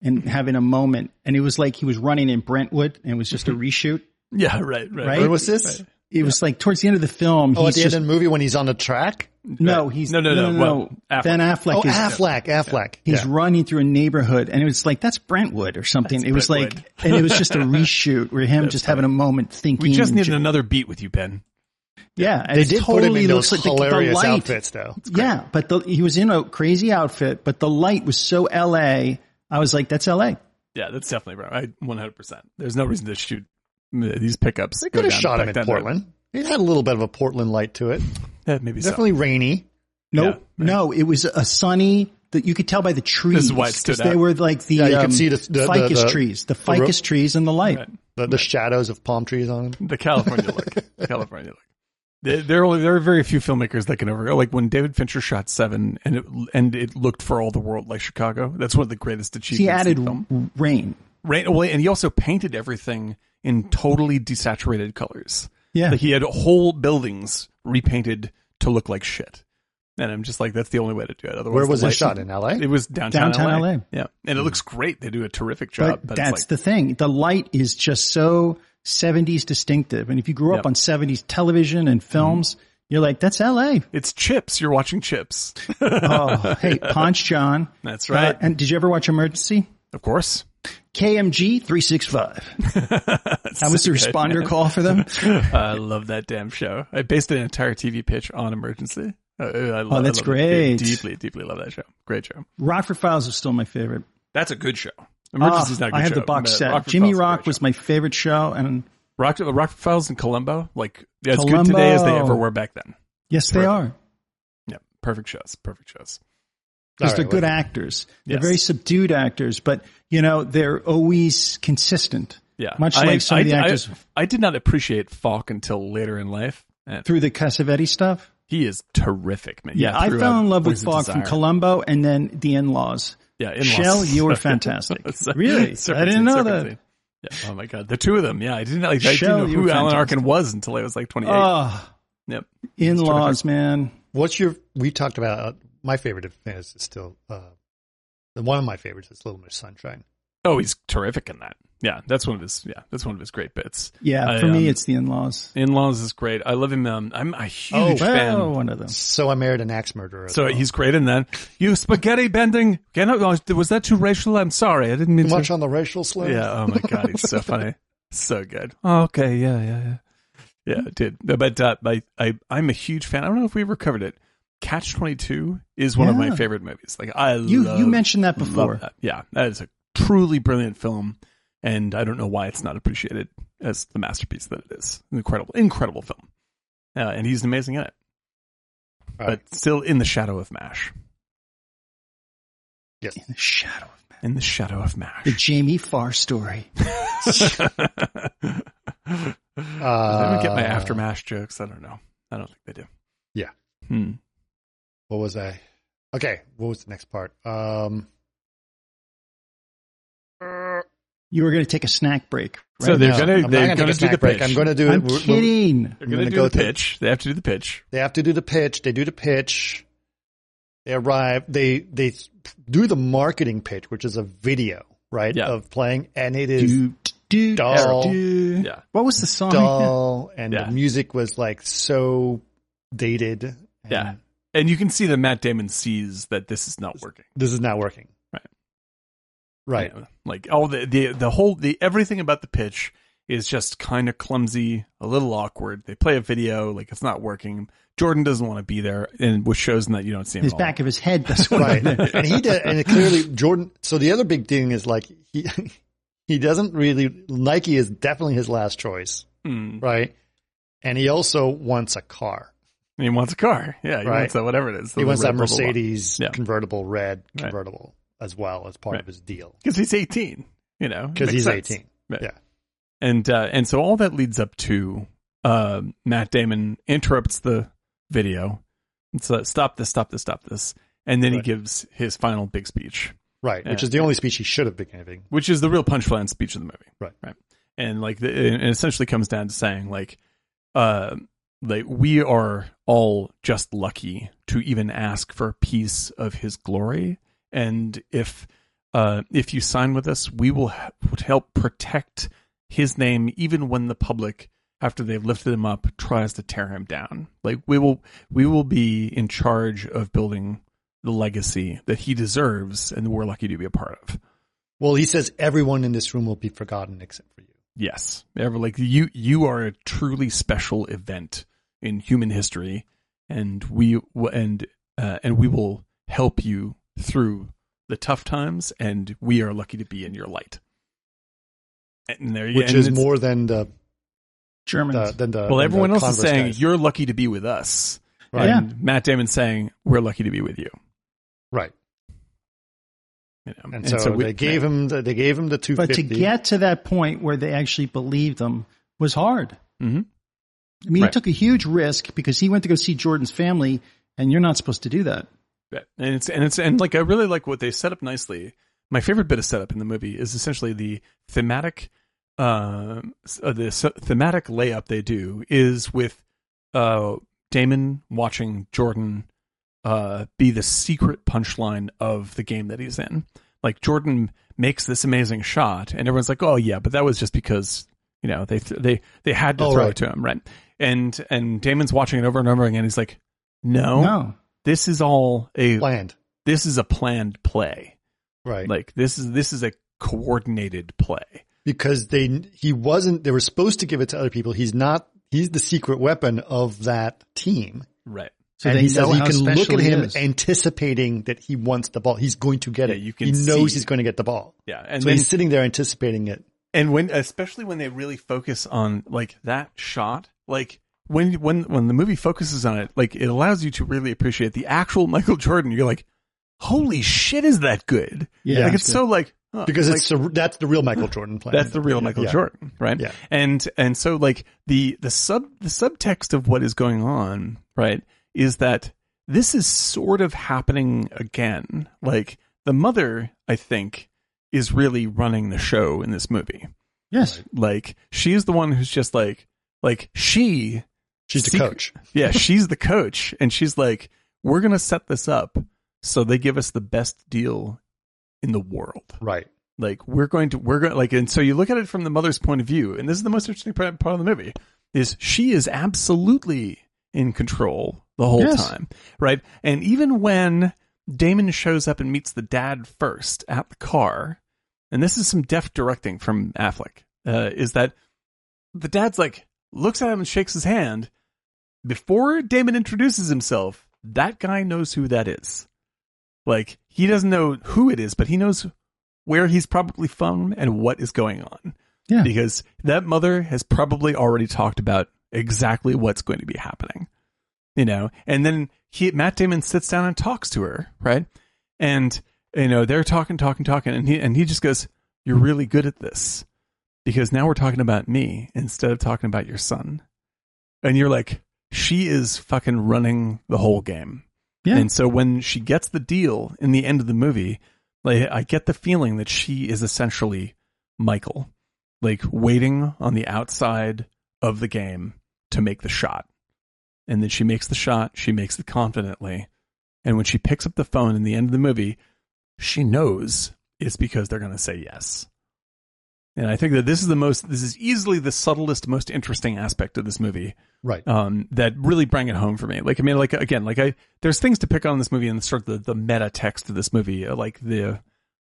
S4: and having a moment, and it was like he was running in Brentwood, and it was just a reshoot.
S5: Yeah, right, right.
S4: Right?
S2: When Mm-hmm. was this?
S4: It was like towards the end of the film.
S2: Oh, at
S4: he's
S2: the
S4: just,
S2: end of the movie when he's on the track?
S4: no, he's
S5: No, no, no, well, Affleck.
S4: Ben Affleck
S2: oh,
S4: is
S2: Affleck, Affleck.
S4: He's
S2: Yeah.
S4: running through a neighborhood, and it was like that's Brentwood or something. it was
S5: Brentwood.
S4: like, and it was just a reshoot where him just having a moment thinking.
S5: We just
S4: and
S5: need
S4: ju-
S5: another beat with you, Ben.
S4: yeah. And
S2: They
S4: it
S2: did
S4: totally
S2: put him in
S4: looks
S2: those
S4: like the-
S2: hilarious
S4: the, light.
S2: outfits, though.
S4: Yeah, but the, he was in a crazy outfit, but the light was so L.A. I was like, that's L.A.
S5: Yeah, that's definitely right. I 100%. There's no reason to shoot uh, these pickups.
S2: They could have shot him in Portland. It had a little bit of a Portland light to it.
S5: Yeah, maybe so.
S2: Definitely rainy.
S4: No,
S5: Yeah, right.
S4: no, it was a sunny. That you could tell by the trees.
S5: This is why it stood
S4: 'cause They
S5: out.
S4: were like the,
S2: Yeah, you could
S4: um,
S2: see the- the- the-
S4: ficus
S2: the-
S4: trees, the ficus trees, and the light.
S2: The, the shadows of palm trees on him.
S5: The California look. The California look. There, there are only there are very few filmmakers that can over like when David Fincher shot Seven and it and it looked for all the world like Chicago. That's one of the greatest achievements.
S4: He added
S5: in film.
S4: r- rain.
S5: Right away, and he also painted everything in totally desaturated colors.
S4: Yeah,
S5: Like he had whole buildings repainted to look like shit. And I'm just like, that's the only way to do it. Otherwise,
S2: Where was
S5: the
S2: it
S5: light-
S2: shot? In LA?
S5: It was downtown,
S4: Downtown
S5: LA.
S4: LA.
S5: Yeah, and it looks great. They do a terrific job.
S4: but,
S5: But,
S4: that's
S5: it's like,
S4: the thing. The light is just so 70s distinctive. And if you grew up
S5: Yep. Mm-hmm.
S4: on 70s television and films, you're like, that's LA.
S5: it's Chips. You're watching Chips.
S4: Oh, hey, Ponch John.
S5: That's right.
S4: Uh, and did you ever watch Emergency?
S5: of course.
S4: KMG 365. that was the responder call for them.
S5: I love that damn show. I based an entire TV pitch on Emergency. Uh, I love,
S4: Oh, that's
S5: I love it.
S4: great.
S5: Deeply, deeply love that show. Great show.
S4: Rockford Files is still my favorite.
S5: That's a good show. Emergency's
S4: Ah,
S5: not a good
S4: I have
S5: show,
S4: the box
S5: but
S4: set.
S5: Rockford
S4: Jimmy
S5: Files is a
S4: Rock
S5: great
S4: was
S5: show.
S4: my favorite show, and
S5: Rock, Rock Files and Columbo. Like yeah, as good today as they
S4: Columbo.
S5: ever were back then.
S4: yes, they
S5: Perfect.
S4: are
S5: Yeah, perfect shows. Perfect shows.
S4: because
S2: All
S4: they're
S2: right,
S4: good
S2: whatever.
S4: actors. They're
S5: Yes.
S4: very subdued actors, but you know they're always consistent.
S5: Yeah,
S4: much like some of the
S5: did-
S4: actors
S5: I, did not appreciate Falk until later in life. And
S4: through the Cassavetti stuff.
S5: he is terrific, man.
S4: Yeah, I
S5: through,
S4: fell
S5: uh,
S4: in love with
S5: Wings of
S4: Falk from
S5: Desire.
S4: Columbo and then The In Laws.
S5: Yeah, in-laws.
S4: Shell, you were fantastic.
S5: So-
S4: really? I
S5: Serpentine,
S4: didn't know that.
S5: Serpentine. Yeah. Oh my god, the two of them. Yeah, I didn't like. I
S4: Shell,
S5: didn't know
S4: you were
S5: who Alan
S4: fantastic.
S5: Arkin was until I was like 28.
S4: Oh,
S5: yep.
S4: In Laws, man.
S2: What's your? We talked about uh, my favorite of his is still uh, one of my favorites is Little Miss Sunshine.
S5: Oh, he's terrific in that. Yeah, that's one of his. Yeah, that's one of his great bits.
S4: Yeah,
S5: I,
S4: for
S5: um,
S4: me, it's The In Laws.
S5: In-laws is great. I love him. Um, I'm a
S2: Oh,
S5: huge fan.
S4: Well, one of them.
S2: So I married an axe murderer. as
S5: So
S2: well.
S5: he's great in that. You spaghetti bending. Can I- oh, Was that too racial? I'm sorry. I didn't mean
S2: much
S5: to.
S2: on the racial slur.
S5: yeah. Oh my god, he's so funny. So good. Oh, okay. Yeah. Yeah. Yeah. Yeah, dude. But uh, I, I, I'm a huge fan. I don't know if we ever covered it. Catch Twenty Two is one of my
S4: Yeah.
S5: favorite movies. Like I,
S4: You
S5: love,
S4: you mentioned that
S5: love
S4: before.
S5: that. Yeah, that is a truly brilliant film, and I don't know why it's not appreciated as the masterpiece that it is. An incredible, incredible film, uh, and he's amazing in it.
S2: All right.
S5: But still in the shadow of Mash.
S2: yes.
S4: In the shadow of Man.
S5: In the shadow of
S4: The
S5: Mash.
S4: Jamie Farr story.
S5: I don't get my
S2: Uh,
S5: after Mash jokes. I don't know. I don't think they do.
S2: Yeah.
S5: Hmm.
S2: What was I? Okay. What was the next part? Um,
S4: You were going to take a snack break, right?
S5: So they're
S2: no,
S5: gonna
S2: I'm not
S5: they're gonna,
S2: gonna take a
S5: do
S2: snack
S5: the
S2: break.
S5: pitch.
S2: I'm going to do it.
S4: I'm
S2: We're- we're-
S4: kidding.
S5: they're gonna,
S2: I'm gonna
S5: do
S2: go
S5: the
S2: through-
S5: pitch. They have to do the pitch.
S2: They have to do the pitch. They do the pitch. They arrive. They they do the marketing pitch, which is a video, right,
S5: Yeah.
S2: of playing, and it is
S4: Do, do,
S2: Dull.
S4: do.
S5: Yeah.
S4: What was the song? Oh,
S2: dull, and
S5: Yeah.
S2: the music was like so dated. and
S5: Yeah. And you can see that Matt Damon sees that this is not working.
S2: this is not working.
S5: Right.
S2: Right.
S5: You know, Like all the, the the whole the everything about the pitch is just kind of clumsy, a little awkward. They play a video, like it's not working. Jordan doesn't want to be there, and which shows that you don't see him.
S4: His
S5: at all.
S4: back of his head. That's what
S2: right. and he did, and it clearly Jordan. So the other big thing is like he he doesn't really Nike is definitely his last choice,
S5: Hmm.
S2: right? And he also wants a car.
S5: And he wants a car. Yeah, he
S2: Right.
S5: wants that whatever it is.
S2: He wants that
S5: Mercedes
S2: Mercedes
S5: Yeah.
S2: convertible red
S5: Right.
S2: convertible as well as part
S5: Right.
S2: of his deal
S5: because he's eighteen. You know, it
S2: because
S5: makes
S2: he's
S5: sense.
S2: 18.
S5: Right.
S2: Yeah.
S5: and uh, and so all that leads up to uh, Matt Damon interrupts the video. It's uh, stop this, stop this, stop this, and then
S2: Right.
S5: he gives his final big speech,
S2: Right. Which
S5: Yeah.
S2: is the only speech he should have been giving.
S5: which is the real punchline speech of the movie.
S2: Right.
S5: right, and like the, it essentially comes down to saying like, uh, like we are all just lucky to even ask for a piece of his glory, and if uh, if you sign with us, we will h- would help protect his name even when the public after they've lifted him up tries to tear him down like we will we will be in charge of building the legacy that he deserves and we're lucky to be a part of
S2: Well, he says everyone in this room will be forgotten except for you.
S5: yes ever like you you are a truly special event in human history and we and uh, and we will help you through the tough times and we are lucky to be in your light and there you
S2: Which
S5: and
S2: is
S5: it's-
S2: more than the, the
S4: Germans.
S2: than the
S5: well
S2: than
S5: everyone
S2: the
S5: else is
S2: Converse
S5: saying
S2: guys.
S5: you're lucky to be with us
S2: Right.
S5: and Matt Damon saying, "We're lucky to be with you."
S2: right.
S5: you know?
S2: And, so,
S5: we-
S2: they gave him the, they gave him the two
S4: but
S2: fifty.
S4: to get to that point where they actually believed them was hard.
S5: Mhm.
S4: I mean, he
S5: Right.
S4: took a huge risk because he went to go see Jordan's family, and you're not supposed to do that.
S5: Yeah. and it's and it's and like I really like what they set up nicely. My favorite bit of setup in the movie is essentially the thematic, uh, s- uh, the s- thematic layup they do is with uh, Damon watching Jordan uh, be the secret punchline of the game that he's in. Like Jordan makes this amazing shot, and everyone's like, "Oh yeah," but that was just because you know they th- they they had to
S2: Oh,
S5: throw
S2: right.
S5: it to him, right? And and Damon's watching it over and over again. He's like,
S2: Oh.
S5: "No,
S4: No,
S5: this is all a
S2: planned.
S5: this is a planned play.
S2: Right.
S5: Like this is this is a coordinated play.
S2: because they he wasn't they were supposed to give it to other people. He's not he's the secret weapon of that team.
S5: Right.
S4: So
S2: and
S4: they
S2: he says
S4: know
S2: you
S4: how
S2: can look
S4: special
S2: at
S4: he
S2: him
S4: is.
S2: anticipating that he wants the ball. He's going to get
S5: Yeah,
S2: it.
S5: you can
S2: he knows
S5: see
S2: he's going to get the ball.
S5: Yeah, and
S2: so
S5: then
S2: he's sitting there anticipating it.
S5: and when especially when they really focus on like that shot, like when when when the movie focuses on it, like it allows you to really appreciate the actual Michael Jordan. You're like, holy shit, is that good?
S4: Yeah,
S5: like
S4: it's
S5: it's so like huh,
S2: Because
S5: like,
S2: it's the, that's the real Michael Jordan playing.
S5: that's the real Michael
S2: Yeah.
S5: Jordan, right?
S2: Yeah.
S5: And and so like the the sub the subtext of what is going on, right, is that this is sort of happening again. Like the mother, I think, is really running the show in this movie.
S4: yes,
S5: Like she's the one who's just like like she
S2: She's the
S5: Secret-
S2: coach.
S5: yeah, she's the coach, and she's like, "We're gonna set this up so they give us the best deal in the world."
S2: Right.
S5: Like we're going to we're going like, and so you look at it from the mother's point of view, and this is the most interesting part, part of the movie is she is absolutely in control the whole
S4: Yes.
S5: time, right? And even when Damon shows up and meets the dad first at the car, and this is some deft directing from Affleck, uh, is that the dad's like looks at him and shakes his hand before Damon introduces himself. That guy knows who that is. Like he doesn't know who it is, but he knows where he's probably from and what is going on.
S4: Yeah.
S5: Because that mother has probably already talked about exactly what's going to be happening. You know, and then he Matt Damon sits down and talks to her, right? And you know, they're talking, talking, talking, and he and he just goes, You're really good at this. Because now we're talking about me instead of talking about your son. And you're like, she is fucking running the whole game.
S4: Yeah.
S5: And so when she gets the deal in the end of the movie, like I get the feeling that she is essentially Michael, like waiting on the outside of the game to make the shot. And then she makes the shot, she makes it confidently. And when she picks up the phone in the end of the movie, she knows it's because they're going to say yes. And I think that this is the most, this is easily the subtlest, most interesting aspect of this movie
S2: Right.
S5: um, that really bring it home for me. Like, I mean, like again, like I, there's things to pick on in this movie and sort of the, the meta text of this movie, uh, like the,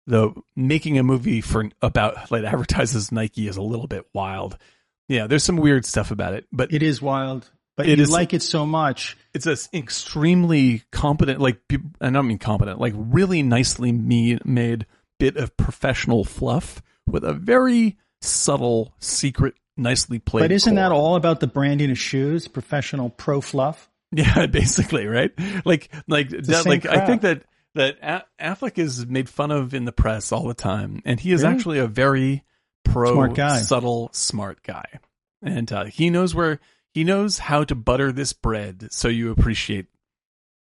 S5: the making a movie for about like advertises Nike is a little bit wild. Yeah, there's some weird stuff about it, but
S4: it is wild, but
S5: It
S4: you
S5: is-
S4: like it so much.
S5: it's an extremely competent, like, be- and I don't mean competent, like really nicely me- made bit of professional fluff with a very subtle, secret, nicely played.
S4: But isn't
S5: core.
S4: that all about the branding of shoes? Professional pro fluff.
S5: Yeah, basically, right? Like, like,
S4: the
S5: that-
S4: same
S5: like. I
S4: crap.
S5: think that that A- Affleck is made fun of in the press all the time, and he is
S4: Really?
S5: actually a very pro,
S4: Smart guy.
S5: subtle, smart guy, and uh, he knows where he knows how to butter this bread so you appreciate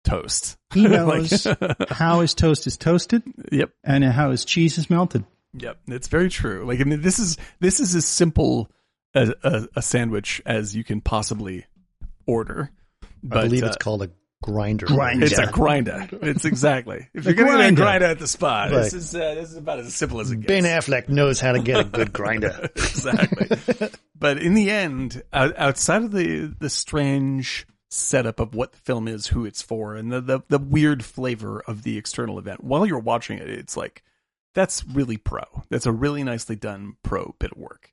S5: toast.
S4: He
S5: Like-
S4: knows how his toast is toasted
S5: yep,
S4: and how his cheese is melted.
S5: yep, it's very true. Like, I mean, this is this is as simple a, a, a sandwich as you can possibly order. But,
S2: I believe
S5: uh,
S2: it's called a grinder.
S4: Grinder.
S5: It's a grinder. It's exactly. If you're
S4: A
S5: going to
S4: grinder.
S5: grinder at the spot,
S2: Right.
S5: this is uh, this is about as simple as it gets.
S2: Ben Affleck knows how to get a good grinder.
S5: exactly. but in the end, out- outside of the the strange setup of what the film is, who it's for, and the, the the weird flavor of the external event, while you're watching it, it's like that's really pro. That's a really nicely done pro bit of work.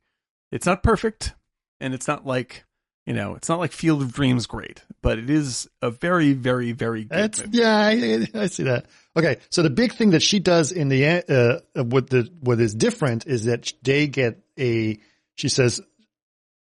S5: It's not perfect, and it's not like you know, it's not like Field of Dreams great, but it is a very, very, very good
S2: That's,
S5: movie.
S2: yeah, I, I see that. Okay, so the big thing that she does in the end, uh, uh, what the what is different is that they get a. She says,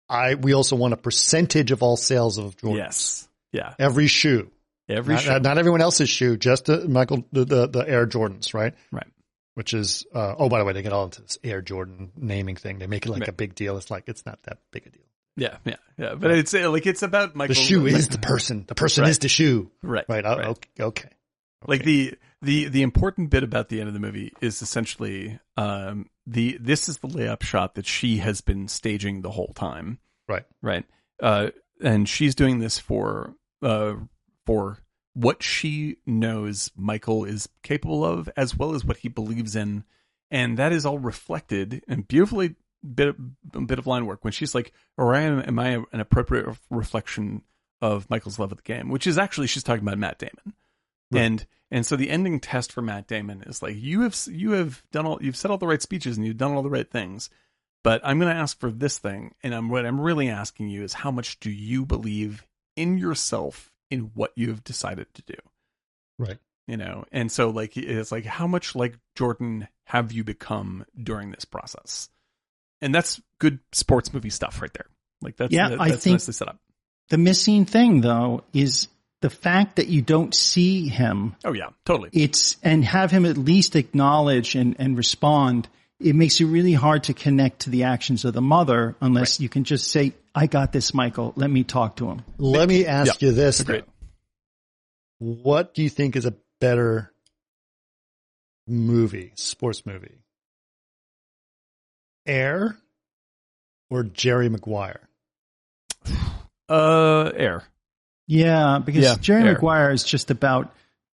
S2: "I we also want a percentage of all sales of Jordans.
S5: Yes. Yeah.
S2: every shoe,
S5: Every
S2: not,
S5: show.
S2: not- not everyone else's shoe, just the Michael the, the the Air Jordans, right?
S5: Right.
S2: Which is uh, oh, by the way, they get all into this Air Jordan naming thing. They make it like a big deal. It's like it's not that big a deal.
S5: Yeah, yeah, yeah. But it's uh, like it's about Michael.
S2: The shoe is the person. The person
S5: Right.
S2: is the shoe.
S5: right,
S2: Right. Oh, Okay. okay.
S5: Like the the the important bit about the end of the movie is essentially um the this is the layup shot that she has been staging the whole time.
S2: Right.
S5: Right. Uh, and she's doing this for uh for what she knows Michael is capable of, as well as what he believes in, and that is all reflected and beautifully bit of, bit of line work when she's like, "Or I am, am I an appropriate reflection of Michael's love of the game?" Which is actually she's talking about Matt Damon, and and so the ending test for Matt Damon is like, "You have you have done all you've said all the right speeches and you've done all the right things." But I'm going to ask for this thing, and I'm what I'm really asking you is how much do you believe in yourself in what you have decided to do.
S2: Right.
S5: You know, and so like it's like how much like Jordan have you become during this process? And that's good sports movie stuff right there. Like that's
S4: Yeah,
S5: that-
S4: I
S5: that's
S4: think-
S5: nicely set up.
S4: The missing thing though is the fact that you don't see him.
S5: Oh yeah, totally.
S4: It's and have him at least acknowledge and, and respond. It makes it really hard to connect to the actions of the mother unless you can just say, I got this, Michael. Let me talk to him.
S2: Let me ask you this:
S5: Agreed.
S2: What do you think is a better movie, sports movie, Air or Jerry Maguire?
S5: Uh, air.
S4: Yeah, because
S5: Yeah,
S4: Jerry
S5: Air.
S4: Maguire is just about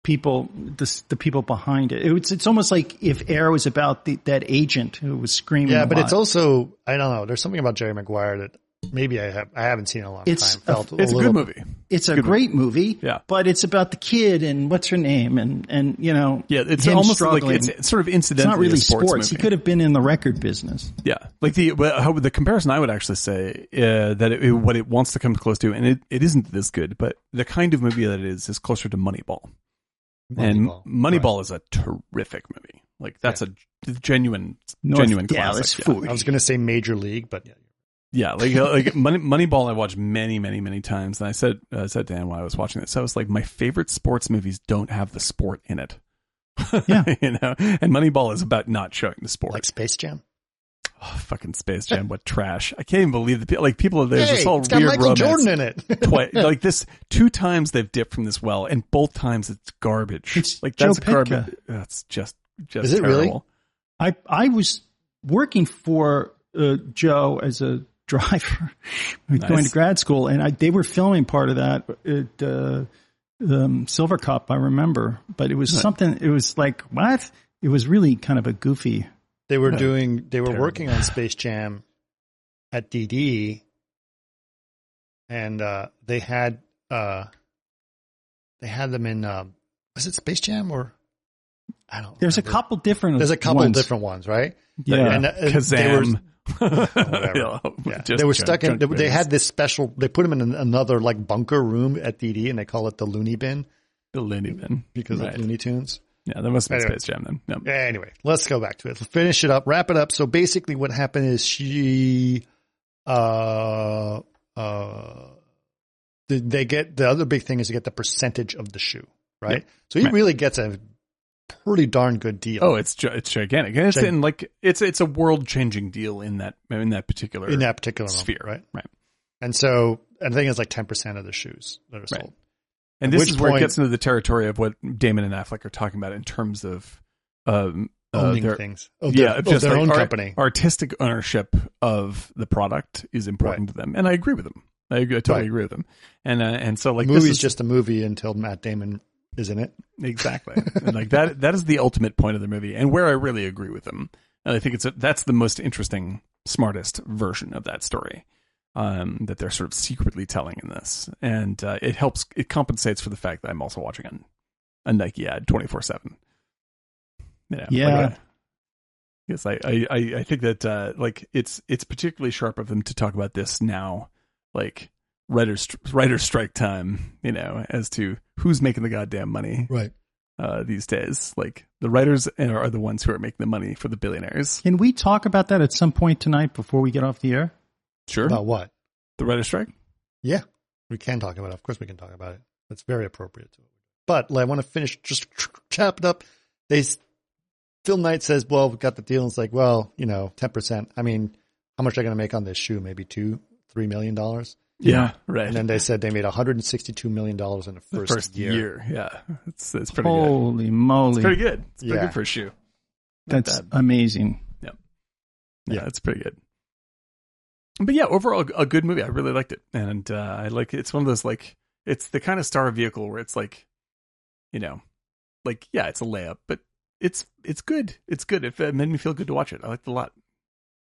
S4: people, the, the people behind it. It's it's almost like if Air was about the, that agent who was
S5: Mm,
S4: screaming.
S2: Yeah,
S4: a
S2: but
S4: lot.
S2: it's also I don't know. There's something about Jerry Maguire that maybe I have I haven't seen in a long
S4: It's
S2: time.
S4: a-
S2: Felt
S5: It's a
S2: little-
S5: good movie.
S4: it's a great movie.
S5: Yeah.
S4: but it's about the kid and what's her name and and you know
S5: Yeah, it's
S4: him
S5: almost
S4: struggling.
S5: like it's sort of
S4: It's
S5: incidental.
S4: not really sports.
S5: Movie.
S4: He could have been in the record business.
S5: Yeah, like the well, how, the comparison I would actually say uh, that it, it- what it wants to come close to, and it, it isn't this good, but the kind of movie that it is is closer to Moneyball, and
S2: Moneyball.
S5: Moneyball is a terrific movie. Like that's a genuine,
S4: North
S5: genuine
S4: Dallas
S5: classic.
S4: food.
S2: I was going to say Major League, but yeah,
S5: Yeah, like uh, like Money, Moneyball, I watched many, many, many times, and I said uh, said to Dan while I was watching this, I was like, my favorite sports movies don't have the sport in it.
S4: Yeah.
S5: you know, and Moneyball is about not showing the sport.
S2: like Space Jam.
S5: Oh, fucking Space Jam, what trash! I can't even believe the people. Like people, there's this
S2: Hey,
S5: whole
S2: it's got
S5: weird
S2: Michael
S5: romance.
S2: Jordan in it.
S5: Twi- like this, two times they've dipped from this well, and both times it's garbage.
S4: It's
S5: like
S4: Joe
S5: that's garbage.
S4: Pitka.
S5: That's just just
S2: Is it
S5: terrible.
S2: really?
S4: I I was working for uh, Joe as a driver, We were
S5: Nice.
S4: going to grad school, and I, they were filming part of that at uh, um, Silver Cup. I remember, but it was something. It was like what? It was really kind of a goofy.
S2: They were doing. They were working on Space Jam at DD, and uh, they had uh, they had them in. Um, was it Space Jam or I don't?
S4: There's a
S2: remember.
S4: couple different.
S2: There's a couple
S4: ones.
S2: different ones, right?
S4: Yeah.
S2: And, uh, They were,
S5: Kazam.
S2: whatever.
S5: Yeah,
S2: yeah.
S5: just
S2: they were
S5: junk-
S2: stuck in.
S5: junk
S2: They, they
S5: movies.
S2: had this special. They put them in an- another like bunker room at DD, and they call it the Looney Bin
S5: the Looney Bin.
S2: because
S5: Right.
S2: of Looney Tunes.
S5: Yeah, that must have been
S2: Anyway.
S5: Space Jam then. No.
S2: Anyway, let's go back to it. Finish it up, wrap it up. So basically, what happened is she, uh, uh, th- they get the other big thing is to get the percentage of the shoe, right? So he
S5: Right.
S2: really gets a pretty darn good deal.
S5: Oh, it's gi- it's gigantic. And it's
S2: Gig-
S5: in like it's it's a world changing deal in that in that particular
S2: in that particular moment,
S5: sphere,
S2: right?
S5: Right.
S2: And so and I think it's like ten percent of the shoes that are
S5: Right.
S2: sold.
S5: And
S2: At
S5: this
S2: which
S5: is where
S2: point-
S5: it gets into the territory of what Damon and Affleck are talking about in terms of um, uh,
S2: Owning
S5: their,
S2: things, of
S5: yeah,
S2: their,
S5: of
S2: of
S5: just
S2: their
S5: like
S2: own
S5: art-
S2: company.
S5: artistic ownership of the product is important to them, and I agree with them. I, agree, I totally
S2: Right.
S5: agree with them. And uh, and so like
S2: movie's
S5: this is
S2: just a movie until Matt Damon is in it.
S5: exactly and like that. That is the ultimate point of the movie, and where I really agree with them. And I think it's a, that's the most interesting, smartest version of that story um, that they're sort of secretly telling in this, and uh, it helps. It compensates for the fact that I'm also watching an, a Nike ad twenty four seven. uh,
S4: Yeah.
S5: Yes, I, I, I I think that uh, like it's it's particularly sharp of them to talk about this now, like writer's writer's strike time, you know, as to who's making the goddamn money
S2: Right.
S5: uh, these days. Like the writers are are the ones who are making the money for the billionaires.
S4: Can we talk about that at some point tonight before we get off the air?
S5: Sure,
S2: About what?
S5: the writer strike.
S2: Yeah, we can talk about it. Of course, we can talk about it. That's very appropriate to it. But like, I want to finish, just chop it up. They, s- Phil Knight says, "Well, we've got the deal." And it's like, well, you know, ten percent. I mean, how much are they going to make on this shoe? Maybe two, three million dollars.
S5: Yeah, right.
S2: And then they said they made one hundred and sixty-two million dollars in the
S5: the
S2: first, year.
S5: yeah, it's it's pretty good.
S4: Holy
S5: It's
S4: moly,
S5: pretty good. It's pretty
S2: Yeah.
S5: good for a shoe.
S4: that's
S5: bad.
S4: amazing.
S5: yeah, it's pretty good. But yeah, overall, a good movie. I really liked it, and uh, I like it's one of those like it's the kind of star vehicle where it's like, you know, like yeah, it's a layup, but it's it's good. It's good. It, it made me feel good to watch it. I liked it a lot.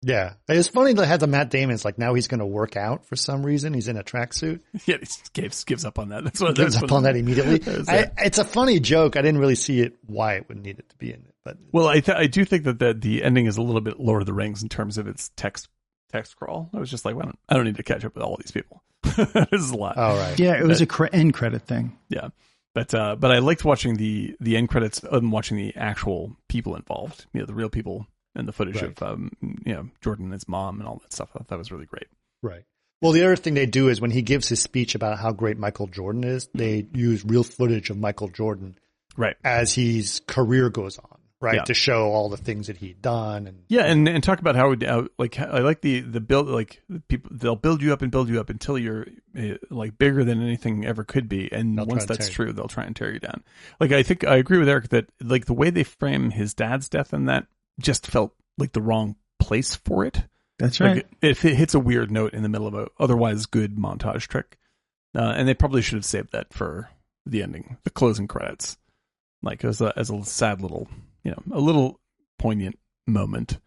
S2: Yeah, it's funny they had the Matt Damon's like now he's going to work out for some reason. He's in a tracksuit.
S5: yeah, it just gives gives up on that. That's what
S2: Gives
S5: that's
S2: up
S5: what-
S2: on that immediately.
S5: that's
S2: I,
S5: it.
S2: it's a funny joke. I didn't really see it why it would need it to be in it, but
S5: well, I th- I do think that the, the ending is a little bit Lord of the Rings in terms of its text text crawl. I was just like, well, I don't, I don't need to catch up with all these people. this is a lot.
S2: All right.
S4: Yeah, it was a cre- end credit thing.
S5: Yeah. But uh, but I liked watching the the end credits and watching the actual people involved, you know, the real people and the footage
S2: Right.
S5: of um, you know Jordan and his mom and all that stuff. I thought that was really great.
S2: Right. Well, the other thing they do is when he gives his speech about how great Michael Jordan is, they use real footage of Michael Jordan
S5: Right.
S2: as his career goes on, right?
S5: Yeah.
S2: To show all the things that he'd done and
S5: Yeah, and and talk about how uh, like I like the the build like people they'll build you up and build you up until you're uh, like bigger than anything ever could be, and
S2: They'll
S5: once
S2: try to
S5: that's
S2: tear
S5: true, they'll try and tear you down. Like I think I agree with Eric that like the way they frame his dad's death and that just felt like the wrong place for it.
S4: That's
S5: Like,
S4: right.
S5: if it hits a weird note in the middle of a otherwise good montage trick, uh, and they probably should have saved that for the ending, the closing credits, like as a as a sad little, you know, a little poignant moment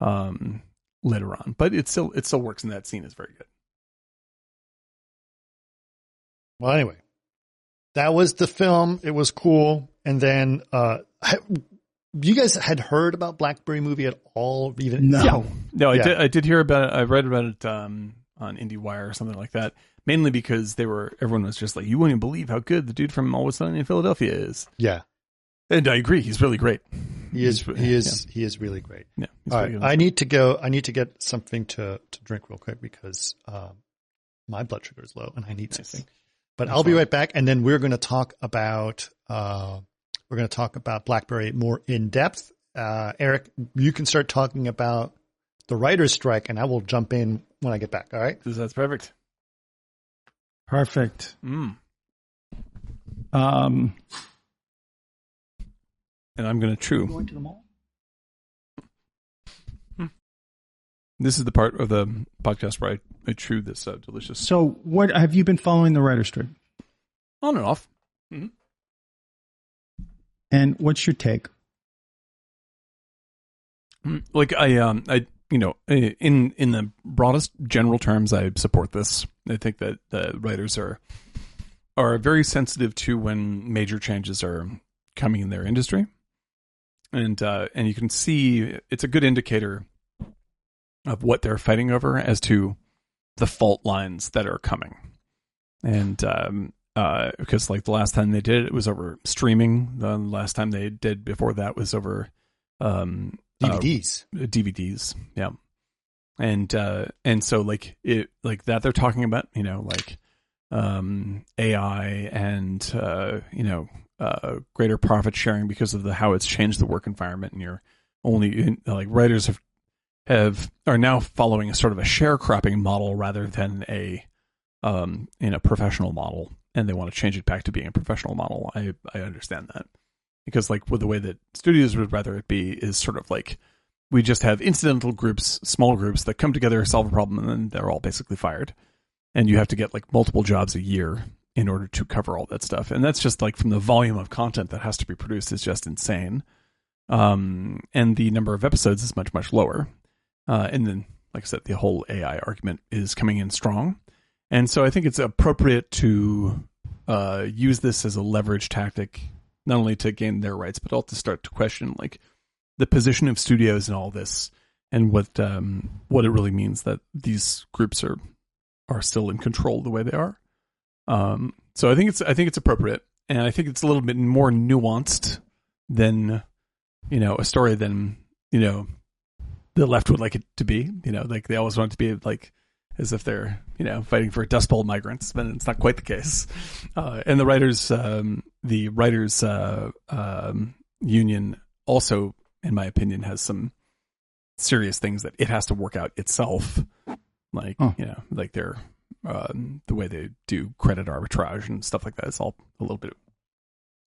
S5: um, later on. But it still it still works, and that scene is very good.
S2: Well, anyway, that was the film. It was cool. And then, uh, ha- you guys had heard about Blackberry movie at all? Even
S4: No.
S2: Yeah.
S5: No, I
S2: Yeah.
S5: did I did hear about it. I read about it um, on IndieWire or something like that. Mainly because they were everyone was just like, you wouldn't believe how good the dude from Always Sunny in Philadelphia is.
S2: yeah,
S5: And I agree, he's really great.
S2: he is,
S5: He's-
S2: he is, he is really great.
S5: Yeah, he's
S2: All
S5: really
S2: right.
S5: good.
S2: I need to go. I need to get something to, to drink real quick because, um, my blood sugar is low and I need
S5: Nice.
S2: something, but I'll be right back. And then we're going to talk about, uh, we're going to talk about Blackberry more in depth. Uh, Eric, you can start talking about the writer's strike and I will jump in when I get back. All right.
S5: This- That's perfect.
S4: Perfect.
S5: Mm.
S4: Um,
S5: And I'm going to chew.
S4: to the mall?
S5: This is the part of the podcast where I, I chew this uh, delicious
S4: So, what have you been following the writer's strike?
S5: on and off.
S4: And what's your take?
S5: Mm, Like I, um, I, you know, eh, in in the broadest general terms, I support this. I think that the writers are are very sensitive to when major changes are coming in their industry, and uh, and you can see it's a good indicator of what they're fighting over as to the fault lines that are coming, and um, uh, because like the last time they did it, it was over streaming. The last time they did before that was over um uh,
S2: DVDs.
S5: DVDs. Yeah. And uh and so like it like that they're talking about, you know, like um AI and uh you know, uh greater profit sharing because of the how it's changed the work environment and you're only in, like writers have have are now following a sort of a sharecropping model rather than a um you know professional model and they want to change it back to being a professional model. I I understand that. Because like with the way that studios would rather it be is sort of like we just have incidental groups, small groups that come together, solve a problem, and then they're all basically fired. And you have to get like multiple jobs a year in order to cover all that stuff. And that's just like from the volume of content that has to be produced is just insane. Um, and the number of episodes is much, much lower. Uh, and then, like I said, the whole AI argument is coming in strong. And so I think it's appropriate to uh, use this as a leverage tactic, not only to gain their rights, but also to start to question like, the position of studios and all this and what um, what it really means that these groups are are still in control the way they are. Um, so I think it's I think it's appropriate and I think it's a little bit more nuanced than you know a story than you know the left would like it to be. You know, like they always want it to be like as if they're you know fighting for Dust Bowl migrants, but it's not quite the case. Uh, and the writers, um, the writers uh, um, union also in my opinion, has some serious things that it has to work out itself. Like
S4: Huh.
S5: you know, like their um, the way they do credit arbitrage and stuff like that. It's all a little bit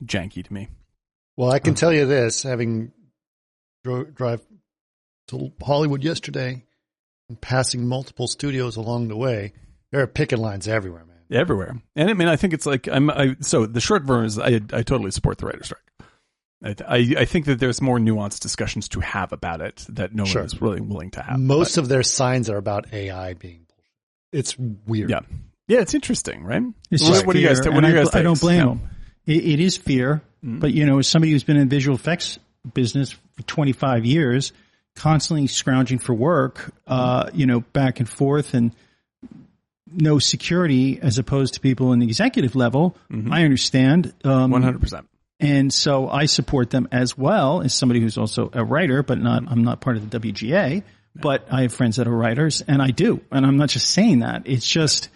S5: janky to me.
S2: Well, I can tell you this: having dro- drive to Hollywood yesterday and passing multiple studios along the way, there are picket lines everywhere, man.
S5: everywhere. And I mean, I think it's like I'm. I, so the short version is I I totally support the writer's strike. I, I I think that there's more nuanced discussions to have about it that no
S2: Sure.
S5: one is really willing to have.
S2: Most of their signs are about AI being. bullshit. It's weird.
S5: Yeah. yeah, it's interesting, right?
S4: It's
S5: what,
S4: just
S5: what do you guys?
S4: fear,
S5: think-
S4: and
S5: What do you
S4: I-
S5: guys?
S4: I don't
S5: think?
S4: blame
S5: No. Mm-hmm.
S4: them. It, it is fear, but you know, as somebody who's been in visual effects business for 25 years,
S5: Mm-hmm.
S4: constantly scrounging for work, uh, you know, back and forth and no security as opposed to people in the executive level. I understand. Um,
S5: Mm-hmm. One hundred percent.
S4: and so I support them as well as somebody who's also a writer, but not, I'm not part of the WGA, but I have friends that are writers and I do. And I'm not just saying that. It's just,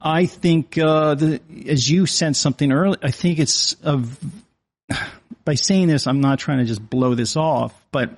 S4: I think, uh, the, as you sent something early, I think it's a, v- by saying this, I'm not trying to just blow this off, but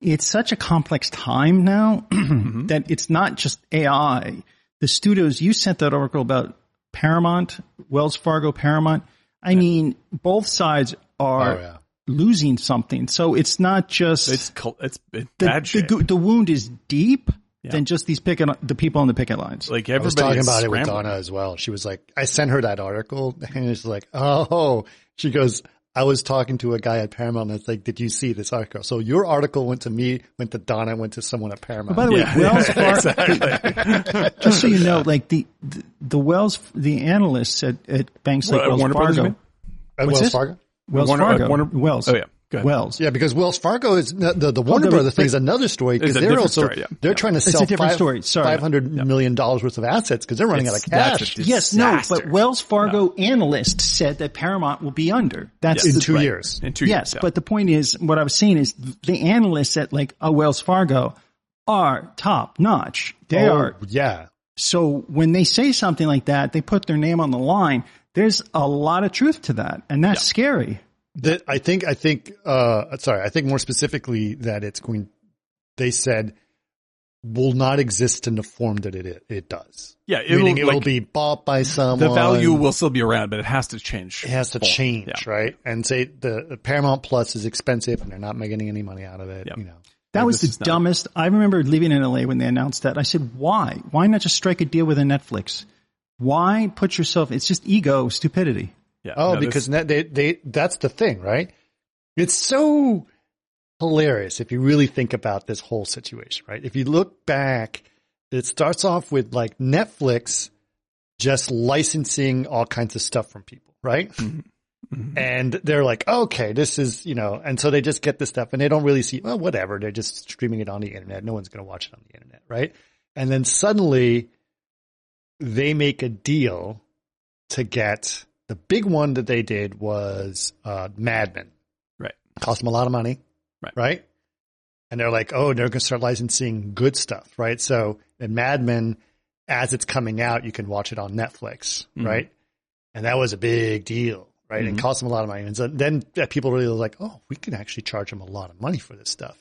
S4: it's such a complex time now
S5: Mm-hmm.
S4: that it's not just AI. The studios, you sent that article about Paramount, Wells Fargo, Paramount. I mean, both sides are
S2: Oh, yeah.
S4: losing something. So it's not just
S5: It's col- it's it's
S4: the,
S5: bad
S4: the,
S5: shit.
S4: go- the wound is deep than just these picket the people on the picket lines.
S5: like
S2: I was
S5: everybody
S2: talking
S5: is
S2: about it with
S5: scrambling.
S2: Donna as well. She was like, I sent her that article and she's like, oh, she goes, I was talking to a guy at Paramount and it's like, did you see this article? So your article went to me, went to Donna, went to someone at Paramount.
S4: By the way, Wells Fargo. just so you know, like the the, the Wells the analysts at, at banks like
S5: What, at
S4: Wells
S5: Warner Brothers, you
S4: Fargo,
S5: mean?
S2: At
S4: what's
S2: Wells
S4: this?
S2: Fargo?
S4: Wells
S5: Warner- uh,
S4: Fargo,
S5: Warner-
S4: Wells.
S5: Oh, yeah. Go ahead.
S4: Wells.
S2: Yeah, because Wells Fargo is the the, the Warner
S4: no,
S2: Brothers
S4: but-
S2: thing is another story
S5: Oh, It's
S2: because
S5: a
S2: they're
S5: different
S2: also
S5: story, yeah.
S2: they're trying to sell
S4: a different
S2: five-
S4: story, sorry.
S2: five hundred million dollars worth of assets because they're running out of
S5: that's
S2: cash
S5: a dis-
S4: Yes, no,
S5: Disaster.
S4: but Wells Fargo analysts said that Paramount will be under. That's
S2: in
S4: the-
S2: two
S4: right.
S2: years.
S5: in two
S4: Yes,
S5: years. yeah.
S4: but the point is, what I was saying is, the analysts at like a Wells Fargo are top notch. They
S2: Oh,
S4: are
S2: yeah.
S4: So when they say something like that, they put their name on the line. There's a lot of truth to that, and that's scary.
S2: That I think I think uh sorry, I think more specifically that it's going they said will not exist in the form that it it does.
S5: Yeah,
S2: it
S5: it'll,
S2: meaning it will
S5: like,
S2: be bought by someone.
S5: the value will still be around, but it has to change.
S2: it has to change, right? And say the, the Paramount Plus is expensive and they're not making any money out of it, you know.
S4: That was
S5: this
S4: the
S5: is not-
S4: dumbest. I remember living in LA when they announced that. I said, why? Why not just strike a deal with a Netflix? Why put yourself? It's just ego, stupidity.
S5: Yeah,
S2: Oh,
S5: no, this-
S2: because net, they they that's the thing, right? It's so hilarious if you really think about this whole situation, right? If you look back, it starts off with like Netflix just licensing all kinds of stuff from people, right?
S5: Mm-hmm.
S2: And they're like, okay, this is, you know, and so they just get this stuff and they don't really see, well, whatever. They're just streaming it on the internet. No one's going to watch it on the internet, right? And then suddenly they make a deal to get the big one that they did was uh, Mad Men.
S5: Right.
S2: Cost them a lot of money.
S5: Right.
S2: Right. And they're like, oh, they're going to start licensing good stuff. Right. So, and Mad Men, as it's coming out, you can watch it on Netflix. Right. And that was a big deal. Right. And cost them a lot of money. And so then uh, people really were like, oh, we can actually charge them a lot of money for this stuff.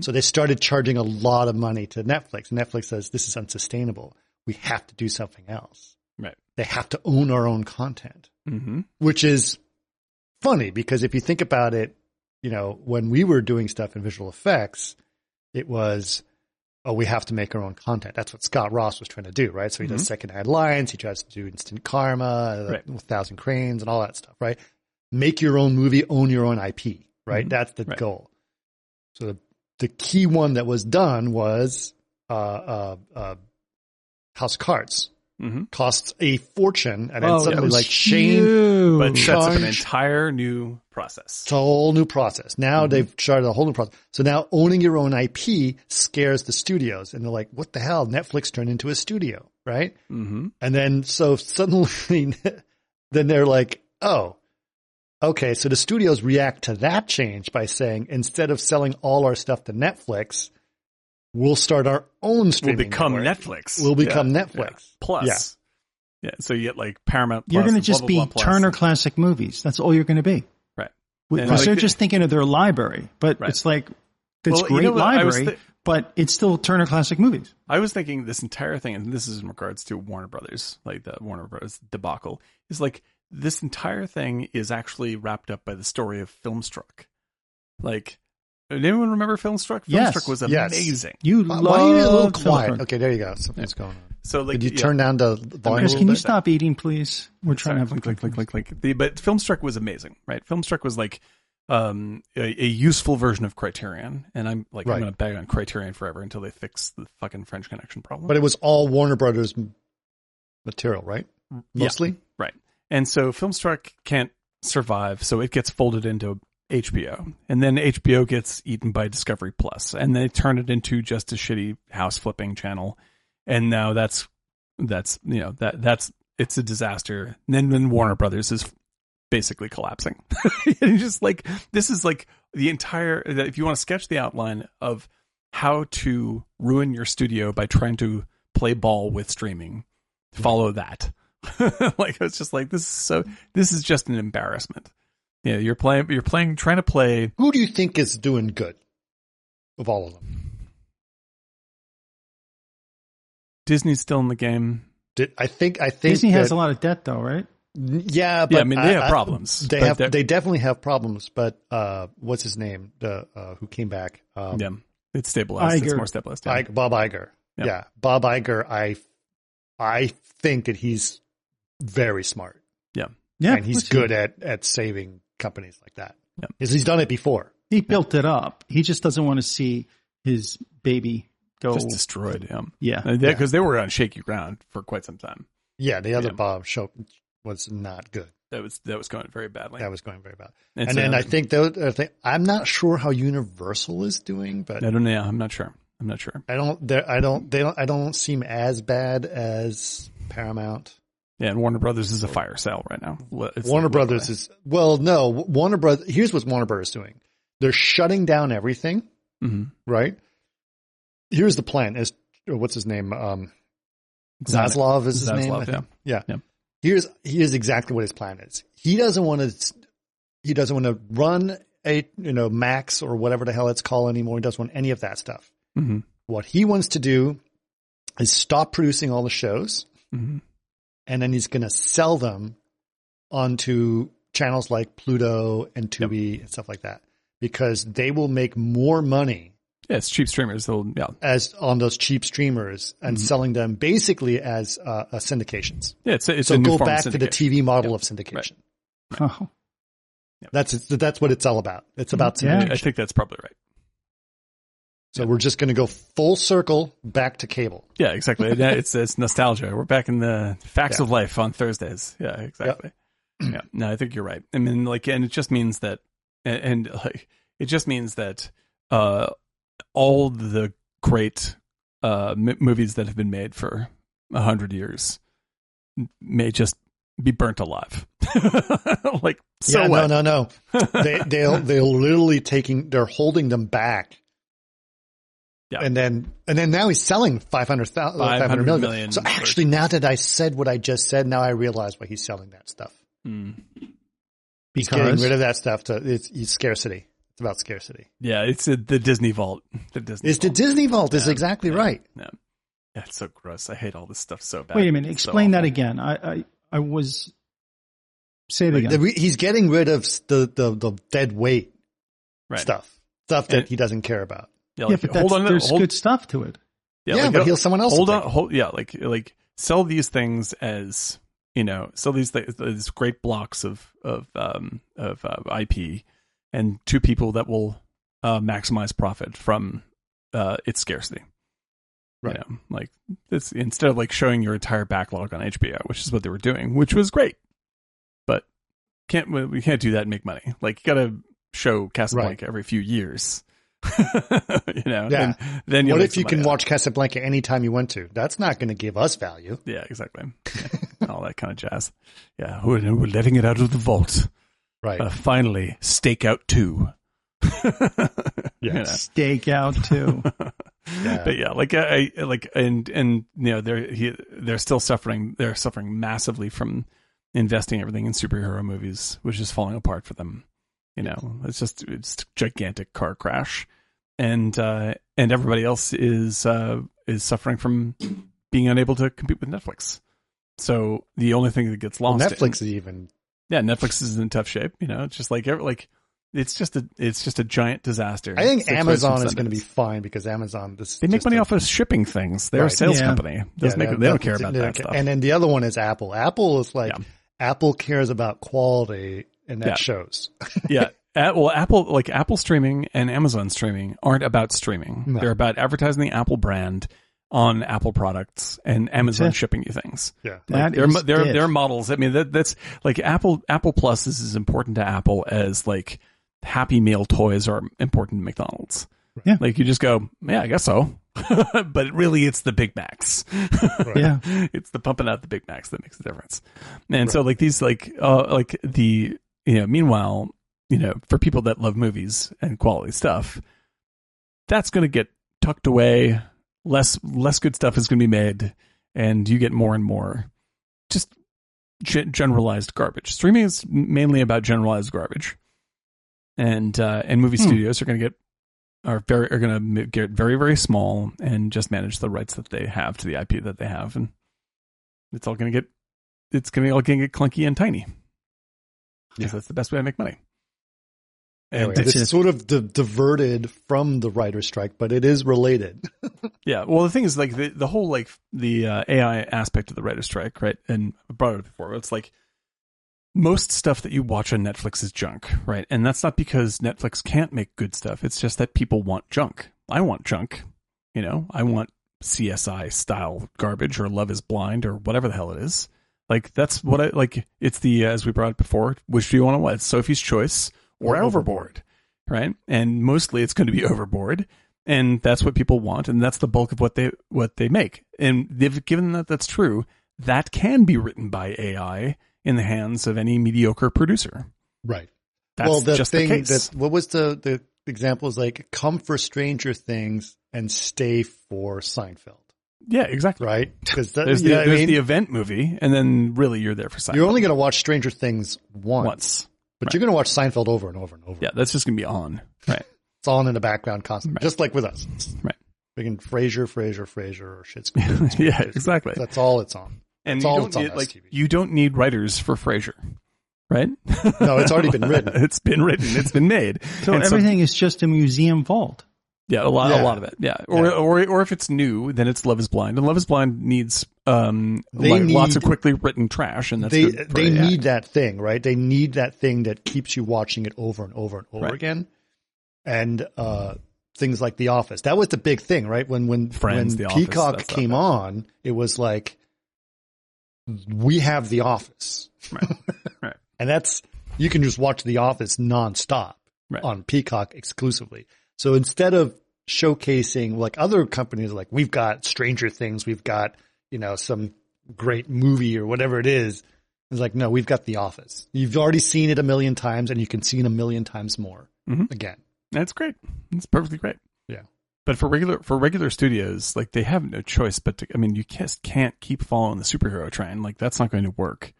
S2: So they started charging a lot of money to Netflix. Netflix says, this is unsustainable. We have to do something else.
S5: right.
S2: They have to own our own content
S4: Mm-hmm.
S5: hmm
S2: which is funny because if you think about it, you know, when we were doing stuff in visual effects, it was, oh, we have to make our own content. That's what Scott Ross was trying to do, right? So he does Second Hand Lines, he tries to do Instant Karma, uh,
S5: Right.
S2: a Thousand Cranes, and all that stuff, right? Make your own movie, own your own IP, right? That's the
S5: Right.
S2: goal. So the, the key one that was done was uh, uh, uh, House of Cards.
S5: Mhm.
S2: Costs a fortune, and then
S4: Oh, that
S2: suddenly,
S4: was
S2: like Shane,
S5: But sets up an
S2: Charge.
S5: entire new process.
S2: it's a whole new process. Now they've started a whole new process. So now owning your own IP scares the studios and they're like, what the hell? Netflix turned into a studio, right?
S4: Mm-hmm.
S5: hmm
S2: And then so suddenly then they're like, oh, okay. So the studios react to that change by saying, instead of selling all our stuff to Netflix, we'll start our own
S5: Will
S2: streaming.
S5: become
S2: network.
S5: Netflix.
S2: We'll become
S5: Yeah.
S2: Netflix.
S5: Yeah. Plus.
S2: Yeah.
S5: Yeah. So you get like Paramount. Plus
S4: you're going to
S5: and
S4: just
S5: blah,
S4: be
S5: blah, blah, plus.
S4: Turner Classic Movies. That's all you're going to be.
S5: Right.
S4: Because
S5: And like-
S4: they're just thinking of their library, but
S5: Right.
S4: it's like it's
S5: Well, you
S4: great
S5: know what, I was
S4: library,
S5: thi-
S4: but it's still Turner Classic Movies.
S5: I was thinking this entire thing, and this is in regards to Warner Brothers, like the Warner Brothers debacle, is like this entire thing is actually wrapped up by the story of Filmstruck. Like, did anyone remember Filmstruck? Filmstruck
S4: Yes.
S5: was
S2: Yes.
S5: amazing.
S4: You
S2: Why
S4: love
S2: why are you a little
S4: Filmstruck.
S2: quiet? Okay, there you go. Something's going on.
S5: So like,
S2: Could you
S5: yeah.
S2: turn down the volume?
S4: Chris,
S2: a
S4: can
S2: little
S4: you
S2: bit?
S4: stop eating, please? We're trying to have
S5: Sorry, click, click, click, click, click. The, but Filmstruck was amazing, right? Filmstruck was like um, a, a useful version of Criterion, and I'm like
S2: Right.
S5: I'm gonna bag on Criterion forever until they fix the fucking French Connection problem.
S2: But it was all Warner Brothers m- material, right?
S4: Mm,
S2: Mostly.
S5: Right. And so Filmstruck can't survive, so it gets folded into HBO. And then HBO gets eaten by Discovery Plus, and they turn it into just a shitty house flipping channel. and now that's that's you know that that's it's a disaster. And then when Warner Brothers is basically collapsing, and it's just like this is like the entire. If you want to sketch the outline of how to ruin your studio by trying to play ball with streaming, follow that. like it's just like this is so. This is just an embarrassment. Yeah, you're playing. You're playing. Trying to play.
S2: Who do you think is doing good of all of them?
S5: Disney's still in the game.
S2: Did, I think I think
S4: Disney has
S2: that-
S4: a lot of debt, though, right?
S2: Yeah, but
S5: yeah, I mean they have problems.
S2: They
S5: but
S2: have
S5: they're-
S2: they definitely have problems. But uh, what's his name? The uh, who came back? Um,
S5: yeah, it's stabilized. It's
S4: Iger.
S5: more stabilized. yeah.
S2: Ike- Bob Iger.
S5: Yeah.
S2: Yeah, Bob Iger. I I think that he's very smart
S4: Yeah,
S2: and he's
S4: which-
S2: good at at saving companies like that.
S5: Yeah.
S2: 'Cause he's done it before.
S4: He built it up. He just doesn't want to see his baby go.
S5: just destroyed him.
S4: yeah,
S5: Because they were on shaky ground for quite some time.
S2: Yeah, the other
S5: Yeah.
S2: Bob show was not good.
S5: That was that was going very badly.
S2: That was going very bad.
S5: And
S2: and
S5: so-
S2: then I think those, I think, I'm not sure how Universal is doing, but
S5: I don't know. I'm not sure. I'm not sure.
S2: I don't. they're- I don't. They don't. I don't seem as bad as Paramount.
S5: Yeah, and Warner Brothers is a fire sale right now. Well, it's
S2: Warner
S5: like-
S2: Brothers is well, no. Warner Brothers. Here's what Warner Brothers is doing. They're shutting down everything.
S5: Mhm.
S2: Right. Here's the plan. Is what's his name? Um,
S5: Zanuck.
S2: Zaslav is his name.
S5: Zaslav,
S2: I think. Yeah.
S5: Yeah.
S2: Here's here's exactly what his plan is. He doesn't want to. He doesn't want to run a you know Max or whatever the hell it's called anymore. He doesn't want any of that stuff.
S5: Mhm.
S2: What he wants to do is stop producing all the shows
S5: Mhm.
S2: and then he's going to sell them onto channels like Pluto and Tubi and stuff like that because they will make more money
S5: Yeah, it's cheap streamers. They'll yeah,
S2: as on those cheap streamers and
S5: Mm-hmm.
S2: selling them basically as uh, uh, syndications.
S5: yeah. It's a, it's
S2: so
S5: a new
S2: go
S5: form of
S2: back to the
S5: syndication.
S2: TV model of syndication.
S4: Oh,
S2: That's that's what it's all about. It's
S5: Mm-hmm.
S2: about
S4: Yeah.
S2: syndication.
S5: I think that's probably right.
S2: So we're just going to go full circle back to cable.
S5: Yeah, exactly. Yeah, it's it's nostalgia. We're back in the facts
S2: Yeah.
S5: of life on Thursdays. Yeah, exactly. Yeah. No, I think you're right. I mean, like, and it just means that, and, and like, it just means that, uh, all the great, uh, m- movies that have been made for a hundred years may just be burnt alive. like, so
S2: yeah,
S5: what?
S2: no, no, no. they they'll they're literally taking they're holding them back.
S5: Yeah.
S2: And then and then now he's selling 500,000
S5: 500
S2: uh, million.
S5: million.
S2: So actually now that I said what I just said, now I realize why he's selling that stuff.
S5: Mm.
S2: He's
S4: Because-
S2: getting rid of that stuff to it's, it's scarcity. It's about scarcity.
S5: Yeah, it's uh the Disney Vault. The Disney.
S2: It's the
S5: Vault.
S2: Disney Vault is exactly
S5: yeah.
S2: right.
S5: Yeah. yeah, it's so gross. I hate all this stuff so bad.
S4: wait a minute.
S5: It's so
S4: Explain
S5: awful.
S4: that again. I, I, I was. Say it again.
S2: The re- he's getting rid of s- the the, the dead weight
S5: Right.
S2: stuff. Stuff that
S5: And-
S2: he doesn't care about.
S5: Yeah,
S4: yeah,
S5: like,
S4: but
S5: hold
S4: that's,
S5: on.
S4: there's
S5: hold,
S4: good stuff to it.
S2: Yeah,
S5: like,
S2: but he'll someone else.
S5: hold
S2: will
S5: on.
S2: take it.
S5: Hold, yeah, like like sell these things as you know, sell these things these great blocks of of um of uh, IP, and to people that will uh, maximize profit from uh its scarcity.
S2: Right.
S5: You know, like it's instead of like showing your entire backlog on HBO, which is what they were doing, which was great, but can't we- we can't do that and make money. Like you gotta show Casablanca every few years. you know,
S2: Yeah.
S5: and then you'll
S2: What
S5: make
S2: if you
S5: some
S2: can
S5: money out of it.
S2: watch Casablanca anytime you want to? That's not going to give us value.
S5: Yeah, exactly. Yeah. All that kind of jazz. Yeah, we're, we're letting it out of the vault.
S2: Right.
S5: Uh, finally, Stakeout 2. You know.
S4: Stake out too.
S2: Yeah.
S5: But yeah, like I, I like and and you know they're he, they're still suffering. They're suffering massively from investing everything in superhero movies, which is falling apart for them. You know, it's just it's a gigantic car crash, and uh, and everybody else is uh, is suffering from being unable to compete with Netflix. So the only thing that gets
S2: Well,
S5: lost
S2: Netflix is even
S5: yeah, Netflix is in tough shape. You know, it's just like every- like it's just a it's just a giant disaster.
S2: I think
S5: Six ways
S2: Amazon
S5: from
S2: is going to
S5: Sunday.
S2: be fine because Amazon this
S5: They make
S2: just
S5: money
S2: a-
S5: off of shipping things. They're a
S2: Right.
S5: sales
S4: Yeah.
S5: company. Doesn't
S2: yeah,
S5: make,
S2: that-
S5: they don't
S2: that-
S5: care about
S2: they don't
S5: that
S2: care.
S5: stuff.
S2: And then the other one is Apple. Apple is like
S5: Yeah.
S2: Apple cares about quality, and that
S5: Yeah.
S2: shows.
S5: yeah. A- well, Apple like Apple streaming and Amazon streaming aren't about streaming.
S2: No.
S5: They're about advertising the Apple brand on Apple products and Amazon
S4: Yeah.
S5: shipping you things.
S2: Yeah,
S4: That
S5: They're
S4: is
S5: mo- they're
S4: it.
S5: they're models. I mean that that's like Apple Apple Plus is as important to Apple as like Happy Meal toys are important to McDonald's.
S4: Yeah.
S5: Like you just go, yeah, I guess so. but really, it's the Big Macs.
S4: Yeah.
S5: it's the pumping out the Big Macs that makes the difference. And so, like these, like uh, like the you know, meanwhile, you know, for people that love movies and quality stuff, that's going to get tucked away. Less less good stuff is going to be made, and you get more and more just ge- generalized garbage. Streaming is mainly about generalized garbage, and uh, and movie studios are going to get are very are going to get very very small and just manage the rights that they have to the IP that they have, and it's all going to get it's going to all going to get clunky and tiny. Because that's the best way to make money.
S2: Anyway, this is sort of di- diverted from the writer's strike, but it is related.
S5: Yeah. Well, the thing is, like the, the whole like the uh, AI aspect of the writer's strike, right? And I brought it up before. It's like most stuff that you watch on Netflix is junk, right? And that's not because Netflix can't make good stuff. It's just that people want junk. I want junk. You know, I want CSI style garbage or Love Is Blind or whatever the hell it is. Like that's what I like. It's the uh, as we brought it before. Which do you want to watch? Sophie's Choice or, Overboard, right? And mostly it's going to be Overboard, and that's what people want, and that's the bulk of what they what they make. And they've given that that's true. That can be written by AI in the hands of any mediocre producer.
S2: Right.
S5: That's
S2: well, the
S5: just
S2: thing
S5: the case.
S2: that what was the the example is like come for Stranger Things and stay for Seinfeld,
S5: yeah, exactly.
S2: right? Because
S5: There's,
S2: that's
S5: the,
S2: you know what I
S5: there's
S2: mean?
S5: the event movie, and then really you're there for Seinfeld
S2: you're only going to watch Stranger Things once,
S5: once.
S2: but
S5: right.
S2: you're going to watch Seinfeld over and over and over.
S5: Yeah, that's just gonna be on, right?
S2: It's on in the background constantly,
S5: Right.
S2: just like with us. It's
S5: Right.
S2: Freaking Frasier, Frasier, Frasier, or Shit's Creek.
S5: yeah, exactly.
S2: That's all it's on.
S5: and
S2: That's
S5: you
S2: all
S5: don't
S2: that's on
S5: need, like
S2: STV.
S5: you don't need writers for Frasier, right?
S2: No, it's already been written.
S5: it's been written. It's been made.
S4: So
S5: And
S4: everything is just a museum vault.
S5: yeah, a lot,
S2: Yeah.
S5: a lot of it. Yeah, or
S2: Yeah.
S5: or or if it's new, then it's Love Is Blind, and Love Is Blind needs um
S2: They
S5: like, lots of
S2: need-
S5: quickly written trash, and that's
S2: they
S5: good for
S2: they
S5: AI.
S2: need that thing, right? They need that thing that keeps you watching it over and over and over
S5: Right.
S2: again. And uh, things like The Office. That was the big thing, right? When when
S5: Friends,
S2: when
S5: The Office,
S2: Peacock
S5: that's
S2: came
S5: out there.
S2: on, it was like we have The Office,
S5: Right. Right.
S2: and that's you can just watch The Office nonstop
S5: Right.
S2: on Peacock exclusively. So instead of showcasing like other companies, like we've got Stranger Things, we've got you know some great movie or whatever it is. It's like, no, we've got The Office. You've already seen it a million times and you can see it a million times more
S5: Mhm.
S2: again.
S5: That's great. That's perfectly great.
S2: Yeah.
S5: But for regular for regular studios, like they have no choice but to. I mean, you just can't keep following the superhero train. Like that's not going to work.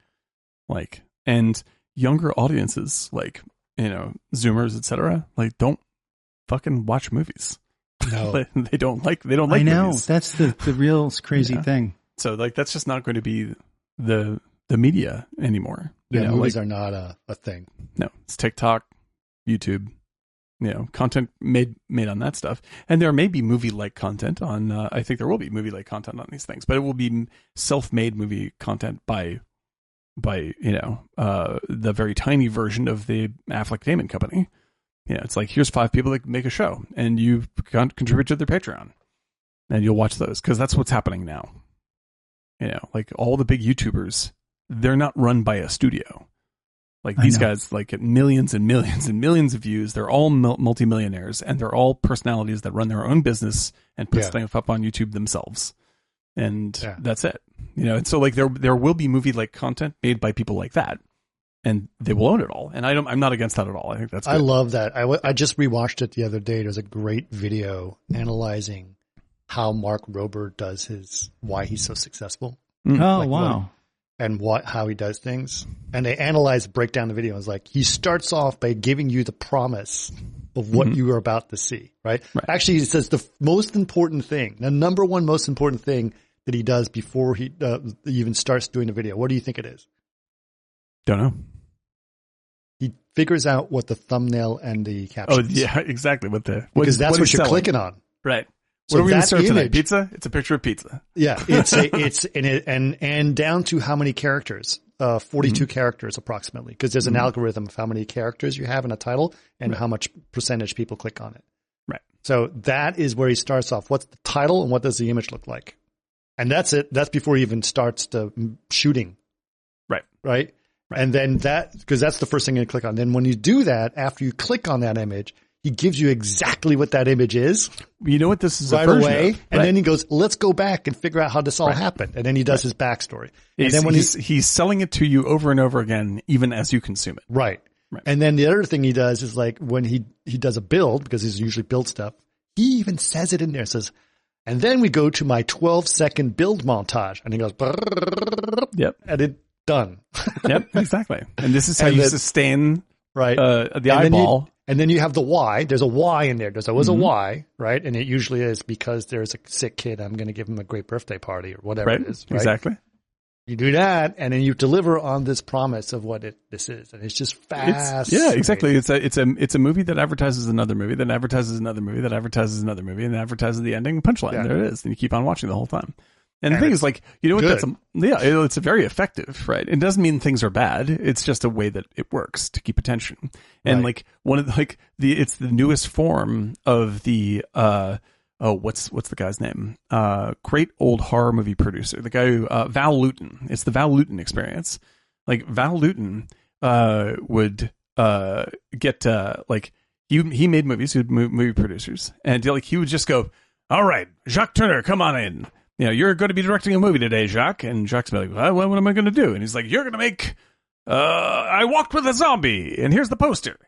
S5: Like and younger audiences, like you know Zoomers, etc. Like don't fucking watch movies.
S2: No.
S5: they don't like they don't like
S4: I know.
S5: movies.
S4: That's the, the real crazy
S5: Yeah.
S4: thing.
S5: so like that's just not going to be the the media anymore. You
S2: yeah,
S5: know, like
S2: movies are not a, a thing.
S5: no, it's TikTok, YouTube, you know, content made made on that stuff. And there may be movie like content on. Uh, I think there will be movie like content on these things, but it will be self made movie content by by you know uh, the very tiny version of the Affleck Damon company. You know, it's like here's five people that make a show, and you con- contribute to their Patreon, and you'll watch those because that's what's happening now. You know, like all the big YouTubers, they're not run by a studio. Like
S4: I
S5: these
S4: know.
S5: guys, like get millions and millions and millions of views. They're all mul- multimillionaires, and they're all personalities that run their own business and put
S2: Yeah.
S5: stuff up on YouTube themselves. And
S2: Yeah.
S5: that's it. You know, and so like there there will be movie like content made by people like that, and they will own it all. And I don't, I'm not against that at all. I think that's
S2: I
S5: good.
S2: love that. I, w- I just rewatched it the other day. There's a great video analyzing how Mark Rober does his, why he's so successful.
S5: Mm.
S4: Oh,
S2: Like,
S4: wow.
S2: and what how he does things. And they analyze, break down the video. It's like he starts off by giving you the promise of what you are about to see, right?
S5: Mm-hmm. Right.
S2: Actually, he says the f- most important thing, the number one most important thing that he does before he uh, even starts doing the video. What do you think it is?
S5: Don't know.
S2: He figures out what the thumbnail and the
S5: Oh
S2: captions.
S5: yeah, exactly. What the what,
S2: because that's what,
S5: he's
S2: you're
S5: selling.
S2: clicking on.
S5: Right.
S2: So
S5: what are we gonna
S2: that
S5: serve tonight?
S2: image-
S5: Pizza. It's a picture of pizza.
S2: Yeah, it's a, it's and it, and and down to how many characters? Uh, forty-two characters approximately, because there's an algorithm of how many characters you have in a title and how much percentage people click on it.
S5: Right.
S2: So that is where he starts off. What's the title and what does the image look like? And that's it. That's before he even starts the mm, shooting,
S5: Right.
S2: right? And then that because that's the first thing you click on. Then when you do that, after you click on that image, He gives you exactly what that image is
S5: You know what this is
S2: right
S5: a version
S2: away,
S5: of,
S2: and
S5: right?
S2: then he goes, "Let's go back and figure out how this all happened." And then he does his backstory, and
S5: He's-
S2: then when
S5: he's,
S2: he's,
S5: he's selling it to you over and over again, even as you consume it.
S2: right. and then the other thing he does is like when he he does a build because he's usually build stuff. He even says it in there. Says, and then we go to my 12 second build montage, and he goes,
S5: Yep.
S2: and it done,
S5: Yep. Exactly. And this is how
S2: And
S5: you
S2: that-
S5: sustain
S2: right?
S5: uh, the
S2: and
S5: eyeball.
S2: Then you, and then you have the why. There's a why in there. There's always a why, right? And it usually is because there's a sick kid. I'm going to give him a great birthday party or whatever
S5: right?
S2: it is. Right.
S5: Exactly.
S2: You do that, and then you deliver on this promise of what it this is, and it's just fast.
S5: It's, yeah, exactly. It's a it's a it's a movie that advertises another movie, that advertises another movie, that advertises another movie, and advertises the ending punchline.
S2: Yeah.
S5: There it is, and you keep on watching the whole time. And,
S2: And
S5: the thing
S2: it's
S5: is, like, you know what?
S2: good.
S5: That's a, yeah, it- it's a very effective, right? It doesn't mean things are bad. It's just a way that it works to keep attention. And
S2: Right.
S5: like one of the, like the it's the newest form of the uh oh what's what's the guy's name? Uh, great old horror movie producer, the guy who uh, Val Luton. It's the Val Luton experience like Val Luton uh, would uh, get uh, like he he made movies, he would mo- movie producers, and like he would just go, "All right, Jacques Turner, come on in. You know, you're going to be directing a movie today, Jacques." And Jacques would be like, well, "What what am I going to do?" And he's like, "You're going to make uh, I walked with a zombie, and here's the poster."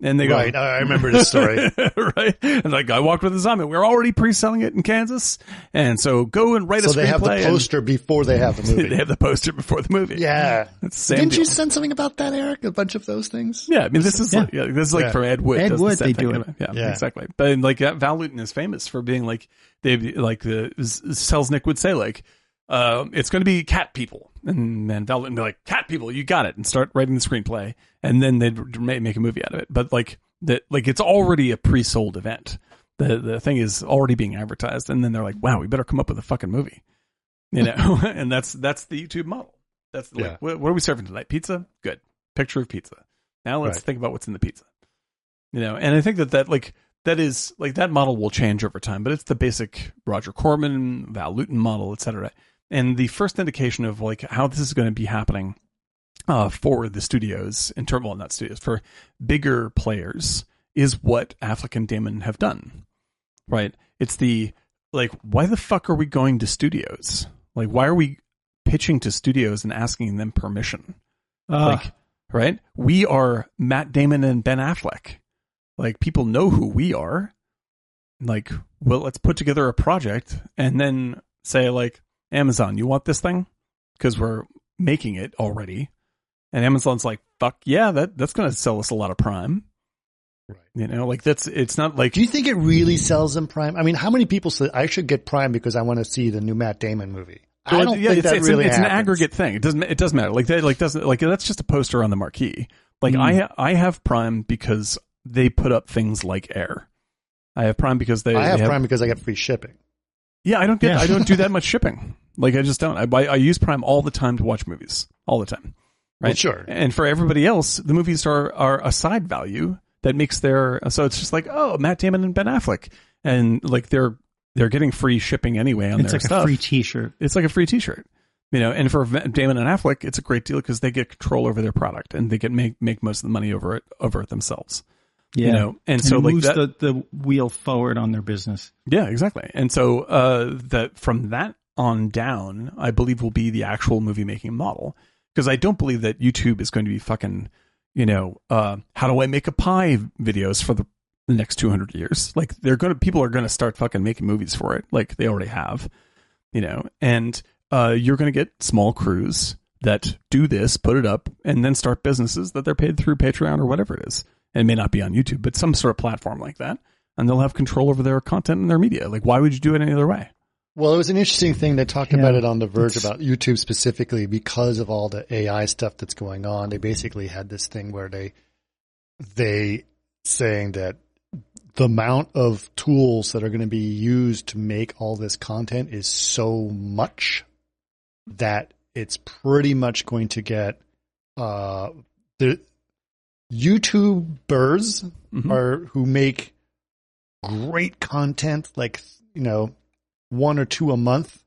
S5: And they go,
S2: Right, uh, I I remember this story.
S5: right? And like, I walked with a zombie. We're already pre-selling it in Kansas, and so go and write
S2: so
S5: a screenplay.
S2: they have the
S5: and-
S2: poster before they have the
S5: they
S2: movie.
S5: have the poster before the movie.
S2: yeah.
S5: It's the same
S2: Didn't
S5: deal.
S2: you send something about that, Eric? A bunch of those things.
S5: Yeah, I mean, this is
S4: Yeah.
S5: like, yeah, this is like
S2: Yeah.
S5: from Ed Wood.
S4: Ed
S5: does the
S4: Wood,
S5: same
S4: they
S5: thing.
S4: do it.
S5: Yeah,
S2: Yeah.
S5: exactly. But like that, Val Luton is famous for being like they like the Selznick would say like, uh, it's going to be cat people, and then Val Luton would be like, cat people, you got it, and start writing the screenplay, and then they'd r- ma- make a movie out of it. But like that, like it's already a pre-sold event. The the thing is already being advertised, and then they're like, wow, we better come up with a fucking movie, you know? and that's that's the YouTube model. That's like,
S2: Yeah.
S5: what, what are we serving tonight? Pizza? Good. Picture of pizza. Now let's
S2: Right.
S5: think about what's in the pizza. You know, and I think that that like that is like that model will change over time, but it's the basic Roger Corman, Val Luton model, et cetera. And the first indication of like how this is going to be happening uh, for the studios in term, well, not studios for bigger players is what Affleck and Damon have done, right? It's the like, why the fuck are we going to studios? Like, why are we pitching to studios and asking them permission?
S4: Uh,
S5: like, right? We are Matt Damon and Ben Affleck. Like, people know who we are. Like, well, let's put together a project and then say, like, Amazon, you want this thing? Because we're making it already. And Amazon's like, fuck yeah, that, that's going to sell us a lot of Prime.
S2: Right.
S5: You know, like, that's, it's not like,
S2: Do you think it really sells them Prime? I mean, how many people say I should get Prime because I want to see the new Matt Damon movie? I don't
S5: yeah,
S2: think
S5: it's,
S2: that
S5: it's,
S2: really
S5: an, it's an
S2: happens.
S5: aggregate thing. It doesn't it doesn't matter. Like that like doesn't like that's just a poster on the marquee. Like
S2: Hmm.
S5: I I have Prime because they put up things like Air. I have Prime because they
S2: I have
S5: they
S2: Prime because I get free shipping.
S5: Yeah, I don't get
S4: Yeah.
S5: I don't do that much shipping. Like I just don't. I buy I use Prime all the time to watch movies. All the time. Right.
S2: Well, sure.
S5: And for everybody else, the movies are are a side value that makes their so it's just like, oh, Matt Damon and Ben Affleck. And like they're they're getting free shipping anyway on
S4: it's
S5: their
S4: like
S5: stuff
S4: a free T-shirt.
S5: it's like a free t-shirt you know and for V- damon and affleck it's a great deal because they get control over their product and they can make make most of the money over it over it themselves
S4: Yeah.
S5: you know and,
S4: and
S5: so
S4: it
S5: like
S4: moves
S5: that,
S4: the, the wheel forward on their business.
S5: yeah exactly and so uh that from that on down i believe will be the actual movie making model because i don't believe that youtube is going to be fucking you know uh how do i make a pie videos for the the next 200 years like they're gonna people are gonna start fucking making movies for it like they already have you know, and uh, you're going to get small crews that do this, put it up, and then start businesses that they're paid through Patreon or whatever it is. And it may not be on YouTube, but some sort of platform like that. And they'll have control over their content and their media. Like, why would you do it any other way?
S2: Well, it was an interesting thing they talked about
S4: Yeah.
S2: it on The Verge about YouTube specifically because of all the AI stuff that's going on. They basically had this thing where they they saying that the amount of tools that are going to be used to make all this content is so much that it's pretty much going to get uh the YouTubers
S5: Mhm.
S2: are who make great content like you know one or two a month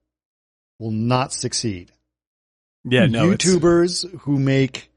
S2: will not succeed.
S5: Yeah, no, it's-
S2: YouTubers who make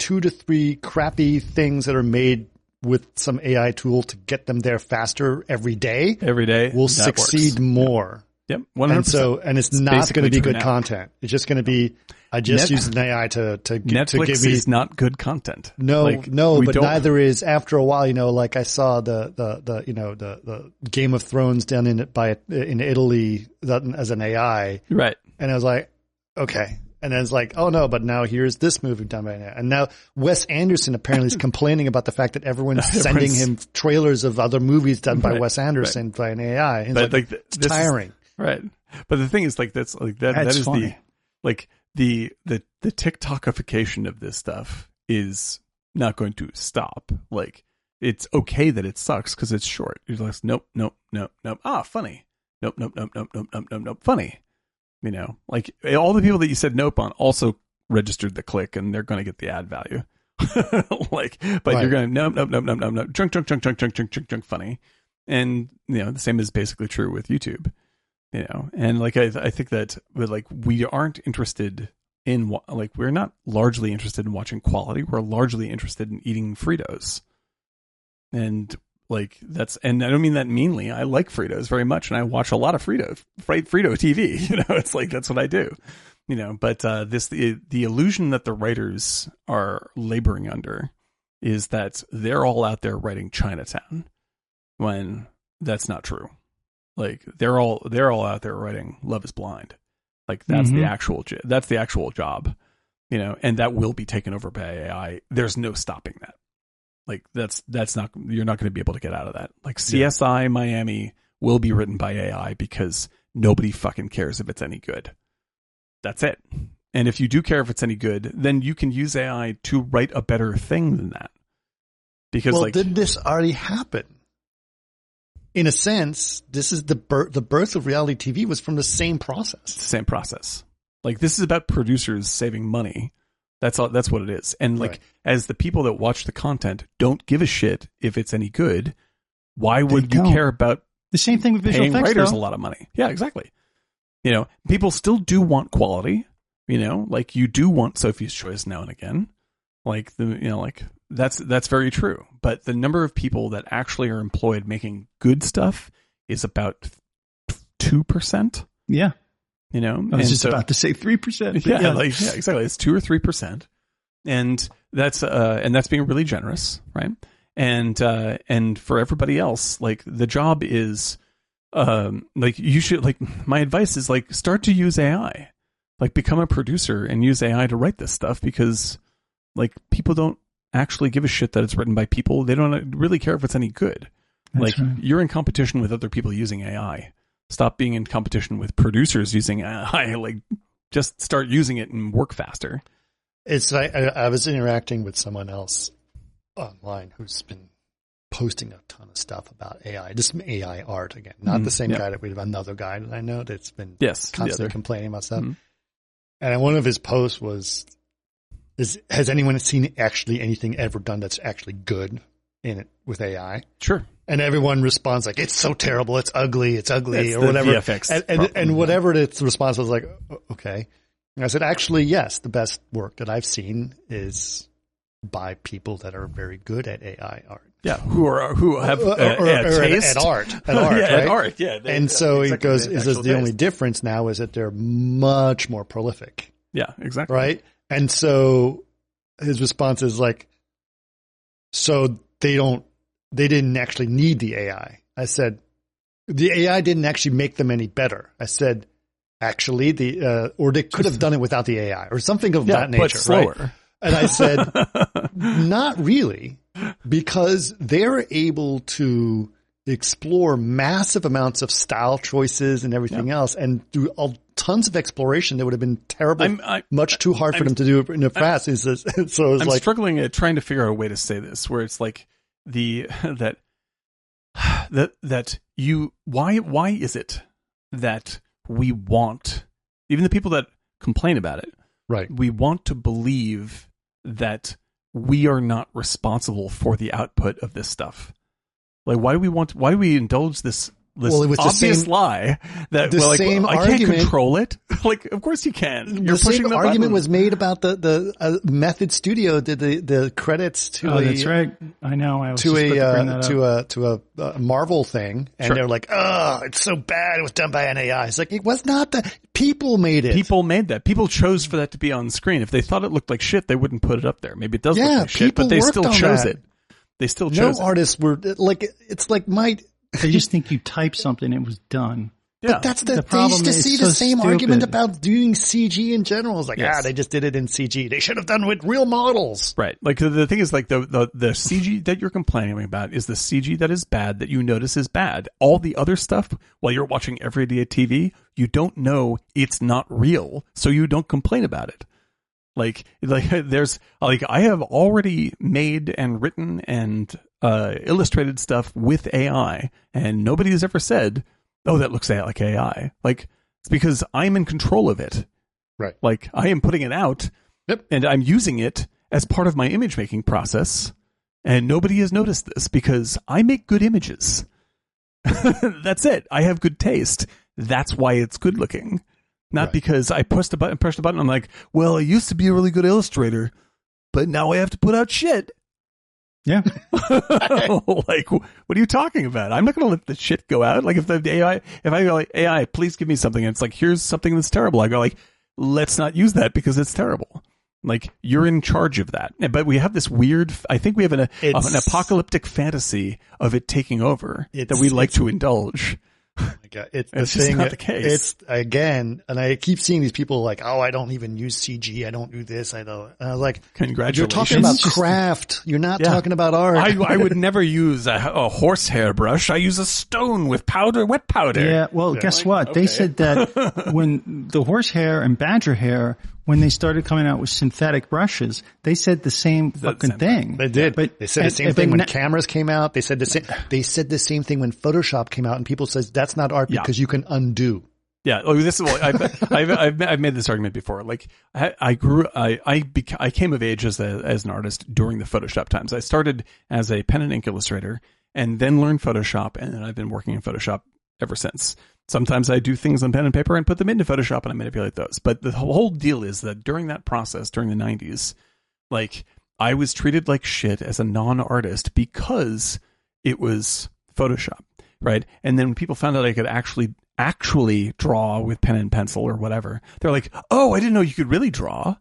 S2: two to three crappy things that are made with some AI tool to get them there faster every day
S5: every day
S2: will
S5: that
S2: succeed
S5: works.
S2: more.
S5: Yep, one
S2: And
S5: hundred percent.
S2: so, and it's not going
S5: basically
S2: to be
S5: true
S2: good
S5: now.
S2: content. It's just going to be, I just
S5: Net-
S2: used an AI to, to, g- to
S5: Netflix
S2: give me
S5: is not good content.
S2: no,
S5: Like,
S2: no,
S5: we
S2: but
S5: don't-
S2: neither is after a while. You know, like I saw the the the you know the the Game of Thrones done in by in Italy that, as an AI,
S5: right.
S2: and I was like, okay. And then it's like, oh no, but now here's this movie done by an AI. And now Wes Anderson apparently is complaining about the fact that everyone's sending him trailers of other movies done by
S5: Right,
S2: Wes Anderson by an AI. And it's
S5: But
S2: like,
S5: like, th-
S2: it's
S5: this is-
S2: tiring.
S5: Right. But the thing is like that's like that
S4: That's
S5: that is the
S4: funny.
S5: like the the the TikTokification of this stuff is not going to stop. Like it's okay that it sucks because it's short. You're like, nope, nope, nope, nope. Ah, funny. Nope, nope, nope, nope, nope, nope, nope, nope. Funny. You know, like eh, all the people that you said nope on also registered the click and they're going to get the ad value. like, but
S2: Right.
S5: you're going to nope, nope, nope, nope, nope, nope. Junk, junk, junk, junk, junk, junk, junk, junk. Funny. And you know, the same is basically true with YouTube you know and like i i think that but like we aren't interested in wa- like we're not largely interested in watching quality we're largely interested in eating fritos and like that's and i don't mean that meanly i like fritos very much and i watch a lot of frito Fri- frito tv you know it's like that's what i do you know but uh this the, the illusion that the writers are laboring under is that they're all out there writing chinatown when that's not true like they're all they're all out there writing love is blind like that's the
S4: Mhm.
S5: actual jo- that's the actual job you know and that will be taken over by ai there's no stopping that like that's that's not you're not going to be able to get out of that like csi miami will be written by ai because nobody fucking cares if it's any good that's it and if you do care if it's any good then you can use ai to write a better thing than that because
S2: Well,
S5: like
S2: did this already happen? In a sense, this is the birth, the birth of reality TV was from the same process.
S5: it's the same process. Like this is about producers saving money. That's all. That's what it is. And like
S2: Right.
S5: as the people that watch the content don't give a shit if it's any good, why would you
S4: don't.
S5: care about
S4: The same thing with visual
S5: paying
S4: effects.
S5: writers
S4: though.
S5: a lot of money? Yeah, exactly. You know, people still do want quality. You know, like you do want Sophie's Choice now and again. Like the you know like that's that's very true. But the number of people that actually are employed making good stuff is about two percent.
S4: Yeah,
S5: You know,
S4: I was
S5: And
S4: Oh, just
S5: so-
S4: about to say three percent.
S5: yeah, like yeah, exactly. It's two or three percent, and that's uh, and that's being really generous, right? And uh, and for everybody else, like the job is, um, like you should like my advice is like start to use AI, like become a producer and use AI to write this stuff because, like people don't actually give a shit that it's written by people. They don't really care if it's any good. like you're in competition with other people using AI. Stop being in competition with producers using AI. Like just start using it and work faster.
S2: It's I, I I was interacting with someone else online who's been posting a ton of stuff about AI, just some AI art again, not
S5: Mhm,
S2: the same
S5: yeah.
S2: guy that we have another guy that I know that's been
S5: Yes,
S2: constantly complaining about stuff.
S5: Mhm.
S2: And one of his posts was, is, has anyone seen actually anything ever done that's actually good in it with AI?
S5: sure.
S2: and everyone responds like it's so terrible, it's ugly, it's ugly,
S5: It's
S2: or
S5: the
S2: whatever.
S5: VFX
S2: and, and,
S5: problem,
S2: and
S5: yeah.
S2: whatever its response was like, "O- okay. And I said, actually, yes, the best work that I've seen is by people that are very good at AI art
S5: Yeah, who are who have
S2: Or-
S5: uh,
S2: or- or
S5: uh,
S2: at-
S5: taste
S2: at art, at art,
S5: yeah,
S2: right?
S5: at art, yeah. They-
S2: and
S5: yeah,
S2: so it
S5: exactly,
S2: goes.
S5: they
S2: Is
S5: have
S2: this
S5: actual
S2: the only
S5: taste.
S2: difference now? Is that they're much more prolific,
S5: Yeah, exactly.
S2: right? And so his response is like, so they don't, they didn't actually need the AI. I said, the AI didn't actually make them any better. I said, actually, the uh, or they could have done it without the AI or something of
S5: Yeah,
S2: that nature,
S5: but slower.
S2: right? And I said, not really, because they're able to explore massive amounts of style choices and everything else, and do all, tons of exploration that would have been terrible,
S5: I'm- I-
S2: much too hard for them to do in a fast. Is this, so it's
S5: I'm
S2: like
S5: struggling at trying to figure out a way to say this where it's like the that that that you why why is it that we want even the people that complain about it
S2: right,
S5: we want to believe that we are not responsible for the output of this stuff. Like, why do we want? Why do we indulge this this
S2: Well, it was the
S5: obvious
S2: same-
S5: lie that
S2: the
S5: well, like,
S2: same
S5: well, I can't
S2: argument-
S5: control it. like, of course you can. You're
S2: the same
S5: pushing the
S2: argument
S5: button.
S2: was made about the the uh, Method Studio did the the credits to
S4: Oh,
S2: a
S4: that's right. I know. I was
S2: to
S4: just about
S2: a
S4: to bring
S2: uh,
S4: that up.
S2: to a to a uh, Marvel thing, and they're like, "Oh, it's so bad. It was done by an AI." It's like it was not the people made it.
S5: People made that. People chose for that to be on screen. If they thought it looked like shit, they wouldn't put it up there. Maybe it does
S2: Yeah,
S5: look like shit,
S2: people
S5: but they
S2: worked
S5: still
S2: on
S5: chose
S2: that.
S5: it. They still
S2: no
S5: chose it.
S2: artists were like it's like my.
S4: They just think you type something, it was done.
S5: Yeah.
S2: That's the,
S4: Uh, The
S2: they used
S4: problem
S2: to
S4: is
S2: see
S4: so
S2: the same argument
S4: stupid.
S2: about doing CG in general. It's like
S5: Yes.
S2: ah, they just did it in CG. They should have done with real models.
S5: Right. Like the, the thing is like the, the the CG that you're complaining about is the CG that is bad that you notice is bad. All the other stuff while you're watching everyday TV, you don't know it's not real, so you don't complain about it. Like like there's like I have already made and written and uh illustrated stuff with AI and nobody has ever said, "Oh, that looks like AI." Like it's because I'm in control of it.
S6: Right.
S5: Like I am putting it out and I'm using it as part of my image making process. And nobody has noticed this because I make good images. That's it. I have good taste. That's why it's good looking. Not
S6: Right.
S5: because I pushed a button, pushed a button. I'm like, well, I used to be a really good illustrator, but now I have to put out shit.
S4: Yeah.
S5: like, what are you talking about? I'm not going to let the shit go out. Like, if the AI, if I go like AI, please give me something, and it's like, here's something that's terrible. I go like, let's not use that because it's terrible. Like, you're in charge of that. But we have this weird. I think we have an, a,
S2: It's-
S5: an apocalyptic fantasy of it taking over that
S2: It's-
S5: we like to indulge.
S6: Like, uh,
S2: It's the
S5: It's just
S2: thing.
S5: not the case.
S2: It's again, and I keep seeing these people like, "Oh, I don't even use CG. I don't do this. I don't." And I was like, "You're
S5: Congratulations.
S2: talking about craft. You're not
S5: Yeah.
S2: talking about art."
S5: I, I would never use a, a horsehair brush. I use a stone with powder, wet powder.
S4: Yeah. Well, guess what? They said that when the horse hair and badger hair, when they started coming out with synthetic brushes, they said the same fucking
S5: same
S4: thing.
S2: They did.
S4: But
S2: they said the
S4: and-
S2: same
S4: and
S2: thing
S4: but
S2: when
S4: na-
S2: cameras came out. They said the same. They said the same thing when Photoshop came out, and people says that's not art
S5: Yeah.
S2: because you can undo.
S5: Yeah, like this is what I've, I've I've I've made this argument before. Like I, I grew I I, bec- I came of age as a, as an artist during the Photoshop times. I started as a pen and ink illustrator, and then learned Photoshop, and then I've been working in Photoshop ever since. Sometimes I do things on pen and paper and put them into Photoshop and I manipulate those. But the whole deal is that during that process, during the '90s, like I was treated like shit as a non-artist because it was Photoshop, right? And then when people found out I could actually actually draw with pen and pencil or whatever, they're like, "Oh, I didn't know you could really draw."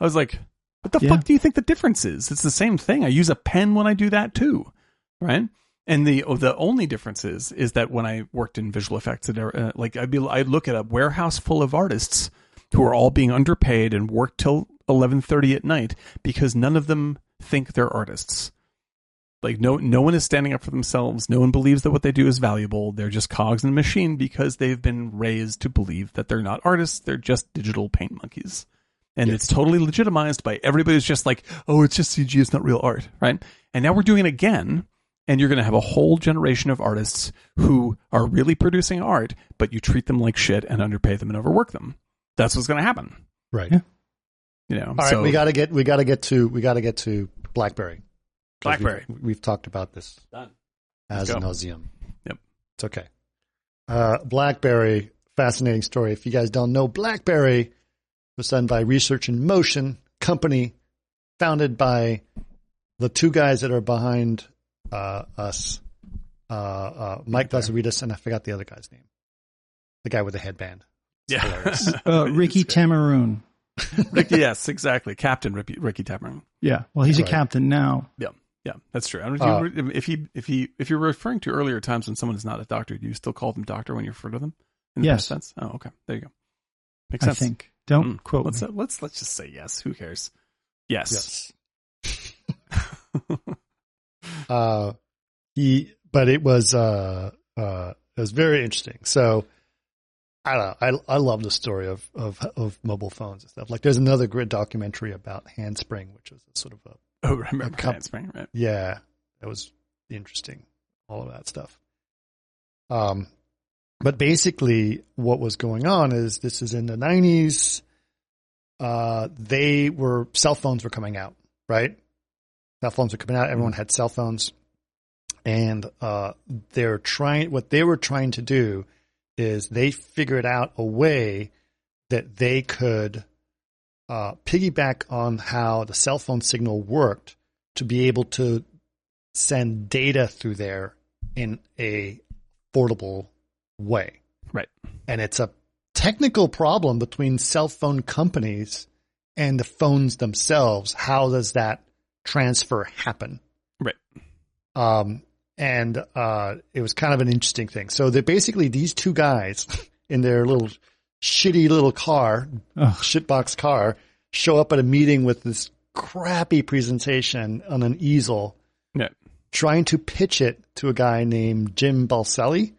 S5: I was like, "What the
S4: Yeah.
S5: fuck do you think the difference is? It's the same thing. I use a pen when I do that too, right?" And the oh, the only difference is is that when I worked in visual effects, and uh, like I'd be I'd look at a warehouse full of artists who are all being underpaid and work till eleven thirty at night because none of them think they're artists. Like no no one is standing up for themselves. No one believes that what they do is valuable. They're just cogs in a machine because they've been raised to believe that they're not artists. They're just digital paint monkeys. And it's totally legitimized by everybody who's just like, oh, it's just CG, it's not real art, right? And now we're doing it again, and you're going to have a whole generation of artists who are really producing art, but you treat them like shit and underpay them and overwork them. That's what's going to happen,
S6: Right.
S5: you know.
S2: All right,
S5: so,
S2: we gotta get. We gotta get to. We gotta get to BlackBerry. 'Cause
S5: BlackBerry.
S2: We've, we've talked about this
S5: Done.
S2: as
S5: go.
S2: nauseum.
S5: Yep.
S2: It's okay. Uh, BlackBerry, fascinating story. If you guys don't know, BlackBerry was done by Research in Motion company, founded by the two guys that are behind uh, us, uh, uh, Mike Lazaridis, and I forgot the other guy's name, the guy with the headband.
S5: yeah,
S4: uh, Ricky Tamaroon.
S5: Ricky, yes, exactly. Captain Ricky, Ricky Tamarin.
S4: Yeah. Well, he's
S2: Right.
S4: a captain now.
S5: Yeah, yeah, that's true. I don't know
S2: Uh,
S5: if, you, if he if he if you're referring to earlier times when someone is not a doctor, do you still call them doctor when you refer to them? In the
S4: Yes.
S5: past tense? Oh, okay. There you go. Makes
S4: I
S5: sense.
S4: think. Don't
S5: Mm.
S4: quote
S5: Let's
S4: me.
S5: let's let's just say yes. Who cares? Yes.
S2: Yes. uh, he, but it was uh, uh, it was very interesting. So I don't know. I I love the story of of of mobile phones and stuff. Like there's another grid documentary about Handspring, which was sort of a
S5: Oh, remember
S2: cup-
S5: Hand Spring, right?
S2: yeah, that was interesting. All of that stuff. Um, but basically, what was going on is this is in the nineties. Uh, they were cell phones were coming out, right? Cell phones were coming out. Everyone had cell phones, and uh, they're trying. What they were trying to do is they figured out a way that they could uh, piggyback on how the cell phone signal worked to be able to send data through there in a affordable way.
S5: Right.
S2: And it's a technical problem between cell phone companies and the phones themselves. How does that transfer happen?
S5: Right.
S2: Um, and uh, it was kind of an interesting thing. So they basically these two guys in their little shitty little car, shitbox car, show up at a meeting with this crappy presentation on an easel,
S5: Yeah.
S2: trying to pitch it to a guy named Jim Balselli.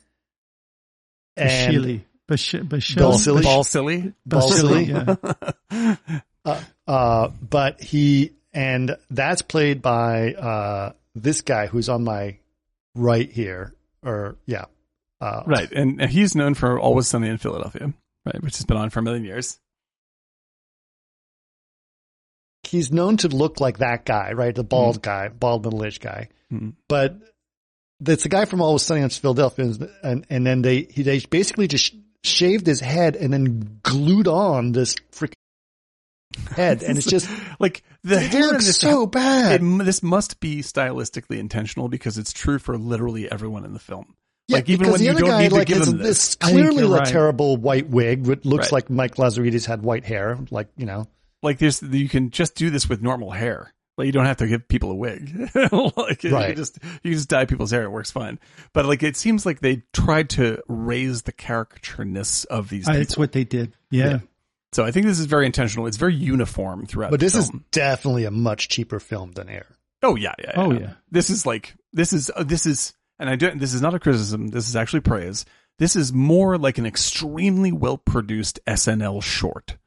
S4: Bashili. Bash- Bashili.
S2: Balsillie.
S5: Ball silly.
S2: Balsillie.
S4: yeah.
S2: Uh, but he and that's played by uh, this guy who's on my right here, or yeah, uh,
S5: Right. And he's known for Always Sunny in Philadelphia, right? Which has been on for a million years.
S2: he's known to look like that guy, right? The
S5: Mm-hmm.
S2: bald guy, bald middle aged guy.
S5: Mhm.
S2: But that's the guy from Always Sunny in Philadelphia, and- and and then they he, they basically just shaved his head and then glued on this freaking head, and it's just
S5: Like the
S2: it
S5: hair in
S2: looks
S5: this
S2: so bad.
S5: it, this must be stylistically intentional because it's true for literally everyone in the film.
S2: Yeah,
S5: like even
S2: because
S5: when
S2: the
S5: you
S2: other
S5: don't
S2: guy,
S5: need to
S2: like,
S5: give
S2: has
S5: them this,
S2: this
S4: I think
S2: clearly
S4: you're
S2: a
S4: right.
S2: terrible white wig, which looks
S5: Right.
S2: like Mike Lazaridis had white hair. Like you know,
S5: like there's you can just do this with normal hair. Like you don't have to give people a wig. like you
S2: Right.
S5: can just you can just dye people's hair. It works fine. But like it seems like they tried to raise the caricatureness of these.
S4: Uh,
S5: people.
S4: It's what they did. Yeah.
S5: So I think this is very intentional. It's very uniform throughout.
S2: but
S5: the
S2: this is
S5: film.
S2: definitely a much cheaper film than Air.
S5: oh yeah, yeah,
S4: Oh, yeah.
S5: This is like this is uh, this is and I don't. This is not a criticism. This is actually praise. This is more like an extremely well produced SNL short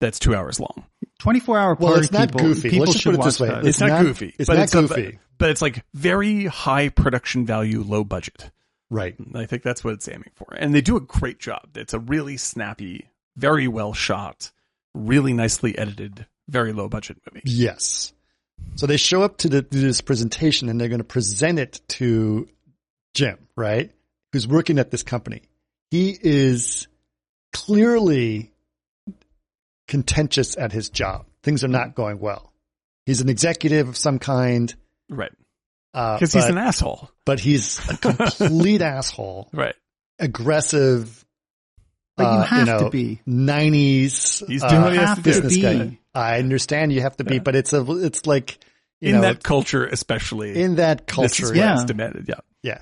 S5: that's two hours long.
S4: 24 hour party
S2: Well, it's not
S4: people,
S2: goofy.
S4: people
S2: Let's just
S4: should
S2: put it
S4: watch
S2: this way:
S4: that.
S5: It's not goofy,
S2: It's
S5: but
S2: not
S5: it's not
S2: goofy,
S5: But it's like very high production value, low budget.
S2: right?
S5: And I think that's what it's aiming for. And they do a great job. It's a really snappy, very well shot, really nicely edited, very low budget movie.
S2: Yes. So they show up to the, do this presentation, and they're going to present it to Jim, right? Who's working at this company. He is clearly contentious at his job. Things are not going well. He's an executive of some kind.
S5: Right.
S2: Uh,
S5: Because
S2: but,
S5: he's an asshole.
S2: but he's a complete asshole,
S5: Right.
S2: aggressive.
S4: But you
S2: uh,
S4: have to
S2: know,
S4: be.
S2: 90s.
S5: He's
S2: uh,
S5: doing what he
S4: has to do.
S2: business
S4: Have to
S2: guy.
S4: be.
S2: I understand you have to be, but it's a, it's like, you
S5: in
S2: know,
S5: that culture, especially.
S2: in that
S5: this is
S2: culture.
S5: what
S4: yeah.
S5: it's demanded. Yeah.
S2: Yeah.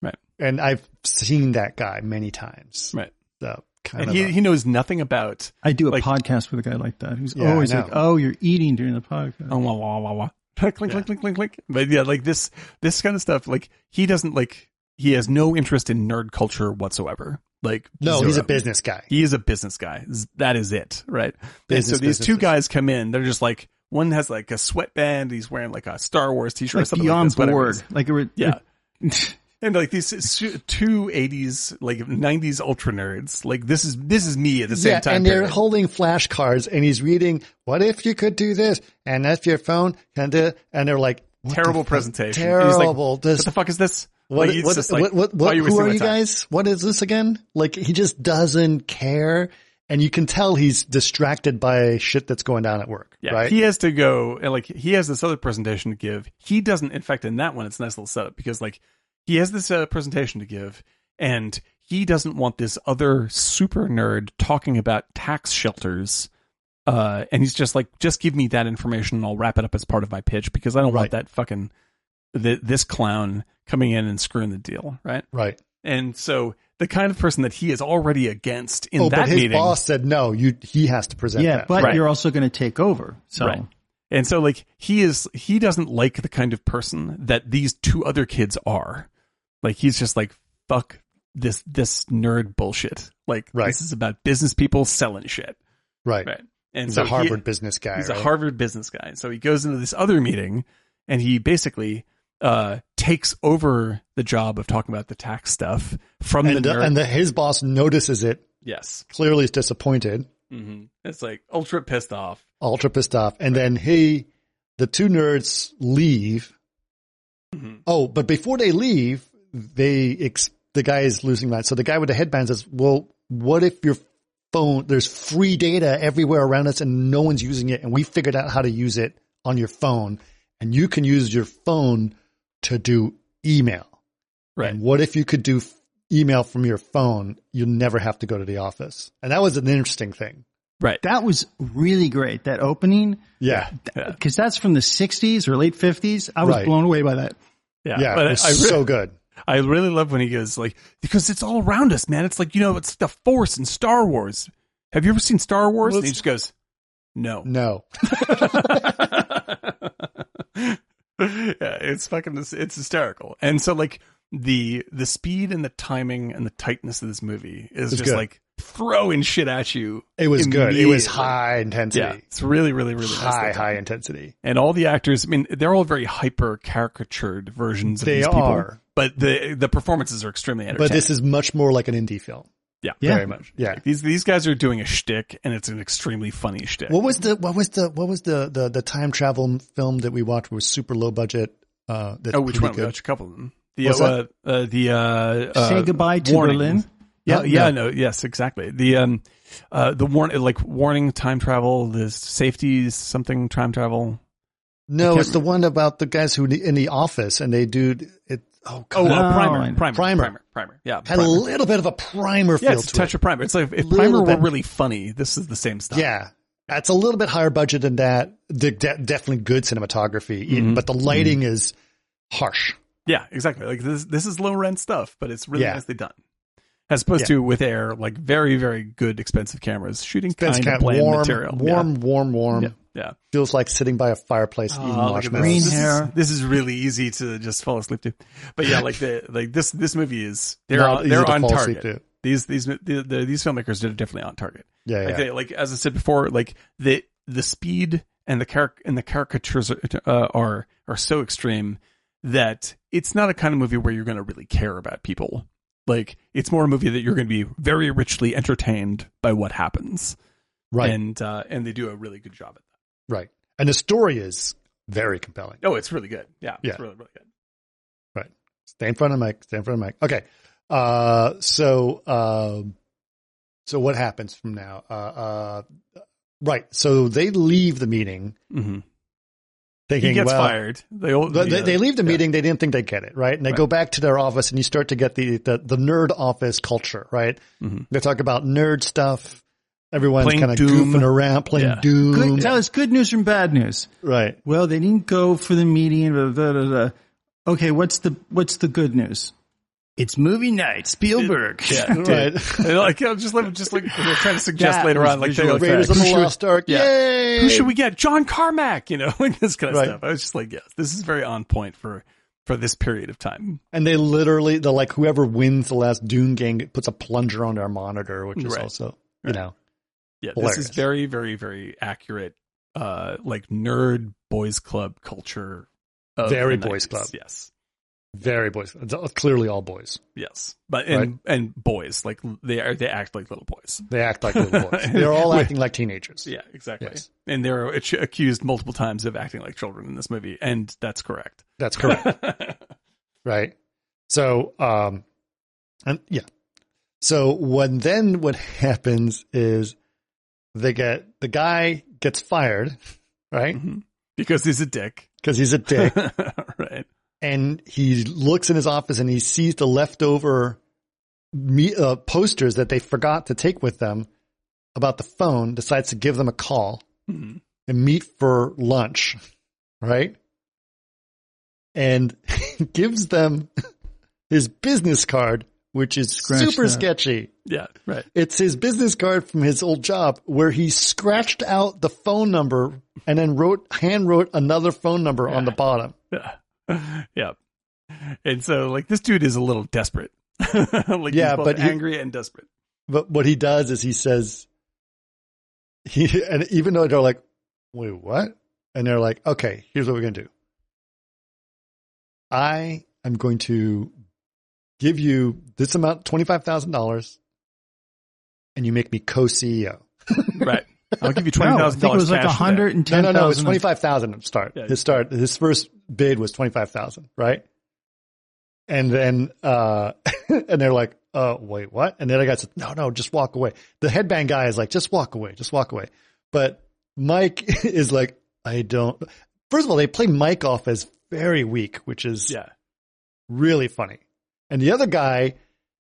S5: Right.
S2: And I've seen that guy many times.
S5: Right.
S2: So kind
S5: And
S2: of,
S5: he,
S2: a-
S5: he knows nothing about.
S4: I do a
S5: Like-
S4: podcast with a guy like that who's
S2: Yeah, I
S4: always
S2: know.
S4: like, "Oh, you're eating during the podcast."
S5: Oh, wah, wah, wah, wah. Click, click, click, click, click, click. But yeah, like this, this kind of stuff, like he doesn't like, he has no interest in nerd culture whatsoever. Like,
S2: no, he's a
S5: zero.
S2: business guy.
S5: he is a business guy. Z- That is it, right? and
S2: Business,
S5: so these
S2: business,
S5: two
S2: business.
S5: guys come in. They're just like one has like a sweatband. He's wearing like a Star Wars T-shirt. or
S4: Like
S5: something like
S4: beyond
S5: this, whatever it
S4: board,
S5: is.
S4: like it would-
S5: Yeah. And like these su- two eighties, like nineties ultra nerds, like this is this is me at the same
S2: yeah,
S5: time.
S2: and they're
S5: period.
S2: holding flashcards, and he's reading, "What if you could do this?" And if your phone can do, and they're like, what
S5: terrible
S2: the fuck?
S5: presentation. And he's like,
S2: terrible."
S5: what
S2: this,
S5: the fuck is this?
S2: what,
S5: Like, it's
S2: what,
S5: just
S2: what,
S5: like,
S2: what,
S5: why
S2: what,
S5: you
S2: who
S5: wasting
S2: are
S5: my
S2: you
S5: time?
S2: guys? What is this again? Like, he just doesn't care, and you can tell he's distracted by shit that's going down at work,
S5: Yeah,
S2: right?
S5: he has to go and like he has this other presentation to give. He doesn't. In fact, in that one, it's a nice little setup because like he has this uh, presentation to give, and he doesn't want this other super nerd talking about tax shelters. Uh, and he's just like, just give me that information, and I'll wrap it up as part of my pitch because I don't
S2: Right.
S5: want that fucking th- this clown coming in and screwing the deal, right?
S2: right.
S5: And so the kind of person that he is already against in
S2: oh,
S5: that
S2: but his
S5: meeting,
S2: boss said no. You, he has to present.
S4: yeah,
S2: that.
S4: but
S5: Right.
S4: you're also going to take over. So
S5: Right. And so like he is he doesn't like the kind of person that these two other kids are. Like he's just like fuck this this nerd bullshit. Like
S2: Right.
S5: this is about business people selling shit.
S2: right.
S5: Right. And
S2: He's
S5: so
S2: a
S5: he-
S2: Harvard business guy.
S5: he's
S2: right?
S5: a Harvard business guy. So he goes into this other meeting and he basically uh takes over the job of talking about the tax stuff from
S2: and
S5: the
S2: the,
S5: nerd.
S2: and the, his boss notices it.
S5: yes.
S2: Clearly, is disappointed,
S5: hmm It's like ultra pissed off.
S2: ultra pissed off, and then he, the two nerds leave,
S5: Mm-hmm.
S2: Oh, but before they leave, they ex- the guy is losing that. So the guy with the headband says, "Well, what if your phone? There's free data everywhere around us, and no one's using it, and we figured out how to use it on your phone, and you can use your phone to do email.
S5: Right.
S2: And what if you could do f- email from your phone? You'll never have to go to the office. And that was an interesting thing.
S5: Right.
S4: That was really great. That opening,
S2: Yeah,
S4: because that's from the 60s or late 50s. I was
S2: Right.
S4: blown away by that.
S5: yeah.
S2: yeah,
S5: But
S2: it was
S5: I, re-
S2: so good.
S5: I really love when he goes like because it's all around us, man. It's like you know, it's the Force in Star Wars. Have you ever seen Star Wars? and he just goes, no.
S2: No,
S5: yeah, it's fucking it's hysterical. And so like the the speed and the timing and the tightness of this movie is
S2: It's
S5: just
S2: good.
S5: like throwing shit at you.
S2: it was good. It was
S5: immediately.
S2: high intensity,
S5: Yeah, it's really really really
S2: high
S5: nice.
S2: high intensity.
S5: And all the actors, I mean, they're all very hyper caricatured versions of
S2: They
S5: these people,
S2: are.
S5: but the the performances are extremely entertaining.
S2: But this is much more like an indie film.
S5: yeah,
S4: Yeah.
S2: Very much. Yeah.
S5: These these guys are doing a shtick, and it's an extremely funny shtick.
S2: What was the what was the what was the the, the time travel film that we watched was super low budget? Uh, that's
S5: oh, which
S2: pretty
S5: one?
S2: good?
S5: Which couple of them? The
S2: What's
S5: uh, uh, the uh, uh,
S4: Say goodbye to
S5: warning.
S4: Berlin.
S5: Yeah,
S2: Huh?
S5: yeah, no, yes, exactly. The um, uh, the warn like warning time travel, the safety something time travel.
S2: No, it's the one about the guys who in the office and they do it. Oh,
S5: Oh,
S2: God.
S5: uh,
S4: No.
S5: primer, primer,
S2: Primer.
S5: primer, primer. Yeah,
S2: had a
S5: primer.
S2: little bit of a primer
S5: yeah,
S2: feel
S5: it's a
S2: to
S5: touch
S2: it.
S5: of primer. It's like if
S2: Little
S5: primer were
S2: bit.
S5: really funny, this is the same stuff.
S2: Yeah, that's a little bit higher budget than that. The de- definitely good cinematography,
S5: Mm-hmm.
S2: but the lighting is harsh.
S5: yeah, exactly. Like this, this is low rent stuff, but it's really
S2: Yeah.
S5: nicely done. As opposed
S2: Yeah.
S5: to with air, like very, very good expensive cameras shooting
S2: That's
S5: kind of
S2: kind
S5: bland
S2: warm,
S5: material.
S2: warm, warm, warm.
S5: Yeah. yeah. yeah.
S2: Feels like sitting by a fireplace eating
S5: Oh, look at this.
S2: marshmallows.
S4: Green hair.
S5: This is, this is really easy to just fall asleep to. But yeah, like the like this this movie is they're
S2: Not
S5: on,
S2: easy
S5: they're
S2: to
S5: on
S2: fall asleep
S5: target.
S2: to.
S5: These these the, the, these filmmakers are definitely on target.
S2: Yeah, yeah.
S5: Like, they, like as I said before, like the the speed and the caric- and the caricatures are, uh, are are so extreme that it's not a kind of movie where you're going to really care about people. Like it's more a movie that you're going to be very richly entertained by what happens,
S2: right,
S5: and uh, and they do a really good job at that.
S2: right. And the story is very compelling.
S5: Oh, it's really good. Yeah,
S2: Yeah.
S5: it's really really good.
S2: Stay in front of the mic. Stay in front of the mic. Okay. Uh, so, um, so what happens from now? Uh, uh, right. So they leave the meeting
S5: Mm-hmm.
S2: thinking,
S5: he gets
S2: well,
S5: fired. They, all,
S2: But they,
S5: yeah.
S2: they leave the
S5: Yeah.
S2: meeting. They didn't think they'd get it right, and they go back to their office, and you start to get the the, the nerd office culture. Right?
S5: Mhm.
S2: They talk about nerd stuff. Everyone's
S5: Playing
S2: kind of
S5: Doom.
S2: goofing around, playing
S5: Yeah.
S2: Doom.
S4: Good, that was good news from bad news.
S2: Right?
S4: Well, they didn't go for the meeting. Blah, blah, blah, blah. Okay, what's the what's the good news? It's movie night. Spielberg.
S5: Yeah,
S2: Right.
S5: They're like you know, just like just like they're trying to suggest
S4: That
S5: later
S4: was
S5: on, like they're
S4: visual
S5: like,
S2: Raiders of
S5: who,
S2: the
S5: should,
S2: Lost Ark.
S5: yeah.
S2: Yay!
S5: who should we get? John Carmack, you know, like this kind of
S2: Right.
S5: stuff. I was just like, yes, this is very on point for for this period of time.
S2: And they literally, the like whoever wins the last Doom game puts a plunger on their monitor, which is
S5: Right.
S2: also you
S5: Right.
S2: know
S5: Yeah, this
S2: Hilarious.
S5: is very, very, very accurate. Uh, like nerd boys club culture. Of
S2: Very
S5: the
S2: boys
S5: 90s.
S2: club.
S5: Yes,
S2: very boys. It's all- clearly all boys.
S5: yes, but and and boys like they are they act like little boys.
S2: They act like little boys. They're all
S5: Wait.
S2: acting like teenagers.
S5: Yeah, exactly.
S2: Yes.
S5: And they're ac- accused multiple times of acting like children in this movie, and that's correct.
S2: That's correct. right? So, um, and yeah. So when then what happens is they get the guy gets fired, right?
S5: because he's a dick.
S2: Because he's a dick,
S5: right.
S2: and he looks in his office and he sees the leftover me- uh, posters that they forgot to take with them about the phone. Decides to give them a call
S5: Mhm.
S2: and meet for lunch, right? And gives them his business card, which is super
S4: that.
S2: sketchy.
S5: Yeah, right.
S2: It's his business card from his old job where he scratched out the phone number and then wrote hand wrote another phone number on the bottom.
S5: Yeah. And so, like, this dude is a little desperate. like,
S2: Yeah,
S5: he's both
S2: but he-
S5: angry and desperate.
S2: But what he does is he says he and even though they're like, wait, what? And they're like, okay, here's what we're gonna do. I am going to give you this E amount, twenty five thousand dollars, and you make me co CEO.
S5: Right. I'll give you
S4: No,
S5: twenty
S4: I
S5: thousand
S4: think it
S5: dollars
S4: was like
S5: cash.
S4: a
S5: for that.
S4: hundred and
S2: No,
S4: ten
S2: no,
S4: thousand.
S2: no. It's twenty five thousand at the start.
S5: Yeah.
S2: His start. His first bid was twenty five thousand, right? And then, uh, and they're like, "Uh, wait, what?" And the other guy said, "No, no, just walk away." The headband guy is like, "Just walk away, just walk away." But Mike is like, "I don't." First of all, they play Mike off as very weak, which is
S5: Yeah.
S2: really funny. And the other guy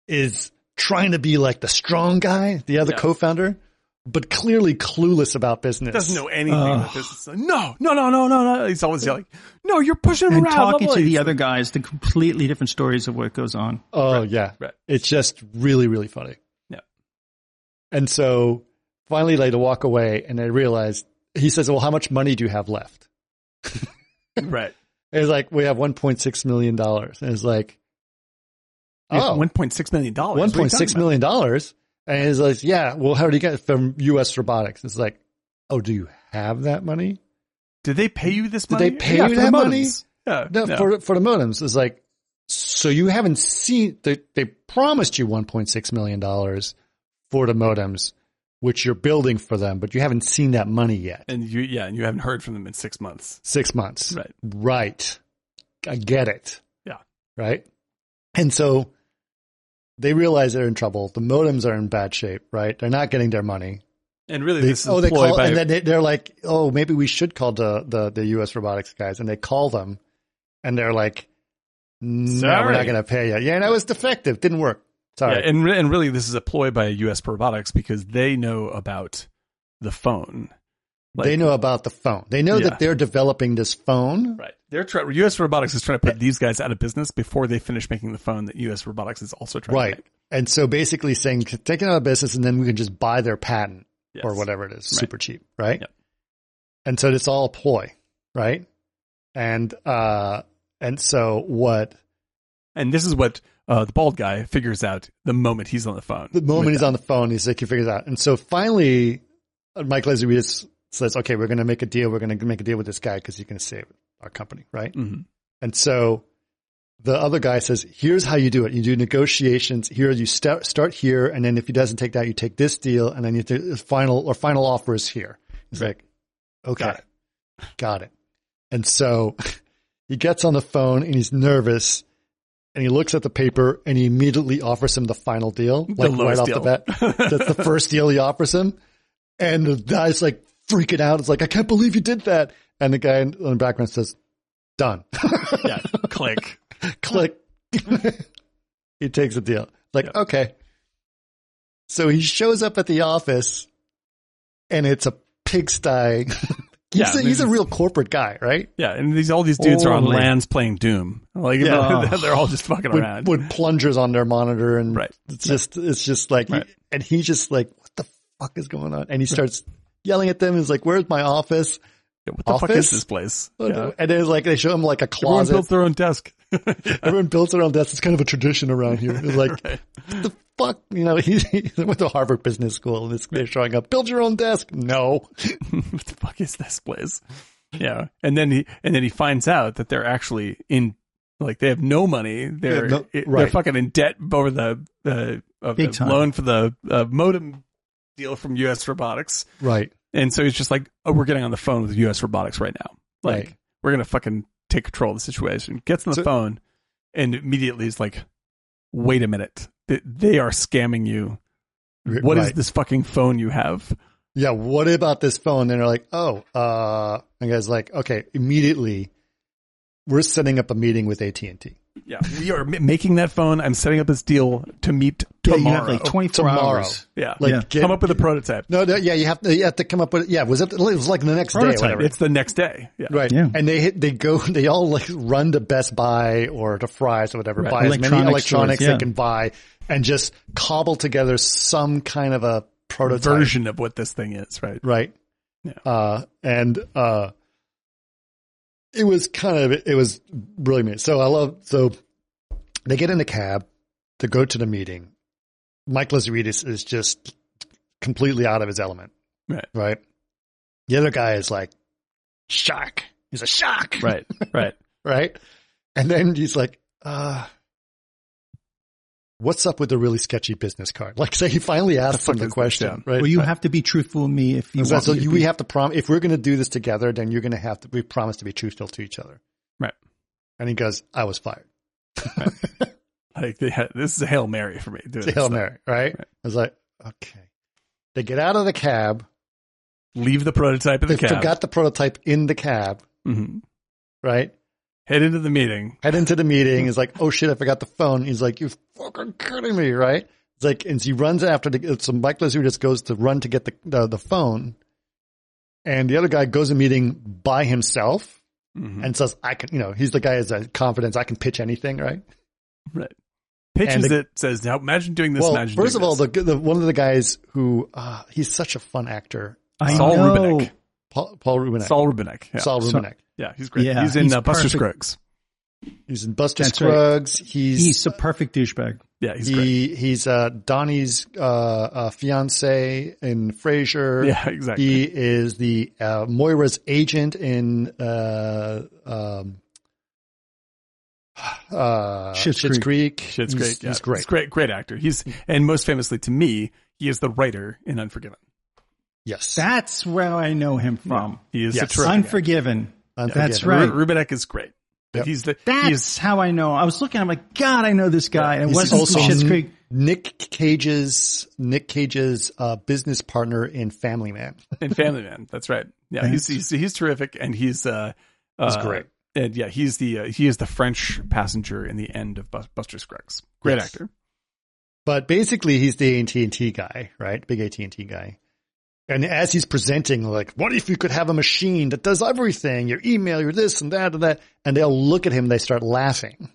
S2: is trying to be like the strong guy, the other
S5: Yeah.
S2: co-founder, but clearly clueless about business.
S5: doesn't know anything
S4: Ugh.
S5: about business. No, no, no, no, no, no. He's always yelling, "No, you're pushing him
S4: and
S5: around."
S4: talking
S5: blah, blah,
S4: to
S5: blah.
S4: the other guys, the completely different stories of what goes on.
S2: Oh yeah,
S5: right.
S2: It's just really, really funny.
S5: Yeah.
S2: And so finally, they had to walk away, and they realized he says, "Well, how much money do you have left?"
S5: right.
S2: And it's like we have one point six million dollars, and it's like, oh,
S5: one point six million dollars.
S2: one point six million dollars, and it's like, yeah. Well, how did you get it from U.S. Robotics? It's like, oh, do you have that money?
S5: Did they pay you this
S2: Did
S5: money?
S2: they pay you
S5: Uh, for the
S2: that money?
S5: modems. Yeah.
S2: No,
S5: yeah.
S2: for for the modems, it's like, so you haven't seen they they promised you one point six million dollars for the modems, which you're building for them, but you haven't seen that money yet.
S5: and you, yeah, and you haven't heard from them in six months.
S2: Six months,
S5: Right.
S2: Right, I get it.
S5: Yeah.
S2: right. And so they realize they're in trouble. The modems are in bad shape, right? They're not getting their money.
S5: And really,
S2: They-
S5: this is
S2: oh, they
S5: employed
S2: call,
S5: by
S2: and then they, they're like, oh, maybe we should call the, the the U.S. robotics guys, and they call them, and they're like, no, we're
S5: Sorry.
S2: not going to pay you. Yeah, no, it's defective, didn't work. Sorry.
S5: Yeah, and re- and really, this is a ploy by U.S. Robotics because they know about the phone. Like,
S2: they know about the phone. They know
S5: Yeah.
S2: that they're developing this phone.
S5: Right. They're try- U.S. Robotics is trying to put these guys out of business before they finish making the phone that U.S. Robotics is also trying
S2: Right.
S5: to make.
S2: And so basically saying, take it out of business and then we can just buy their patent or
S5: Yes.
S2: whatever it is, super cheap, right?
S5: Yep.
S2: And so it's all a ploy, right? And, uh, and so what
S5: And this is what uh, the bald guy figures out the moment he's on the phone.
S2: the moment he's on the phone, he's like, he figures out. And so finally, uh, Mike Lazaridis says, okay, we're going to make a deal. We're going to make a deal with this guy because he's going to save our company, right?
S5: Mhm.
S2: And so the other guy says, here's how you do it. You do negotiations here. You start, start here. And then if he doesn't take that, you take this deal. And then you do the final or final offer is here. He's like, okay,
S5: Got
S2: Got it. And so he gets on the phone and he's nervous and he looks at the paper and he immediately offers him the final deal, like right
S5: lowest
S2: off
S5: deal.
S2: the bat. That's the first deal he offers him. And the guy's like freaking out. It's like, I can't believe you did that. And the guy in in the background says, done.
S5: yeah. Click.
S2: Click. he takes a deal. Like,
S5: Yeah.
S2: okay. So he shows up at the office and it's a pigsty. he's,
S5: Yeah,
S2: a, he's a
S5: this-
S2: real corporate guy, right?
S5: Yeah. And these all these dudes are on
S2: Holy.
S5: lands playing Doom. Like
S2: Yeah.
S5: they're all just fucking
S2: with,
S5: around.
S2: with plungers on their monitor and
S5: Right.
S2: it's just it's just like
S5: Right.
S2: and he just like what the fuck is going on and he starts yelling at them he's like where's my office
S5: Yeah, what the fuck
S2: office?
S5: is this place? Yeah.
S2: and it's like they show him like a
S5: Everyone
S2: closet
S5: builds their own desk.
S2: everyone builds their own desk it's kind of a tradition around here it's like what the fuck you know he, he went to Harvard Business School and it's, they're showing up build your own desk no
S5: what the fuck is this place? Yeah, and then he and then he finds out that they're actually in like they have no money. They're
S2: no-
S5: it- they're
S2: right.
S5: fucking in debt over the the, of
S4: Big
S5: the
S4: time.
S5: loan for the uh, modem deal from U.S. Robotics,
S2: right
S5: and so he's just like, "Oh, we're getting on the phone with U.S. Robotics right now. Like
S2: Right.
S5: we're gonna fucking take control of the situation." Gets on the
S2: So-
S5: phone, and immediately is like, "Wait a minute, they, they are scamming you. What is
S2: Right.
S5: this fucking phone you have?"
S2: yeah, what about this phone? And they're like, oh, uh, and the guy's like, okay, immediately we're setting up a meeting with AT&T.
S5: Yeah, we are m- making that phone. I'm setting up this deal to meet
S4: Yeah,
S5: tomorrow.
S4: you have like twenty four
S2: Tomorrow.
S4: hours.
S5: yeah,
S2: Like,
S4: Yeah.
S2: get-
S5: come up with a prototype.
S2: No, no, yeah, you have to, you have to come up with, yeah, was it, it was like the next
S4: Prototype.
S2: day, or whatever.
S5: It's the next day. Yeah,
S2: Right.
S4: Yeah.
S2: And they hit, they go, they all like run to Best Buy or to Fry's or whatever, buy as many
S4: Electronics
S2: electronics
S4: stores, yeah.
S2: they can buy and just cobble together some kind of a prototype.
S5: version of what this thing is. Right.
S2: Right. Uh, and, uh, it was kind of, it was really neat. So I love, so they get in the cab to go to the meeting. Mike Lazaridis is just completely out of his element.
S5: Right.
S2: Right. The other guy is like, shock. He's a shock.
S5: Right. Right.
S2: Right. And then he's like, uh, what's up with the really sketchy business card? Like, say he finally asks him the question, right?
S4: Well, you have to be truthful with me if you
S2: So,
S4: want
S2: so
S4: me to
S2: you,
S4: be-
S2: we have to prom. If we're going to do this together, then you're going to have to. We promise to be truthful to each other.
S5: Right.
S2: And he goes, "I was fired."
S5: Like they had, this is a hail mary for me. Doing
S2: It's a
S5: this
S2: hail
S5: stuff.
S2: mary, right? I was like, okay. They get out of the cab.
S5: Leave the prototype in
S2: They
S5: the cab.
S2: forgot the prototype in the cab,
S5: Mhm.
S2: right?
S5: Head into the meeting.
S2: Head into the meeting. He's like, oh shit, I forgot the phone. He's like, you fucking kidding me, right? It's like, and he runs after the. So Mike Lazar just goes to run to get the the, the phone, and the other guy goes to the meeting by himself.
S5: Mhm.
S2: and says, I can, you know, he's the guy who has that confidence. I can pitch anything, right?
S5: Right. Pitches
S2: and the-
S5: it. Says now. Imagine doing this.
S2: well,
S5: imagine
S2: first of
S5: doing
S2: all,
S5: this.
S2: the, the one of the guys who, uh, he's such a fun actor,
S4: I
S5: Saul
S4: know.
S5: Rubinek.
S2: Paul, Paul Rubinek.
S5: Saul Rubinek. Yeah.
S2: Saul Rubinek.
S5: yeah, he's great.
S4: Yeah,
S5: he's in
S4: he's
S5: uh, Buster
S4: perfect.
S5: Scruggs.
S2: he's in Buster
S4: That's right.
S2: Scruggs. He's,
S4: He's a perfect douchebag.
S5: Yeah, he's great.
S2: he, he's, uh, Donnie's, uh, uh, fiance in Frasier.
S5: Yeah, exactly.
S2: He is the, uh, Moira's agent in, uh, um, uh,
S4: Schitt's
S2: Schitt's
S4: Creek.
S2: Creek.
S5: Shit's
S2: He's-
S5: great. Yeah.
S2: He's great.
S5: He's great. Great actor. He's and most famously to me, he is the writer in Unforgiven.
S2: Yes.
S4: That's where I know him from.
S5: He is
S2: Yes.
S5: a terrific.
S4: Unforgiven. That's
S2: Unforgiven.
S5: actor.
S4: right.
S5: Ru- Rubenek is great. But
S2: Yep.
S5: He's the
S4: That's
S5: he is
S4: how I know. I was looking. I'm like, God, I know this guy. And it
S2: He's
S4: wasn't
S2: also
S4: from Schitt's
S2: N-
S4: Creek.
S2: Nick Cage's Nick Cage's uh, business partner in Family Man.
S5: in Family Man. That's right. Yeah, he's, he's he's terrific, and he's uh, uh
S2: great.
S5: And yeah, he's the uh, he is the French passenger in the end of Bus- Buster Scruggs. Great
S2: Yes.
S5: actor.
S2: But basically, he's the AT and T guy, right? Big AT and T guy. And as he's presenting, like, what if you could have a machine that does everything? Your email, your this and that and that. And they'll look at him. and They start laughing.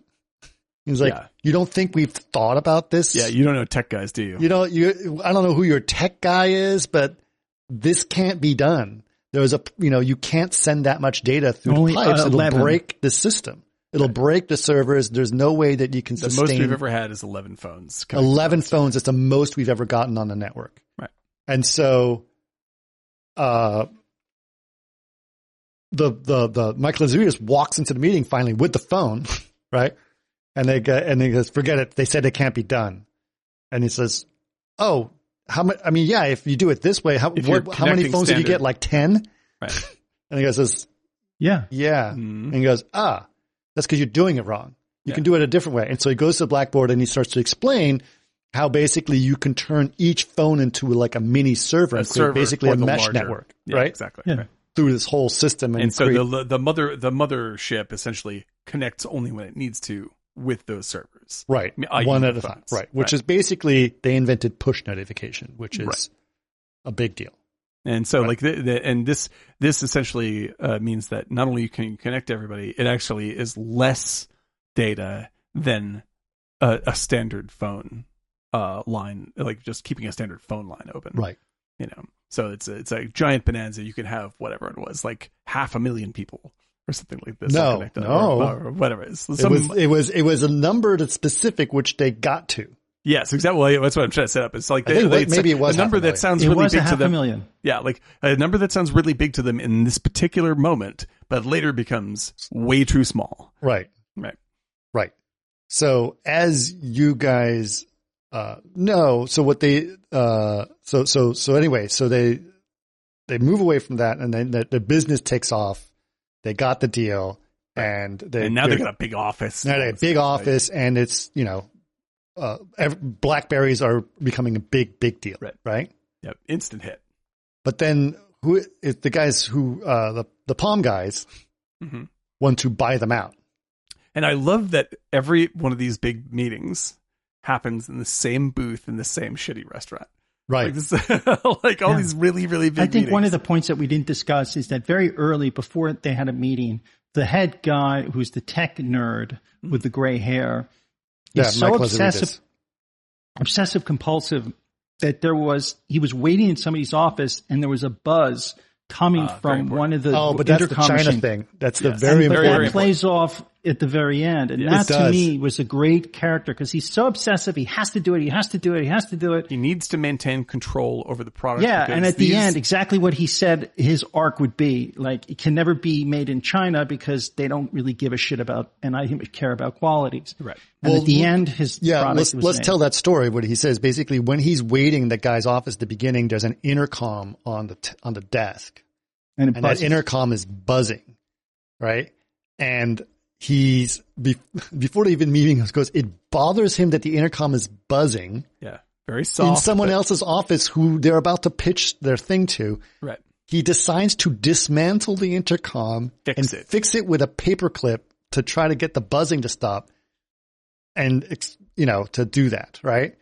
S2: He's like,
S5: Yeah.
S2: "You don't think we've thought about this?
S5: Yeah, you don't know tech guys, do you?
S2: you know, you, I don't know who your tech guy is, but this can't be done. There's a, you know, you can't send that much data through
S4: Only, uh,
S2: pipes. It'll
S4: 11.
S2: break the system. It'll break the servers. There's no way that you can
S5: the most
S2: sustain
S5: we've ever had is eleven phones. coming.
S2: 11 phones. It's the most we've ever gotten on the network.
S5: Right.
S2: And so, uh, the, the, the, Michael Azurias walks into the meeting finally with the phone, right? And they go, and he goes, forget it. They said it can't be done. And he says, oh, how much? I mean, yeah, if you do it this way, how,
S5: If you're
S2: what, how many
S5: connecting
S2: phones did you
S5: standard.
S2: get? Like 10?
S5: Right.
S2: And he goes, says,
S4: Yeah.
S2: yeah.
S5: Mm-hmm.
S2: And he goes, ah, that's because you're doing it wrong. You can do it a different way. And so he goes to the blackboard and he starts to explain how basically you can turn each phone into like a mini server
S5: A
S2: and create
S5: server
S2: basically
S5: for
S2: a
S5: the
S2: mesh
S5: larger-
S2: network,
S5: Yeah,
S2: right?
S5: Exactly.
S4: Yeah.
S5: Right.
S2: Through this whole system and,
S5: and so
S2: create-
S5: the the mother the mothership essentially connects only when it needs to with those servers.
S2: right,
S5: I mean, I
S2: one
S5: use
S2: at a
S5: the
S2: time,
S5: phones.
S2: right? Which
S5: Right.
S2: is basically they invented push notification, which is
S5: Right.
S2: a big deal.
S5: And so like the, the and this this essentially uh, means that not only can you connect everybody, it actually is less data than a, a standard phone uh line like just keeping a standard phone line open
S2: Right.
S5: you know so it's a, it's a giant bonanza you could have whatever it was like half a million people or something like this
S2: No,
S5: all connected,
S2: no.
S5: or, or whatever it is
S2: It
S5: Some-
S2: was it was it was a number that's specific which they got to.
S5: Yes, exactly. Well, yeah, that's what I'm trying to set up. It's like
S2: I
S5: they,
S2: think
S5: they-
S2: what- maybe it was
S5: a number
S2: half a million.
S5: that sounds
S4: It
S5: really
S4: was a
S5: big to
S4: half a
S5: them.
S4: million.
S5: yeah, like a number that sounds really big to them in this particular moment, but later becomes way too small.
S2: Right.
S5: Right.
S2: Right. So as you guys uh know, so what they uh so so so anyway, so they they move away from that and then the, the business takes off. They got the deal and they
S5: and now they
S2: they're-
S5: got a big office.
S2: now they got a big office and it's, you know, uh ev- blackberries are becoming a big big deal,
S5: Right.
S2: right?
S5: Yep. Instant hit.
S2: But then who it, the guys who uh the the Palm guys
S5: Mhm.
S2: want to buy them out.
S5: And I love that every one of these big meetings happens in the same booth in the same shitty restaurant. Like,
S2: Right.
S5: this, like all these really, really big
S4: I think one
S5: meetings.
S4: of the points that we didn't discuss is that very early, before they had a meeting, the head guy, who's the tech nerd with the gray hair,
S2: Hmm. Yeah,
S4: is so
S2: Mike Lazaridis.
S4: obsessive, obsessive compulsive that there was he was waiting in somebody's office and there was a buzz coming from one of the
S2: Oh, but that's the
S4: intercom
S2: China
S4: machines.
S2: thing. That's the
S5: Yes.
S2: very
S4: but
S2: important
S4: that plays off at the very end. And
S2: It
S4: that to
S2: does.
S4: me was a great character because he's so obsessive. He has to do it. He has to do it. He has to do it.
S5: He needs to maintain control over the product.
S4: Yeah.
S5: because
S4: And at the
S5: these-
S4: end, exactly what he said his arc would be. Like it can never be made in China because they don't really give a shit about, and I think care about qualities. Right. And
S2: Well,
S4: at the end, his
S2: Yeah,
S4: product
S2: let's
S4: was
S2: let's
S4: made.
S2: tell that story. What he says basically, when he's waiting in that guy's office at the beginning, there's an intercom on the t- on the desk,
S4: And, it
S2: and
S4: buzzes.
S2: that intercom is buzzing, right? And he's be- before even meeting us goes, it bothers him that the intercom is buzzing
S5: yeah, very
S2: in
S5: soft.
S2: someone else's office who they're about to pitch their thing to.
S5: right.
S2: He decides to dismantle the intercom
S5: Fix
S2: and
S5: it.
S2: fix it with a paperclip to try to get the buzzing to stop and, ex- you know, to do that, right?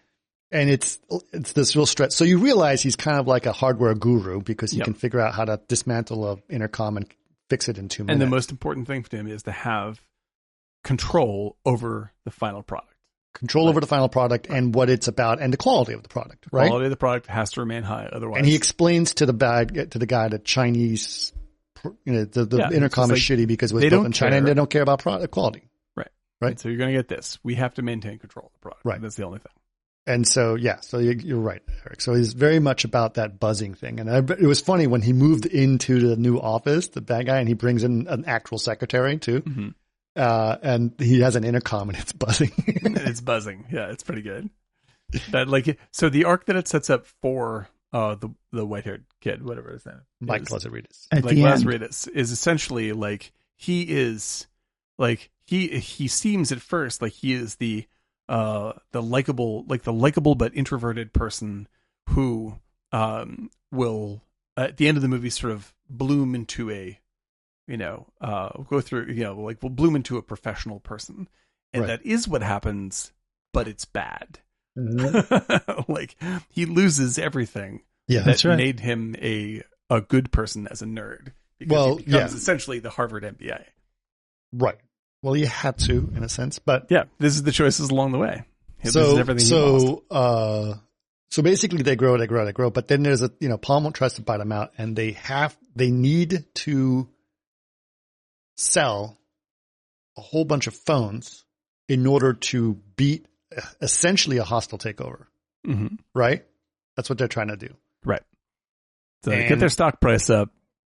S2: And it's, it's this real stretch. So you realize he's kind of like a hardware guru because he
S5: Yep.
S2: can figure out how to dismantle a intercom and fix it in two minutes.
S5: And the most important thing for him is to have control over the final product.
S2: control over the final product and what it's about and the quality of the product, right?
S5: Quality of the product has to remain high, otherwise.
S2: And he explains to the bag, to the guy that Chinese, you know, the, the
S5: Yeah, it's
S2: intercom is
S5: just like,
S2: shitty because it was
S5: they
S2: built
S5: don't
S2: in China and
S5: care.
S2: they don't care about product quality.
S5: right,
S2: Right.
S5: So you're going to get this. We have to maintain control of the product.
S2: Right.
S5: That's the only thing.
S2: And so, yeah, so you- you're right, Eric. So he's very much about that buzzing thing. And I, it was funny when he moved into the new office, the bad guy, and he brings in an actual secretary too.
S5: Mhm.
S2: Uh, and he has an intercom and it's buzzing.
S5: it's buzzing. Yeah, it's pretty good. That like so the arc that it sets up for uh the the white haired kid, whatever his name
S2: Mike
S5: is,
S2: Lazaridis.
S4: at
S5: like
S4: the end.
S5: Lazarus is essentially like he is like he he seems at first like he is the uh the likable like the likable but introverted person who um will at the end of the movie sort of bloom into a you know uh go through you know like will bloom into a professional person and
S2: Right.
S5: that is what happens but it's bad
S2: Mhm.
S5: like he loses everything
S2: Yeah.
S5: that
S4: right.
S5: made him a a good person as a nerd. Because
S2: Well,
S5: he becomes
S2: yeah.
S5: essentially the Harvard MBA.
S2: right. Well, you had to in a sense, but
S5: Yeah, this is the choices along the way. This
S2: so,
S5: is everything
S2: so,
S5: he lost.
S2: uh, so basically they grow, they grow, they grow, but then there's a, you know, Palm won't trust to bite them out and they have, they need to sell a whole bunch of phones in order to beat uh, essentially a hostile takeover,
S5: Mm-hmm.
S2: right? That's what they're trying to do.
S5: Right. So they get
S2: And-
S5: their stock price up,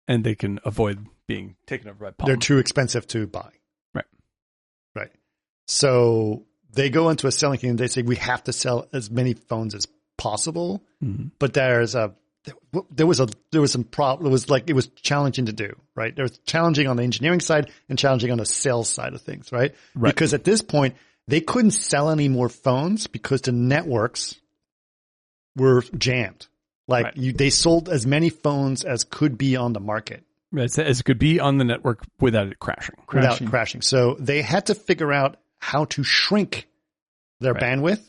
S5: and they can avoid being taken over by Palm.
S2: They're too expensive to buy.
S5: Right.
S2: Right. So they go into a selling thing and they say, we have to sell as many phones as possible.
S5: Mhm.
S2: but there's a there was a there was some problem. It was like it was challenging to do, right? There was challenging on the engineering side and challenging on the sales side of things, right?
S5: Right.
S2: Because at this point they couldn't sell any more phones because the networks were jammed. Like
S5: Right.
S2: you, they sold as many phones as could be on the market
S5: As, as it could be on the network without it crashing.
S2: without crashing. So they had to figure out how to shrink their bandwidth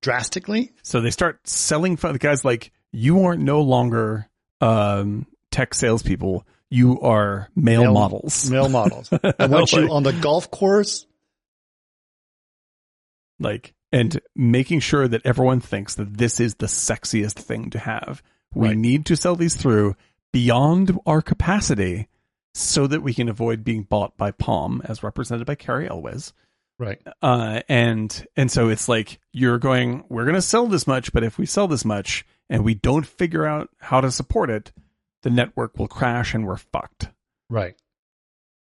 S2: drastically.
S5: So they start selling. pho- The guy's like, "You aren't no longer um, tech salespeople. You are male,
S2: Male-
S5: models.
S2: Male models. I want you
S5: Like-
S2: on the golf course
S5: like and making sure that everyone thinks that this is the sexiest thing to have. We
S2: Right.
S5: need to sell these through beyond our capacity so that we can avoid being bought by Palm as represented by Carrie Elwes.
S2: Right.
S5: Uh and and so it's like you're going we're going to sell this much but if we sell this much and we don't figure out how to support it the network will crash and we're fucked.
S2: Right.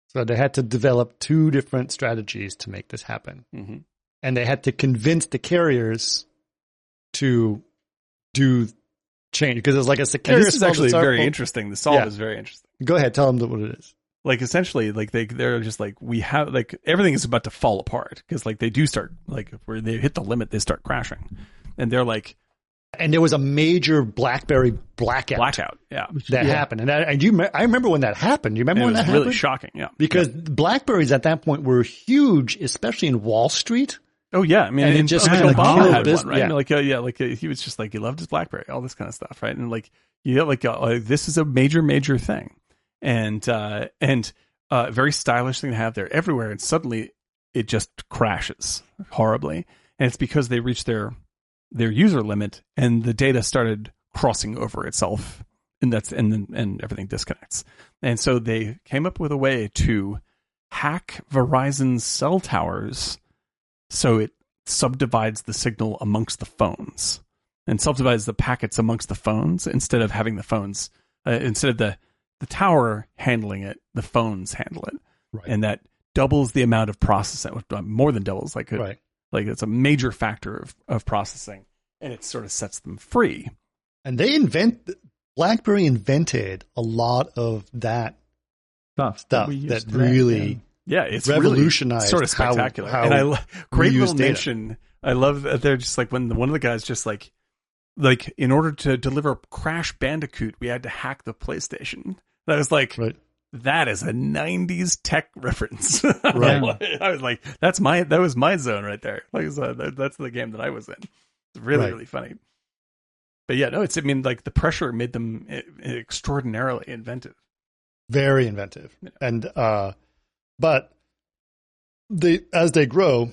S2: So they had to develop two different strategies to make this happen.
S5: Mhm.
S2: And they had to convince the carriers to do change because it's like a
S5: And
S2: security.
S5: this is actually very interesting. The solve
S2: Yeah.
S5: is very interesting.
S2: Go ahead, tell them what it is.
S5: like essentially like they they're just like we have like everything is about to fall apart because like they do start like where they hit the limit they start crashing and they're like
S2: And there was a major BlackBerry blackout
S5: blackout yeah
S2: that happened, and, I and you, me- I remember when that happened. You remember
S5: it
S2: when
S5: was
S2: that
S5: really
S2: happened?
S5: shocking yeah
S2: because Blackberries at that point were huge, especially in Wall Street.
S5: oh yeah I mean
S2: And it
S5: and
S2: just
S5: like
S2: kinda
S5: Obama
S2: killed
S5: had
S2: this-
S5: one right
S2: yeah.
S5: And, like uh, yeah like uh, he was just like he loved his BlackBerry all this kind of stuff right and like yeah like, uh, like this is a major major thing and uh and uh very stylish thing to have there everywhere and suddenly it just crashes horribly and it's because they reached their their user limit and the data started crossing over itself and that's and then and everything disconnects and so they came up with a way to hack Verizon's cell towers so it subdivides the signal amongst the phones and subdivides the packets amongst the phones instead of having the phones uh, instead of the the tower handling it, the phones handle it,
S2: Right.
S5: and that doubles the amount of processing, uh, more than doubles. Like a,
S2: right.
S5: like it's a major factor of, of processing, and it sort of sets them free.
S2: And they invent BlackBerry invented a lot of that
S4: Stuff,
S2: stuff
S4: we use
S2: that
S4: today,
S2: really
S4: yeah.
S5: Yeah, it's
S2: Revolutionized
S5: really sort of
S2: how-
S5: spectacular.
S2: how
S5: and I lo- great
S2: use
S5: little
S2: data.
S5: nation. I love that they're just like when the, one of the guys just like like in order to deliver Crash Bandicoot, we had to hack the PlayStation. And I was like,
S2: right.
S5: that is a '90s tech reference.
S2: Right.
S5: I was like, that's my that was my zone right there. Like I said, that, that's the game that I was in. It's really
S2: Right.
S5: really funny. But yeah, no, it's I mean like the pressure made them eh, extraordinarily inventive.
S2: very inventive and uh but they as they grow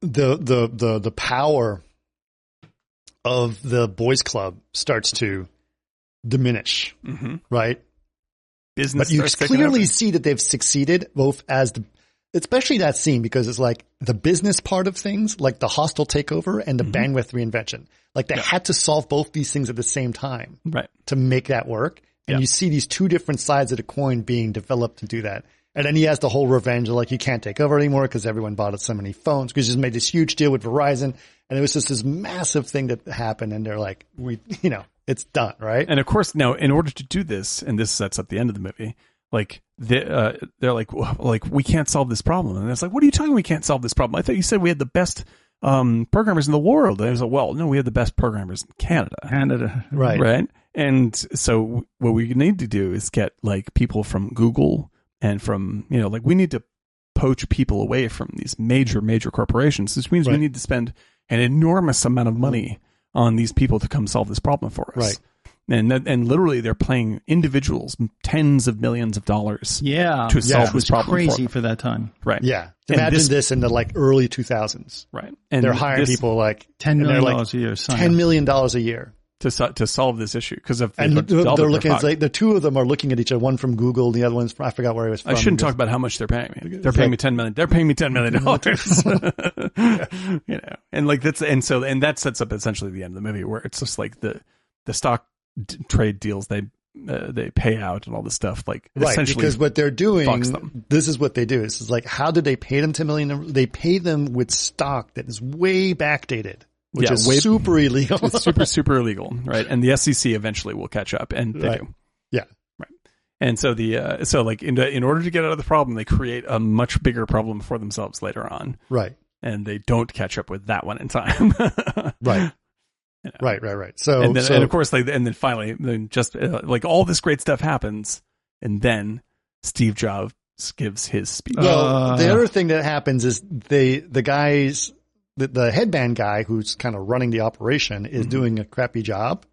S2: the the the the power of the boys club starts to diminish
S5: Mm-hmm.
S2: right
S5: Business
S2: but you
S5: starts picking up.
S2: clearly see that they've succeeded both as the especially that scene because it's like the business part of things like the hostile takeover and the
S5: Mm-hmm.
S2: bandwidth reinvention like they had to solve both these things at the same time
S5: right.
S2: to make that work. And
S5: Yeah.
S2: you see these two different sides of the coin being developed to do that. And then he has the whole revenge of like, you can't take over anymore because everyone bought so many phones because he just made this huge deal with Verizon. And it was just this massive thing that happened. And they're like, we, you know, it's done, right?
S5: And of course, now in order to do this, and this that's at the end of the movie, like they, uh, they're like, "Well, like we can't solve this problem, and it's like, what are you talking? We can't solve this problem. I thought you said we had the best um, programmers in the world. And I was like, well, no, we had the best programmers in Canada,
S4: Canada.
S2: right.
S5: right? And so what we need to do is get like people from Google and from you know, like we need to poach people away from these major major corporations. This means we
S2: Right.
S5: need to spend an enormous amount of money on these people to come solve this problem for us
S2: Right.
S5: and that, and literally they're playing individuals tens of millions of dollars
S4: Yeah,
S5: to
S4: which
S5: solve
S2: it
S5: this
S4: was
S5: problem
S4: crazy
S5: for
S4: for that time.
S5: them. right
S2: Yeah.
S5: And
S2: Imagine
S5: this-
S2: this, in the like early 2000s.
S5: right and
S2: They're hiring
S5: this-
S2: people like
S4: Ten
S2: and
S4: million
S2: they're like
S4: dollars a year. Sign
S2: $10
S4: up.
S2: million a year.
S5: to so- to solve this issue because of
S2: And
S5: they've
S2: they're,
S5: doubled
S2: they're
S5: their
S2: looking,
S5: pocket.
S2: it's like the two of them are looking at each other, one from Google, the other one's from, I forgot where he was from.
S5: I shouldn't talk about how much they're paying me. They're paying me ten million. They're paying me ten million dollars. you know, and like that's and so and that sets up essentially the end of the movie where it's just like the the stock d- trade deals they uh, they pay out and all this stuff like
S2: right
S5: essentially
S2: because what they're doing
S5: fucks them.
S2: this is what they do this is like how do they pay them 10 million they pay them with stock that is way backdated which
S5: Yeah,
S2: is
S5: way-
S2: super illegal
S5: it's super super illegal, right? And the SEC eventually will catch up, and they
S2: Right.
S5: do.
S2: Yeah.
S5: right. And so the uh, so like in in order to get out of the problem, they create a much bigger problem for themselves later on,
S2: right
S5: and they don't catch up with that one in time.
S2: right right right right so,
S5: and then
S2: Oh, so
S5: and of course like and then finally then just uh, like all this great stuff happens, and then Steve Jobs gives his speech.
S2: well
S4: Uh.
S2: the other thing that happens is they the guys the, the headband guy who's kind of running the operation
S5: Mm-hmm.
S2: is doing a crappy job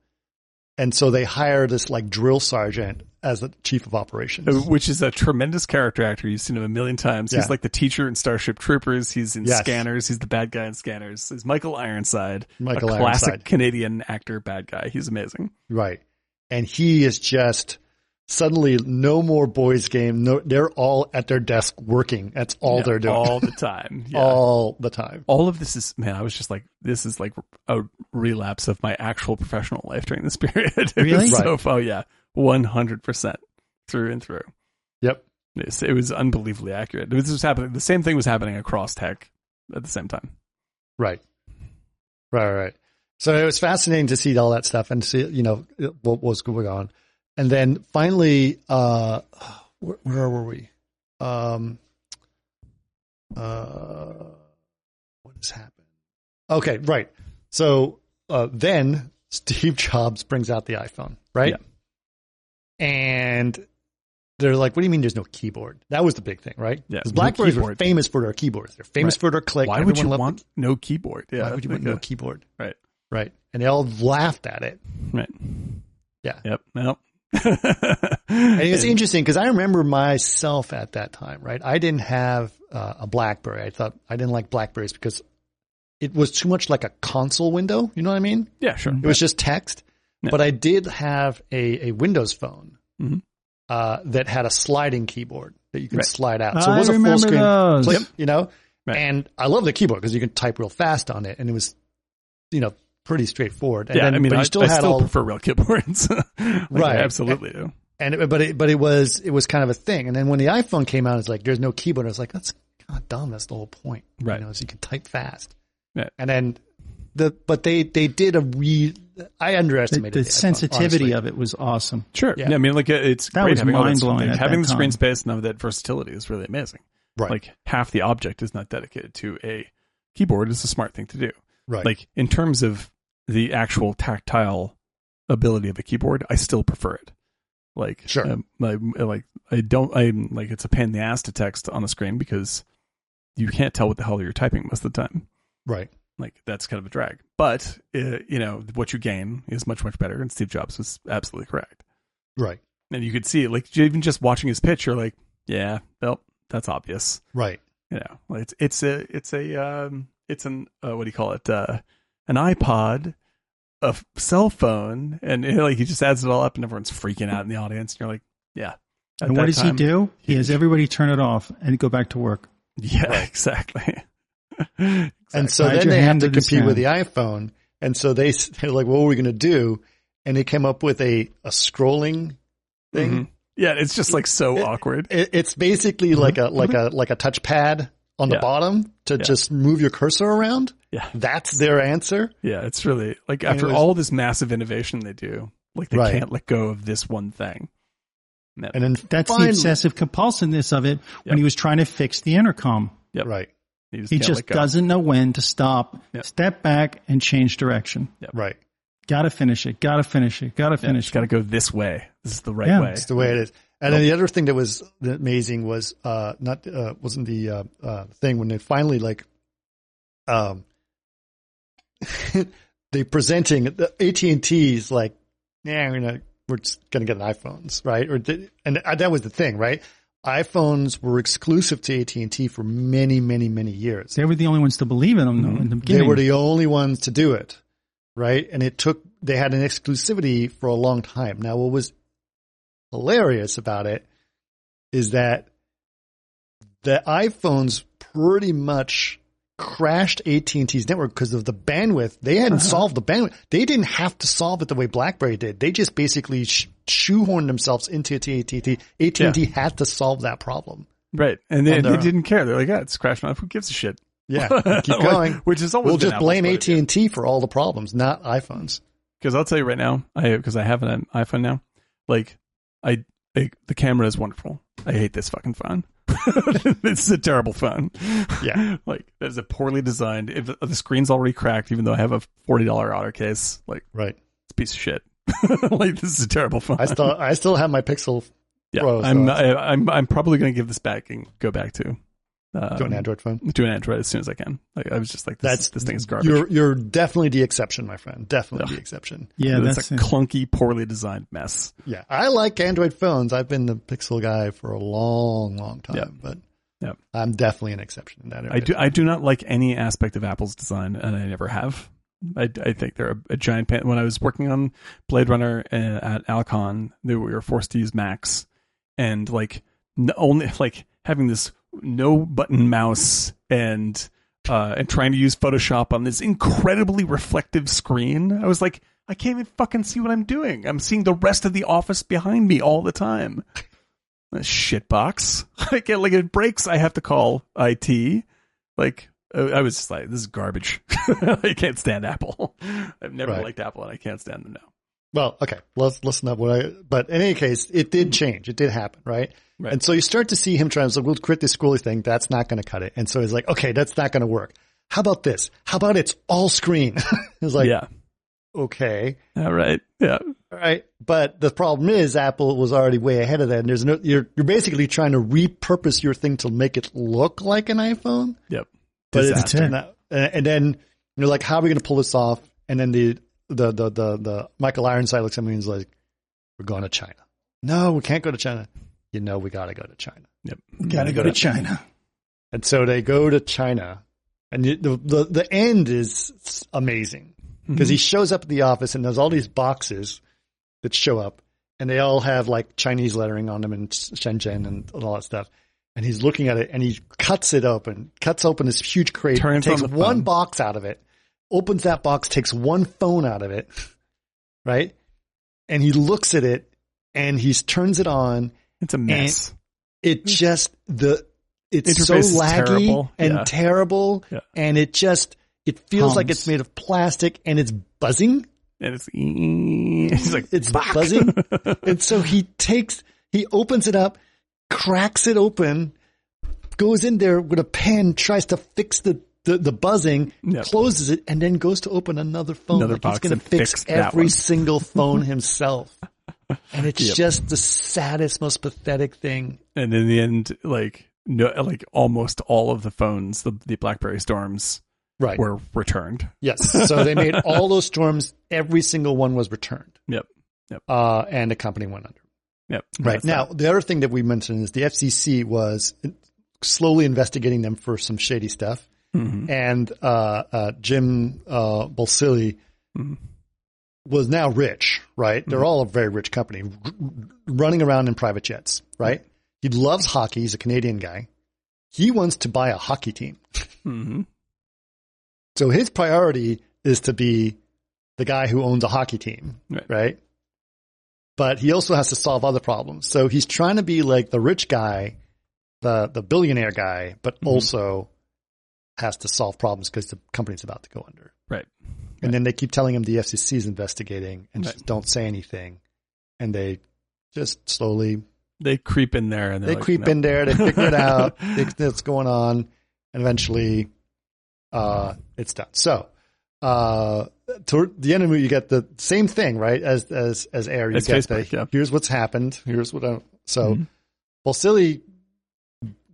S2: and so they hire this like drill sergeant as the chief of operations
S5: which is a tremendous character actor. You've seen him a million times.
S2: uh, Yeah.
S5: He's like the teacher in Starship Troopers. He's in
S2: Yes.
S5: Scanners. He's the bad guy in Scanners. He's Michael Ironside,
S2: Michael
S5: a classic
S2: Ironside.
S5: Canadian actor, bad guy. He's amazing.
S2: Right. And he is just suddenly no more boys game. No, they're all at their desk working. That's all
S5: Yeah,
S2: they're doing all,
S5: all the time. Yeah.
S2: the time.
S5: all of this is man. I was just like, this is like a relapse of my actual professional life during this period. It was
S4: Really?
S5: So, oh yeah, one hundred percent through and through.
S2: Yep.
S5: It's- It was unbelievably accurate. This was happening. The same thing was happening across tech at the same time.
S2: Right. Right. Right. right. So it was fascinating to see all that stuff and see, you know, what was going on. And then finally, uh, where, where were we? Um, uh, what has happened? Okay. Right. So, uh, then Steve Jobs brings out the iPhone, right? And they're like, what do you mean there's no keyboard? That was the big thing, right?
S5: Yeah,
S2: 'Cause
S5: no
S2: BlackBerries were
S5: keyboard.
S2: famous for their keyboards. They're famous
S5: Right.
S2: for their click.
S5: Why would
S2: Everyone
S5: you
S2: loved the
S5: want no keyboard? Yeah,
S2: why would you
S5: like
S2: want no
S5: a-
S2: keyboard?
S5: Right.
S2: Right. And they all laughed at it.
S5: Right.
S2: Yeah.
S5: Yep. Nope.
S2: And it was
S5: And-
S2: interesting because I remember myself at that time, right? I didn't have uh, a Blackberry. I thought I didn't like Blackberries because it was too much like a console window. You know what I mean?
S5: yeah, sure.
S2: It was just text.
S5: Yeah.
S2: But I did have a, a Windows phone
S5: Mhm.
S2: uh, that had a sliding keyboard. that you can slide out.
S4: I remember those.
S2: click,
S4: Yep.
S2: you know?
S5: Right.
S2: And I love the keyboard because you can type real fast on it and it was, you know, pretty straightforward. And
S5: yeah,
S2: then,
S5: I mean,
S2: but
S5: I
S2: you
S5: still,
S2: still
S5: I
S2: had
S5: still
S2: all,
S5: prefer real keyboards. Like, I
S2: Right.
S5: absolutely do.
S2: and it, but it, but it was, it was kind of a thing. And then when the iPhone came out, it's like, there's no keyboard. I was like, that's kind of dumb. That's the whole point.
S5: Right.
S2: You know, so you can type fast.
S5: Yeah.
S2: And then the, but they, they did a re, I
S4: The,
S2: underestimated
S4: the
S2: iPhone,
S4: sensitivity
S2: honestly.
S4: of it was awesome.
S5: Sure.
S2: Yeah.
S5: Yeah. I mean, like it- it's
S4: That
S5: great
S4: was
S5: having all that-
S4: mind-blowing at
S5: Having
S4: that
S5: the screen
S4: time.
S5: space and of that versatility is really amazing.
S2: Right.
S5: Like half the object is not dedicated to a keyboard. It's a smart thing to do.
S2: right.
S5: Like in terms of the actual tactile ability of a keyboard, I still prefer it. Like
S2: Sure.
S5: um, I, I like I don't. I am like it's a pain in the ass to text on the screen because you can't tell what the hell you're typing most of the time.
S2: right.
S5: Like that's kind of a drag. But uh, you know what you gain is much much better. And Steve Jobs was absolutely correct
S2: Right.
S5: and you could see it, like j- even just watching his pitch, you're like, yeah, well, that's obvious.
S2: Right.
S5: You know, Like, it's it's a it's a um, it's an uh, what do you call it? Uh, an iPod, a f- cell phone, and you know, like he just adds it all up, and everyone's freaking out in the audience. And you're like, yeah. At
S4: and what
S5: that
S4: does
S5: time-
S4: he do? He has everybody turn it off and go back to work.
S5: Yeah, exactly.
S2: And so
S4: Hide
S2: then
S4: your
S2: they have
S4: hand
S2: to
S4: in the
S2: compete with the iPhone. And so they, s- they're like, what were we going to do? And they came up with a, a scrolling thing.
S5: Mhm. yeah, it's just like so
S2: It-
S5: awkward.
S2: It, it's basically like a, like a, like a touchpad on
S5: Mm-hmm.
S2: the
S5: Yeah.
S2: bottom to just move your cursor around.
S5: Yeah.
S2: That's their answer.
S5: Yeah, it's really like
S2: And it
S5: after
S2: was-
S5: all this massive innovation they do, like they
S2: Right.
S5: can't let go of this one thing. No.
S2: And then
S4: That's
S2: finally,
S4: the obsessive compulsiveness of it
S5: Yep.
S4: when he was trying to fix the intercom.
S5: Yep.
S2: right,
S5: They
S4: He
S5: can't
S4: just
S5: let go.
S4: doesn't know when to stop,
S5: Yep.
S4: step back, and change direction.
S2: right.
S4: Gotta finish it. Gotta finish it. Gotta
S5: Yeah,
S4: finish
S5: it's got to go this way. This is the right
S4: Yeah.
S5: way.
S2: It's the way it is. And then the other thing that was amazing was uh, not uh, wasn't the uh, uh, thing when they finally like, um, they presenting the AT and T's like, yeah, we're gonna we're just gonna get iPhones, right? Or th- and th- that was the thing, right? iPhones were exclusive to AT and T for many, many, many years.
S4: it. They were the only ones to believe in him though, in the
S2: They
S4: beginning.
S2: were the only ones to do it, right? And it took, they had an exclusivity for a long time. Now, what was hilarious about it is that the iPhones pretty much crashed AT&T's network because of the bandwidth. They hadn't solved the bandwidth. They didn't have to solve it the way BlackBerry did. They just basically sh- shoehorned themselves into AT&T. AT&T had to solve that problem.
S5: Right. And they,
S2: On their
S5: they
S2: own.
S5: didn't care. They're like, yeah, it's crashing off. Who gives a shit?
S2: Yeah, keep
S5: Like,
S2: going.
S5: Which is always
S2: We'll just blame AT&T for all the problems, not iPhones.
S5: Because I'll tell you right now, I because I have an iPhone now. Like, I, I the camera is wonderful. I hate this fucking phone. it's a terrible phone.
S2: Yeah.
S5: like that is a poorly designed. If the, the screen's already cracked, even though I have a forty dollar auto case, like
S2: Right.
S5: it's a piece of shit. like this is a terrible phone.
S2: I still I still have my Pixel
S5: yeah,
S2: Pro, so
S5: I'm,
S2: it's-
S5: I, I'm I'm probably gonna give this back and go back to uh,
S2: to an Android phone.
S5: to an Android as soon as I can. Like, I was just like, this,
S2: That's
S5: this thing is garbage.
S2: You're you're definitely the exception, my friend. Definitely the exception.
S4: yeah,
S5: it's
S4: that's
S5: a
S4: it.
S5: clunky, poorly designed mess.
S2: Yeah, I like Android phones. I've been the Pixel guy for a long, long time,
S5: Yeah.
S2: but
S5: Yeah.
S2: I'm definitely an exception in that area.
S5: I do, I do not like any aspect of Apple's design, and I never have. I, I think they're a, a giant pain. When I was working on Blade Runner uh, at Alcon, they, we were forced to use Macs, and like n- only like having this no button mouse and uh, and trying to use Photoshop on this incredibly reflective screen. I was like, I can't even fucking see what I'm doing. I'm seeing the rest of the office behind me all the time. A shit box. I get like it breaks. I have to call IT. Like uh, I was just like, this is garbage. I can't stand Apple. I've never
S2: Right.
S5: liked Apple, and I can't stand them now.
S2: Well, okay, let's listen up. What I, but in any case, it did change. It did happen, right?
S5: Right.
S2: And so you start to see him trying. So we'll quit this schooly thing. That's not going to cut it. And so he's like, okay, that's not going to work. How about this? How about it's all screen? He's like,
S5: yeah.
S2: okay.
S5: All right. Yeah.
S2: All right, but the problem is Apple was already way ahead of that, and there's no you're you're basically trying to repurpose your thing to make it look like an iPhone,
S5: Yep.
S2: but it's
S4: Disaster.
S2: not- and then you're like, how are we going to pull this off? And then the the the the, the Michael Ironside looks at me and is like, we're going to China. No, we can't go to China. You know, we got to go to China.
S5: Yep.
S4: Gotta go to China.
S2: And so they go to China, and the the, the end is
S5: Hmm.
S2: amazing because he shows up at the office and there's all these boxes that show up, and they all have like Chinese lettering on them in Shenzhen and all that stuff. And he's looking at it and he cuts it open, cuts open this huge crate,
S5: Turns
S2: takes
S5: on the
S2: one
S5: phone.
S2: box out of it, opens that box, takes one phone out of it, right? And he looks at it and he turns it on.
S5: It's a mess.
S2: It just, the, it's so
S5: Hmm. Interface is
S2: laggy
S5: terrible.
S2: and
S5: Yeah.
S2: terrible.
S5: Yeah.
S2: And it just, it feels like
S4: Hums.
S2: it's made of plastic and it's buzzing.
S5: and it's he's like
S2: It's
S5: "Fuck."
S2: buzzing. and so he takes, he opens it up, cracks it open, goes in there with a pen, tries to fix the, the, the buzzing,
S5: Yep.
S2: closes it, and then goes to open another phone.
S5: Another
S2: like
S5: box
S2: he's going
S5: and
S2: to fix
S5: fix that
S2: every
S5: one.
S2: single phone himself. And it's just the saddest, most pathetic thing.
S5: and in the end, like no, like almost all of the phones, the the BlackBerry Storms
S2: Right.
S5: were returned.
S2: Yes. So they made all those storms. Every single one was returned.
S5: Yep. Yep.
S2: Uh, and the company went under.
S5: Yep.
S2: Right.
S5: That's
S2: Now, the other thing that we mentioned is the FCC was slowly investigating them for some shady stuff. And uh, uh, Jim uh, Balsillie was now rich, right? They're all a very rich company, r- r- running around in private jets, right? He loves hockey. He's a Canadian guy. He wants to buy a hockey team.
S5: Mhm.
S2: So his priority is to be the guy who owns a hockey team, right.
S5: Right.
S2: But he also has to solve other problems. So he's trying to be like the rich guy, the the billionaire guy, but
S5: Mm-hmm.
S2: also has to solve problems because the company's about to go under.
S5: Right.
S2: And then they keep telling him the FCC is investigating and just don't say anything. And they just slowly
S5: They creep in there and
S2: they creep in there. They figure it out. They, that's going on, and eventually, uh, it's done. So, uh, toward the end of the movie, you get the same thing, right? As as as air, you
S5: As
S2: get
S5: Facebook,
S2: the
S5: yeah. Mm-hmm.
S2: here's what's happened. Here's what I so. Well, silly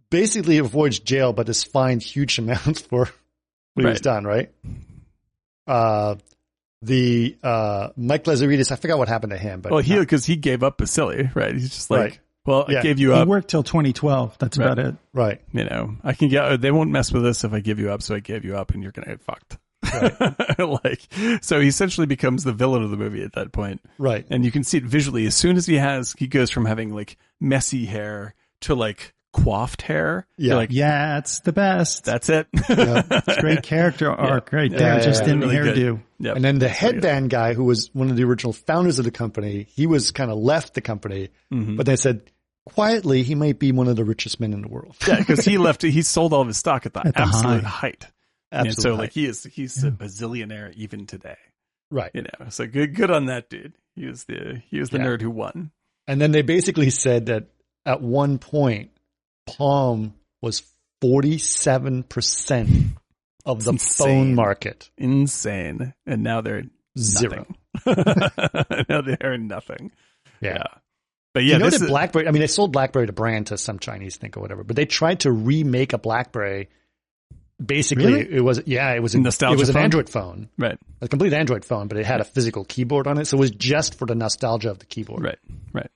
S2: basically avoids jail, but is fined huge amounts for what he was
S5: Right.
S2: done, right? Uh, the uh, Mike Lazaridis, I forgot what happened to him, but
S5: Well, he because he gave up is silly, right? He's just like,
S2: Right.
S5: well,
S2: Yeah.
S5: I gave you
S4: He
S5: up.
S4: worked till 2012. That's about it.
S2: right.
S5: You know, I can get. They won't mess with us if I give you up. So I gave you up, and you're gonna get fucked. like, so he essentially becomes the villain of the movie at that point.
S2: Right.
S5: and you can see it visually as soon as he has he goes from having like messy hair to like coiffed hair
S2: Yeah.
S5: You're like
S4: Yeah, it's the best.
S5: that's it
S4: It's great character arc right there,
S2: yeah,
S4: just
S2: yeah.
S4: in the
S5: Really good.
S4: hairdo.
S5: Yep.
S2: And then the headband guy, who was one of the original founders of the company, he was kind of left the company,
S5: Mm-hmm.
S2: but they said quietly he might be one of the richest men in the world.
S5: yeah because he left he sold all of his stock at the,
S4: At the
S5: absolute
S4: high.
S5: height and
S2: Absolutely.
S5: so like he is he's a bazillionaire even today
S2: right.
S5: you know so good good on that dude he was the he was the
S2: Yeah.
S5: nerd who won
S2: And then they basically said that at one point, Palm was 47% of the phone
S5: insane.
S2: market.
S5: insane and now they're
S2: Zero.
S5: nothing. now they're nothing
S2: Yeah.
S5: but yeah
S2: you know
S5: this
S2: that
S5: is-
S2: BlackBerry. I mean, they sold BlackBerry to brand to some Chinese think or whatever, but they tried to remake a BlackBerry. Basically, it was yeah, it was a,
S5: Nostalgia
S2: It was an
S5: phone?
S2: Android phone,
S5: right
S2: a complete Android phone, but it had a physical keyboard on it, so it was just for the nostalgia of the keyboard.
S5: Right. Right.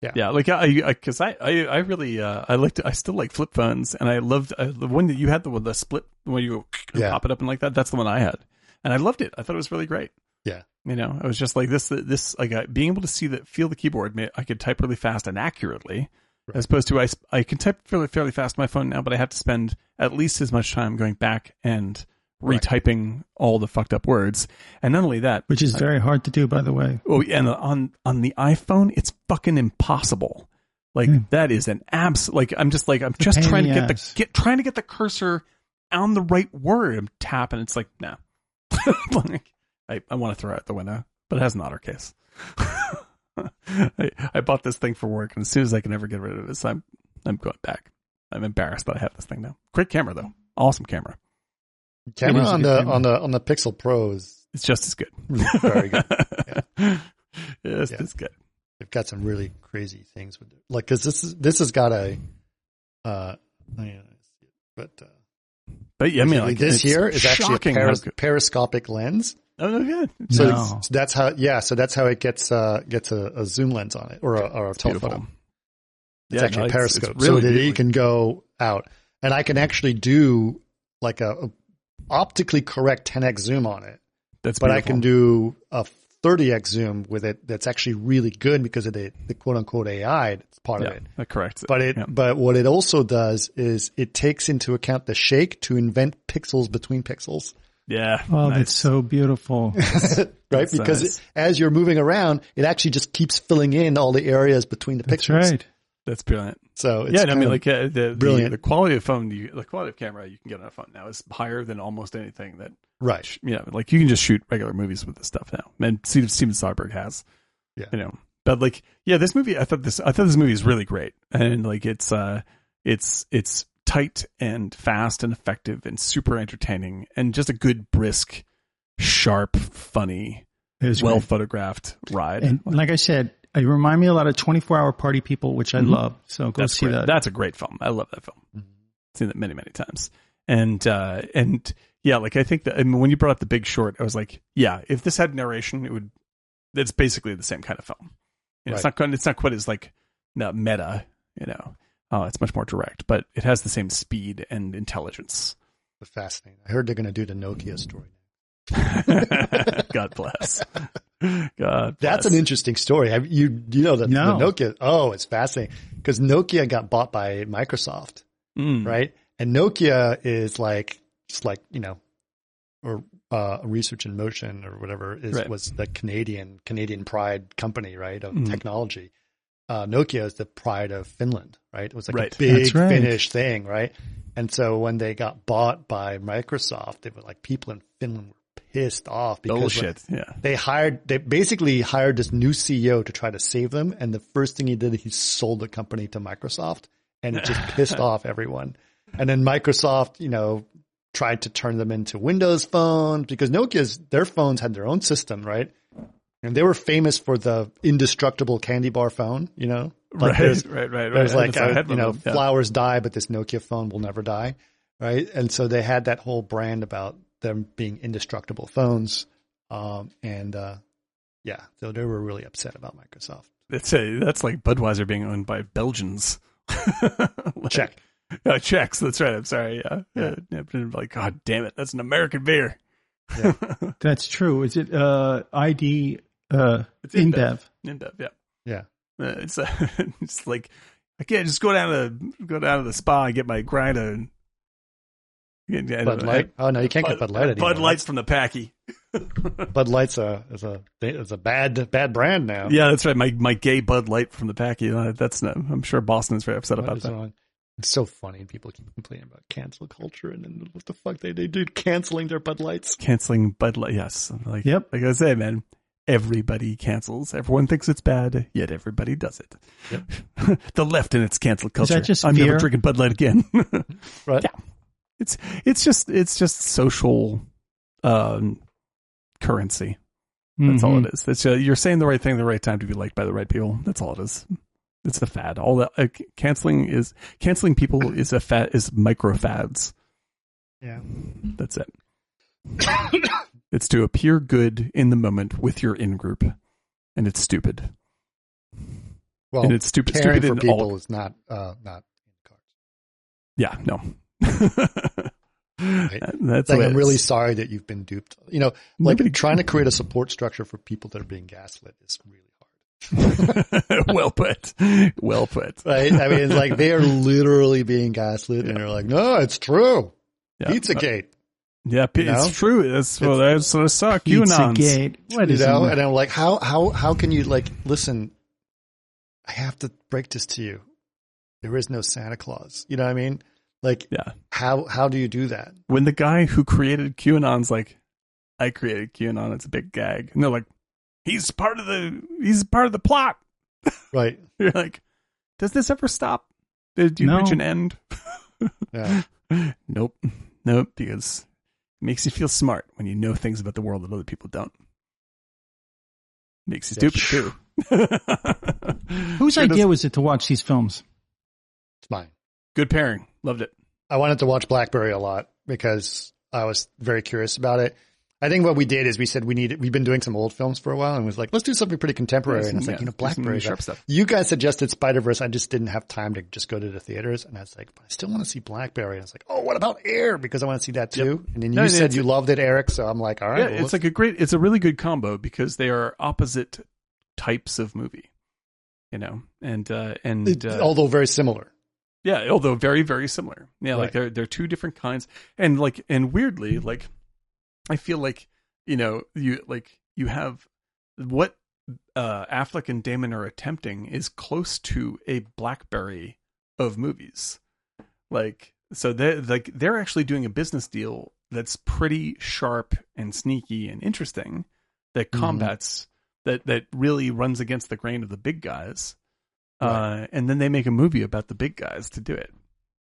S2: Yeah.
S5: Yeah. Like I, I, cause I, I, I really, uh, I liked, I still like flip phones and I loved uh, the one that you had, the one, the split, when you
S2: Yeah.
S5: pop it up and like that. That's the one I had. And I loved it. I thought it was really great.
S2: Yeah.
S5: You know, I was just like this, this, like I, being able to see that, feel the keyboard, ma- I could type really fast and accurately as opposed to I, sp- I can type fairly, fairly fast on my phone now, but I have to spend at least as much time going back and retyping all the fucked up words. And not only that,
S4: which is very hard to do, by the way.
S5: Oh, and on on the iPhone, it's fucking impossible. Like that is an abs. Like I'm just like I'm just
S4: pain in
S5: trying to
S4: Hmm. the
S5: get
S4: ass.
S5: the get trying to get the cursor on the right word. I'm tapping. It's like nah. like I, I want to throw it out the window, but it has an otter case. I, I bought this thing for work, and as soon as I can ever get rid of this, I'm I'm going back. I'm embarrassed that I have this thing now. Great camera though, awesome camera.
S2: Camera
S4: It is a
S2: on
S4: good
S2: the
S4: camera.
S2: on the on the Pixel Pro is
S5: It's just as good.
S2: very good.
S5: It's
S2: Yeah.
S5: just good.
S2: They've got some really crazy things with it. like because this is this has got a uh, I mean, but uh,
S5: But yeah, I mean, like,
S2: this
S5: it's
S2: here is actually a
S5: shocking how
S2: peris-
S5: good-
S2: periscopic lens.
S5: Oh no, good. It's
S2: So,
S4: No.
S2: so that's how, yeah. So that's how it gets uh, gets a, a zoom lens on it or a, or a telephoto.
S5: beautiful.
S2: It's
S5: Yeah,
S2: actually
S5: no,
S2: a
S5: it's- it's
S2: periscope,
S5: really
S2: so that it
S5: beautiful.
S2: can go out, and I can actually do like a, a optically correct 10x zoom on it,
S5: That's
S2: but I
S5: beautiful.
S2: can do a 30x zoom with it that's actually really good because of the, the quote unquote AI that's part of
S5: Yeah,
S2: it.
S5: that corrects it.
S2: But it,
S5: Yeah.
S2: but what it also does is it takes into account the shake to invent pixels between pixels,
S5: yeah,
S4: Oh,
S5: nice.
S4: that's so beautiful.
S2: right? because
S5: nice.
S2: it, as you're moving around, it actually just keeps filling in all the areas between the
S4: That's
S2: pictures.
S4: right.
S5: that's brilliant.
S2: So it's
S5: yeah, and I
S2: kind
S5: mean,
S2: of-
S5: like uh, the, the
S2: brilliant.
S5: the quality of phone, you, the quality of camera you can get on a phone now is higher than almost anything that
S2: right.
S5: you know. Like you can just shoot regular movies with this stuff now, and Steven Steven Soderbergh has,
S2: Yeah.
S5: you know. But like, yeah, this movie, I thought this, I thought this movie is really great, and like it's uh, it's it's tight and fast and effective and super entertaining and just a good brisk, sharp, funny,
S4: It was
S5: well
S4: great.
S5: photographed ride.
S4: And like I said, it remind me a lot of 24 hour party people, which I
S5: Mhm.
S4: love. So go
S5: That's
S4: see
S5: great.
S4: that.
S5: That's a great film. I love that film. Seen it many, many times. And uh and yeah, like I think that I mean, when you brought up the Big Short, I was like, yeah, if this had narration, it would. It's basically the same kind of film. You know, It's
S2: Right.
S5: not. quite- It's not quite as like not meta. You know, uh, it's much more direct, but it has the same speed and intelligence.
S2: Fascinating. I heard they're going to do the Nokia story.
S5: God bless. God.
S2: That's
S5: bless.
S2: an interesting story. Have you you know the,
S4: No.
S2: the Nokia? Oh, it's fascinating because Nokia got bought by Microsoft,
S5: Mm.
S2: right? And Nokia is like it's like you know, or uh, Research in Motion or whatever is
S5: Right.
S2: was the Canadian Canadian pride company, right? Of
S5: Mm.
S2: technology. Uh, Nokia is the pride of Finland, right? It was like
S5: Right.
S2: a big
S4: That's right.
S2: Finnish thing, right? And so when they got bought by Microsoft, it was like people in Finland were pissed off because like,
S5: Bullshit. Yeah.
S2: they hired they basically hired this new CEO to try to save them and the first thing he did he sold the company to Microsoft and it just pissed off everyone. And then Microsoft, you know, tried to turn them into Windows phones because Nokia's their phones had their own system, right? And they were famous for the indestructible candy bar phone, you know. Like
S5: Right,
S2: there's-
S5: right. Right. Right.
S2: there's like
S5: That's what I
S2: uh,
S5: had
S2: you know
S5: remembered. Yeah.
S2: flowers die, but this Nokia phone will never die, right? And so they had that whole brand about them being indestructible phones, um, and uh, yeah, so they were really upset about Microsoft.
S5: That's a, that's like Budweiser being owned by Belgians. Like-
S2: Check.
S5: Uh, Czechs. That's right. I'm sorry. Yeah. yeah. yeah. Like, God damn it. That's an American beer.
S4: That's true. Is it uh, ID uh, InBev?
S5: InBev. Yeah.
S2: Yeah.
S5: Uh, it's, uh, it's like, I can't just go down to, go down to the spa and get my grinder. And, and, and-
S2: Bud Light. Oh no, you can't get Bud Light anymore.
S5: Bud Light's from the packy.
S2: Bud Light's a is a is a bad bad brand now.
S5: Yeah, that's right. My my gay Bud Light from the packy. Uh, That's not, I'm sure Boston's very upset
S2: What
S5: about
S2: is
S5: that.
S2: wrong? It's so funny. People keep complaining about cancel culture, and then what the fuck they they do canceling their Bud Lights.
S5: canceling Bud Light. Yes, like
S4: Yep.
S5: like I say, man. Everybody cancels. Everyone thinks it's bad, yet everybody does it. the left and its cancel culture.
S4: just
S5: I'm
S4: fear?
S5: never drinking Bud Light again.
S2: Right.
S5: Yeah. It's it's just it's just social um, currency. That's all
S4: Mhm.
S5: it is. It's uh, you're saying the right thing at the right time to be liked by the right people. That's all it is. It's a fad. All that uh, c- canceling is canceling people is a fad is micro fads.
S2: Yeah.
S5: That's it. it's to appear good in the moment with your in group, and it's stupid.
S2: Well,
S5: and it's stupid.
S2: caring
S5: Stupid
S2: for
S5: in
S2: people
S5: all.
S2: is not uh not in cards.
S5: Yeah, no.
S2: It's
S5: That's
S2: like
S5: what
S2: I'm
S5: it
S2: really
S5: is.
S2: sorry that you've been duped. You know, like
S5: Nobody-
S2: trying to create a support structure for people that are being gaslit is really hard.
S5: well put. Well put.
S2: Right? I mean, it's like they are literally being gaslit, and they're like, "No, it's true.
S5: Yeah.
S2: Pizzagate."
S5: Yeah, p-
S2: You know?
S5: it's true. That's well, that's sort of suck. You nons.
S4: Pizzagate. What
S2: you
S4: is
S2: know,
S4: it?
S2: and I'm like, "How how how can you like listen? I have to break this to you. There is no Santa Claus. You know what I mean? Like,
S5: Yeah.
S2: how how do you do that?
S5: When the guy who created QAnon's like, I created QAnon. It's a big gag, and they're like, he's part of the he's part of the plot.
S2: Right?
S5: You're like, does this ever stop? Did you
S4: No.
S5: reach an end?
S2: Yeah.
S5: Nope. Nope. Because it makes you feel smart when you know things about the world that other people don't. Makes you
S2: Yeah.
S5: stupid too.
S4: Whose
S5: Sure does-
S4: idea was it to watch these films?
S2: It's mine.
S5: Good pairing. Loved it.
S2: I wanted to watch Blackberry a lot because I was very curious about it. I think what we did is we said we need we've been doing some old films for a while and was like let's do something pretty contemporary
S5: Yeah,
S2: and it's
S5: some-
S2: like you know
S5: yeah, some
S2: Blackberry
S5: sharp stuff.
S2: You guys suggested Spider Verse. I just didn't have time to just go to the theaters and I was like but I still want to see Blackberry. And I was like oh what about Air because I want to see that too. And then you
S5: No, and
S2: said
S5: it's-
S2: you loved it, Eric. So I'm like all right,
S5: yeah,
S2: well,
S5: it's like a great, it's a really good combo because they are opposite types of movie, you know, and uh, and
S2: let's-
S5: uh,
S2: although very similar.
S5: yeah, although very very similar. Yeah,
S2: Right.
S5: like they're they're two different kinds, and like and weirdly, like I feel like you know you like you have what uh Affleck and Damon are attempting is close to a BlackBerry of movies, like so they like they're actually doing a business deal that's pretty sharp and sneaky and interesting that
S2: Mhm.
S5: combats that that really runs against the grain of the big guys uh, and then they make a movie about the big guys to do it,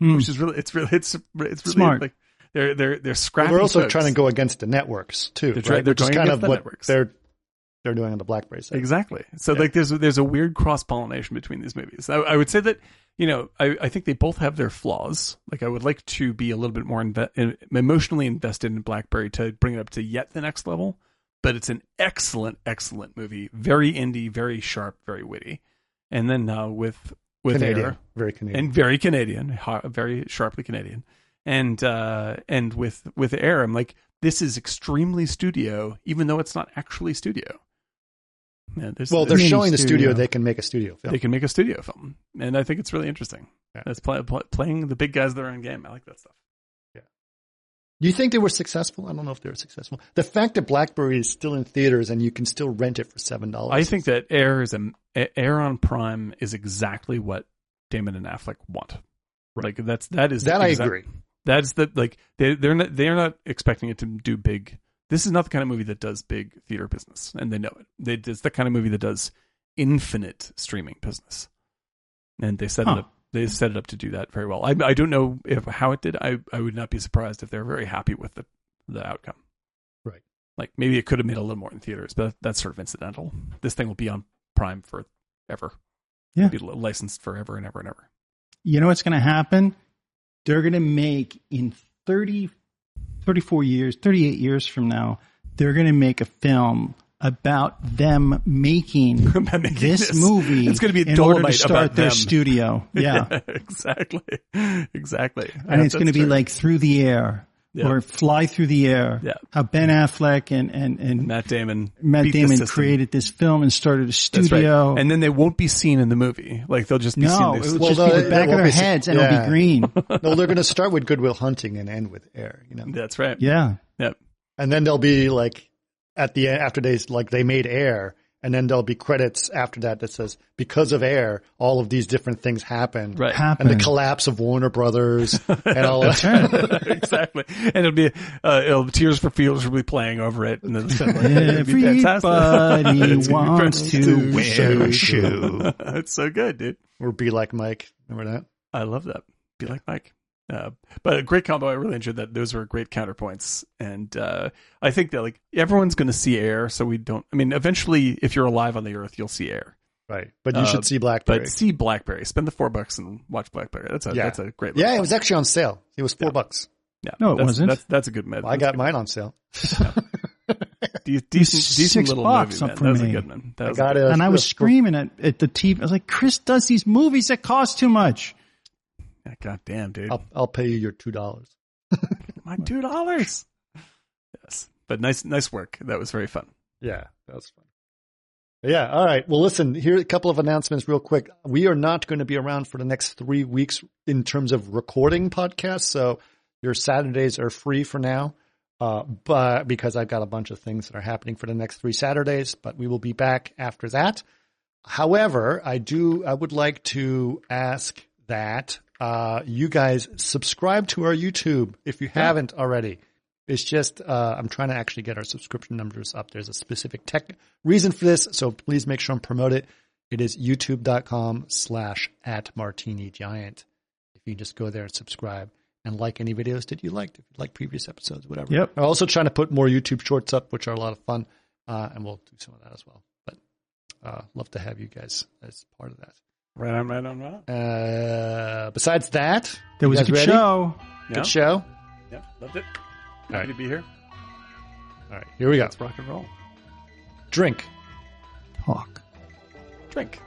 S4: Hmm.
S5: which is really it's really it's it's really
S4: Smart.
S5: like they're they're they're
S2: But
S5: scrapping.
S2: We're also
S5: folks.
S2: trying to go against the networks too,
S5: They're
S2: right?
S5: try- they're
S2: Which is
S5: going
S2: kind
S5: against
S2: of
S5: the
S2: what
S5: networks.
S2: they're they're doing on the BlackBerry side.
S5: exactly. So
S2: Yeah.
S5: like there's there's a weird cross pollination between these movies. I, I would say that you know I, I think they both have their flaws. Like I would like to be a little bit more inve- em- emotionally invested in BlackBerry to bring it up to yet the next level. But it's an excellent excellent movie, very indie, very sharp, very witty. And then uh, with with
S2: Canadian,
S5: Air,
S2: very Canadian.
S5: and very Canadian, ha- very sharply Canadian. And uh, and with with Air, I'm like, this is extremely studio, even though it's not actually studio. Yeah, there's,
S2: well, they're
S5: there's-
S2: showing the studio
S4: studio.
S2: they can make a studio film.
S5: they can make a studio film, and I think it's really interesting.
S2: Yeah.
S5: That's play, play, playing the big guys their own game. I like that stuff.
S2: Do you think they were successful? I don't know if they were successful. The fact that BlackBerry is still in theaters and you can still rent it for seven dollars.
S5: I think that Air is a Air on Prime is exactly what Damon and Affleck want. Like that's that is
S2: that I
S5: exact-
S2: agree.
S5: That's the like they they're not they're not expecting it to do big. This is not the kind of movie that does big theater business, and they know it. They, it's the kind of movie that does infinite streaming business, and they set
S4: Huh.
S5: it up. They set it up to do that very well. I I don't know if how it did. I I would not be surprised if they're very happy with the the outcome.
S2: Right.
S5: Like maybe it could have made a little more in theaters, but that's sort of incidental. This thing will be on Prime forever.
S4: Yeah.
S5: It'll be li- licensed forever and ever and ever.
S4: you know what's going to happen? They're going to make in 30, 34 years, 38 years from now, they're going to make a film about them making
S5: About making
S4: this,
S5: this.
S4: movie
S5: It's gonna be
S4: in order to
S5: Dolomite
S4: start
S5: about
S4: their
S5: them.
S4: studio. Yeah.
S5: exactly. Exactly.
S4: and it's going to be like through the air
S5: Yeah.
S4: or fly through the air.
S5: Yeah.
S4: How Ben Affleck and, and, and
S5: Matt Damon.
S4: Matt
S5: beat the
S4: Damon
S5: system.
S4: created this film and started a
S5: That's right.
S4: studio.
S5: And then they won't be seen in the movie. Like they'll just be
S4: no,
S5: seen.
S4: it
S5: This,
S4: would
S2: Well,
S4: just be
S2: the-
S4: the back of
S2: that
S4: their
S2: won't be-
S4: heads and it'll
S2: yeah.
S4: be green.
S2: no, they're going to start with Goodwill Hunting and end with Air. You know,
S5: That's right.
S4: Yeah.
S5: Yep.
S2: and then they'll be like at the end after they like they made Air, and then there'll be credits after that that says because of Air, all of these different things happened,
S5: Right.
S2: and
S4: Happen.
S2: the collapse of Warner Brothers and all that.
S5: exactly. And it'll be uh, it'll Tears for Fears will be playing over it and then it'll be fantastic.
S4: Everybody
S5: It's gonna be
S4: wants
S5: fantastic.
S4: to
S2: wear a shoe.
S5: it's so good, dude.
S2: or be like Mike. Remember that?
S5: I love that. Be like Mike. Uh, but a great combo. I really enjoyed that. Those were great counterpoints, and uh, I think that like everyone's going to see air. So we don't. I mean, eventually, if you're alive on the earth, you'll see air.
S2: Right. But you
S5: Uh,
S2: should see
S5: But
S2: BlackBerry.
S5: see BlackBerry. Spend the four bucks and watch BlackBerry. That's a
S2: Yeah.
S5: that's a great.
S2: yeah, it was actually on sale. It was four bucks.
S5: yeah.
S4: No, it
S5: That's-
S4: wasn't.
S5: That's, that's a good med.
S2: I got mine on sale.
S5: De- decent decent
S4: six
S5: little
S4: bucks
S5: movie. Man.
S4: up for
S5: That was a
S4: me.
S5: good one. That
S2: I
S5: was
S2: got
S5: a
S2: it.
S4: and I was screaming at, at the TV. I was like, Chris does these movies that cost too much.
S5: good. God damn, dude.
S2: I'll, I'll pay you your two dollars.
S5: My two dollars. Yes, but nice nice work. That was very fun.
S2: Yeah, that was fun. Yeah, all right. Well, listen, here are a couple of announcements real quick. We are not going to be around for the next three weeks in terms of recording podcasts, so your Saturdays are free for now. Uh, but because I've got a bunch of things that are happening for the next three Saturdays, but we will be back after that. However, I do I would like to ask that uh, you guys subscribe to our YouTube if you haven't already. It's just uh, I'm trying to actually get our subscription numbers up. There's a specific tech reason for this, so please make sure and promote it. It is youtube.com slash at martini giant. If you just go there and subscribe and like any videos that you liked, if you like previous episodes, whatever.
S4: Yep.
S2: I'm also trying to put more YouTube shorts up, which are a lot of fun, uh, and we'll do some of that as well. But uh, love to have you guys as part of that.
S5: Right on, right on, right on.
S2: Uh, besides that,
S4: There
S2: you
S4: was a
S2: guys
S4: good
S2: ready?
S4: show.
S5: Yeah.
S2: Good show.
S5: Yeah, loved it.
S2: right.
S5: Happy to be here.
S1: All right, here we go.
S2: It's rock and roll.
S1: Drink.
S7: Talk.
S2: Drink.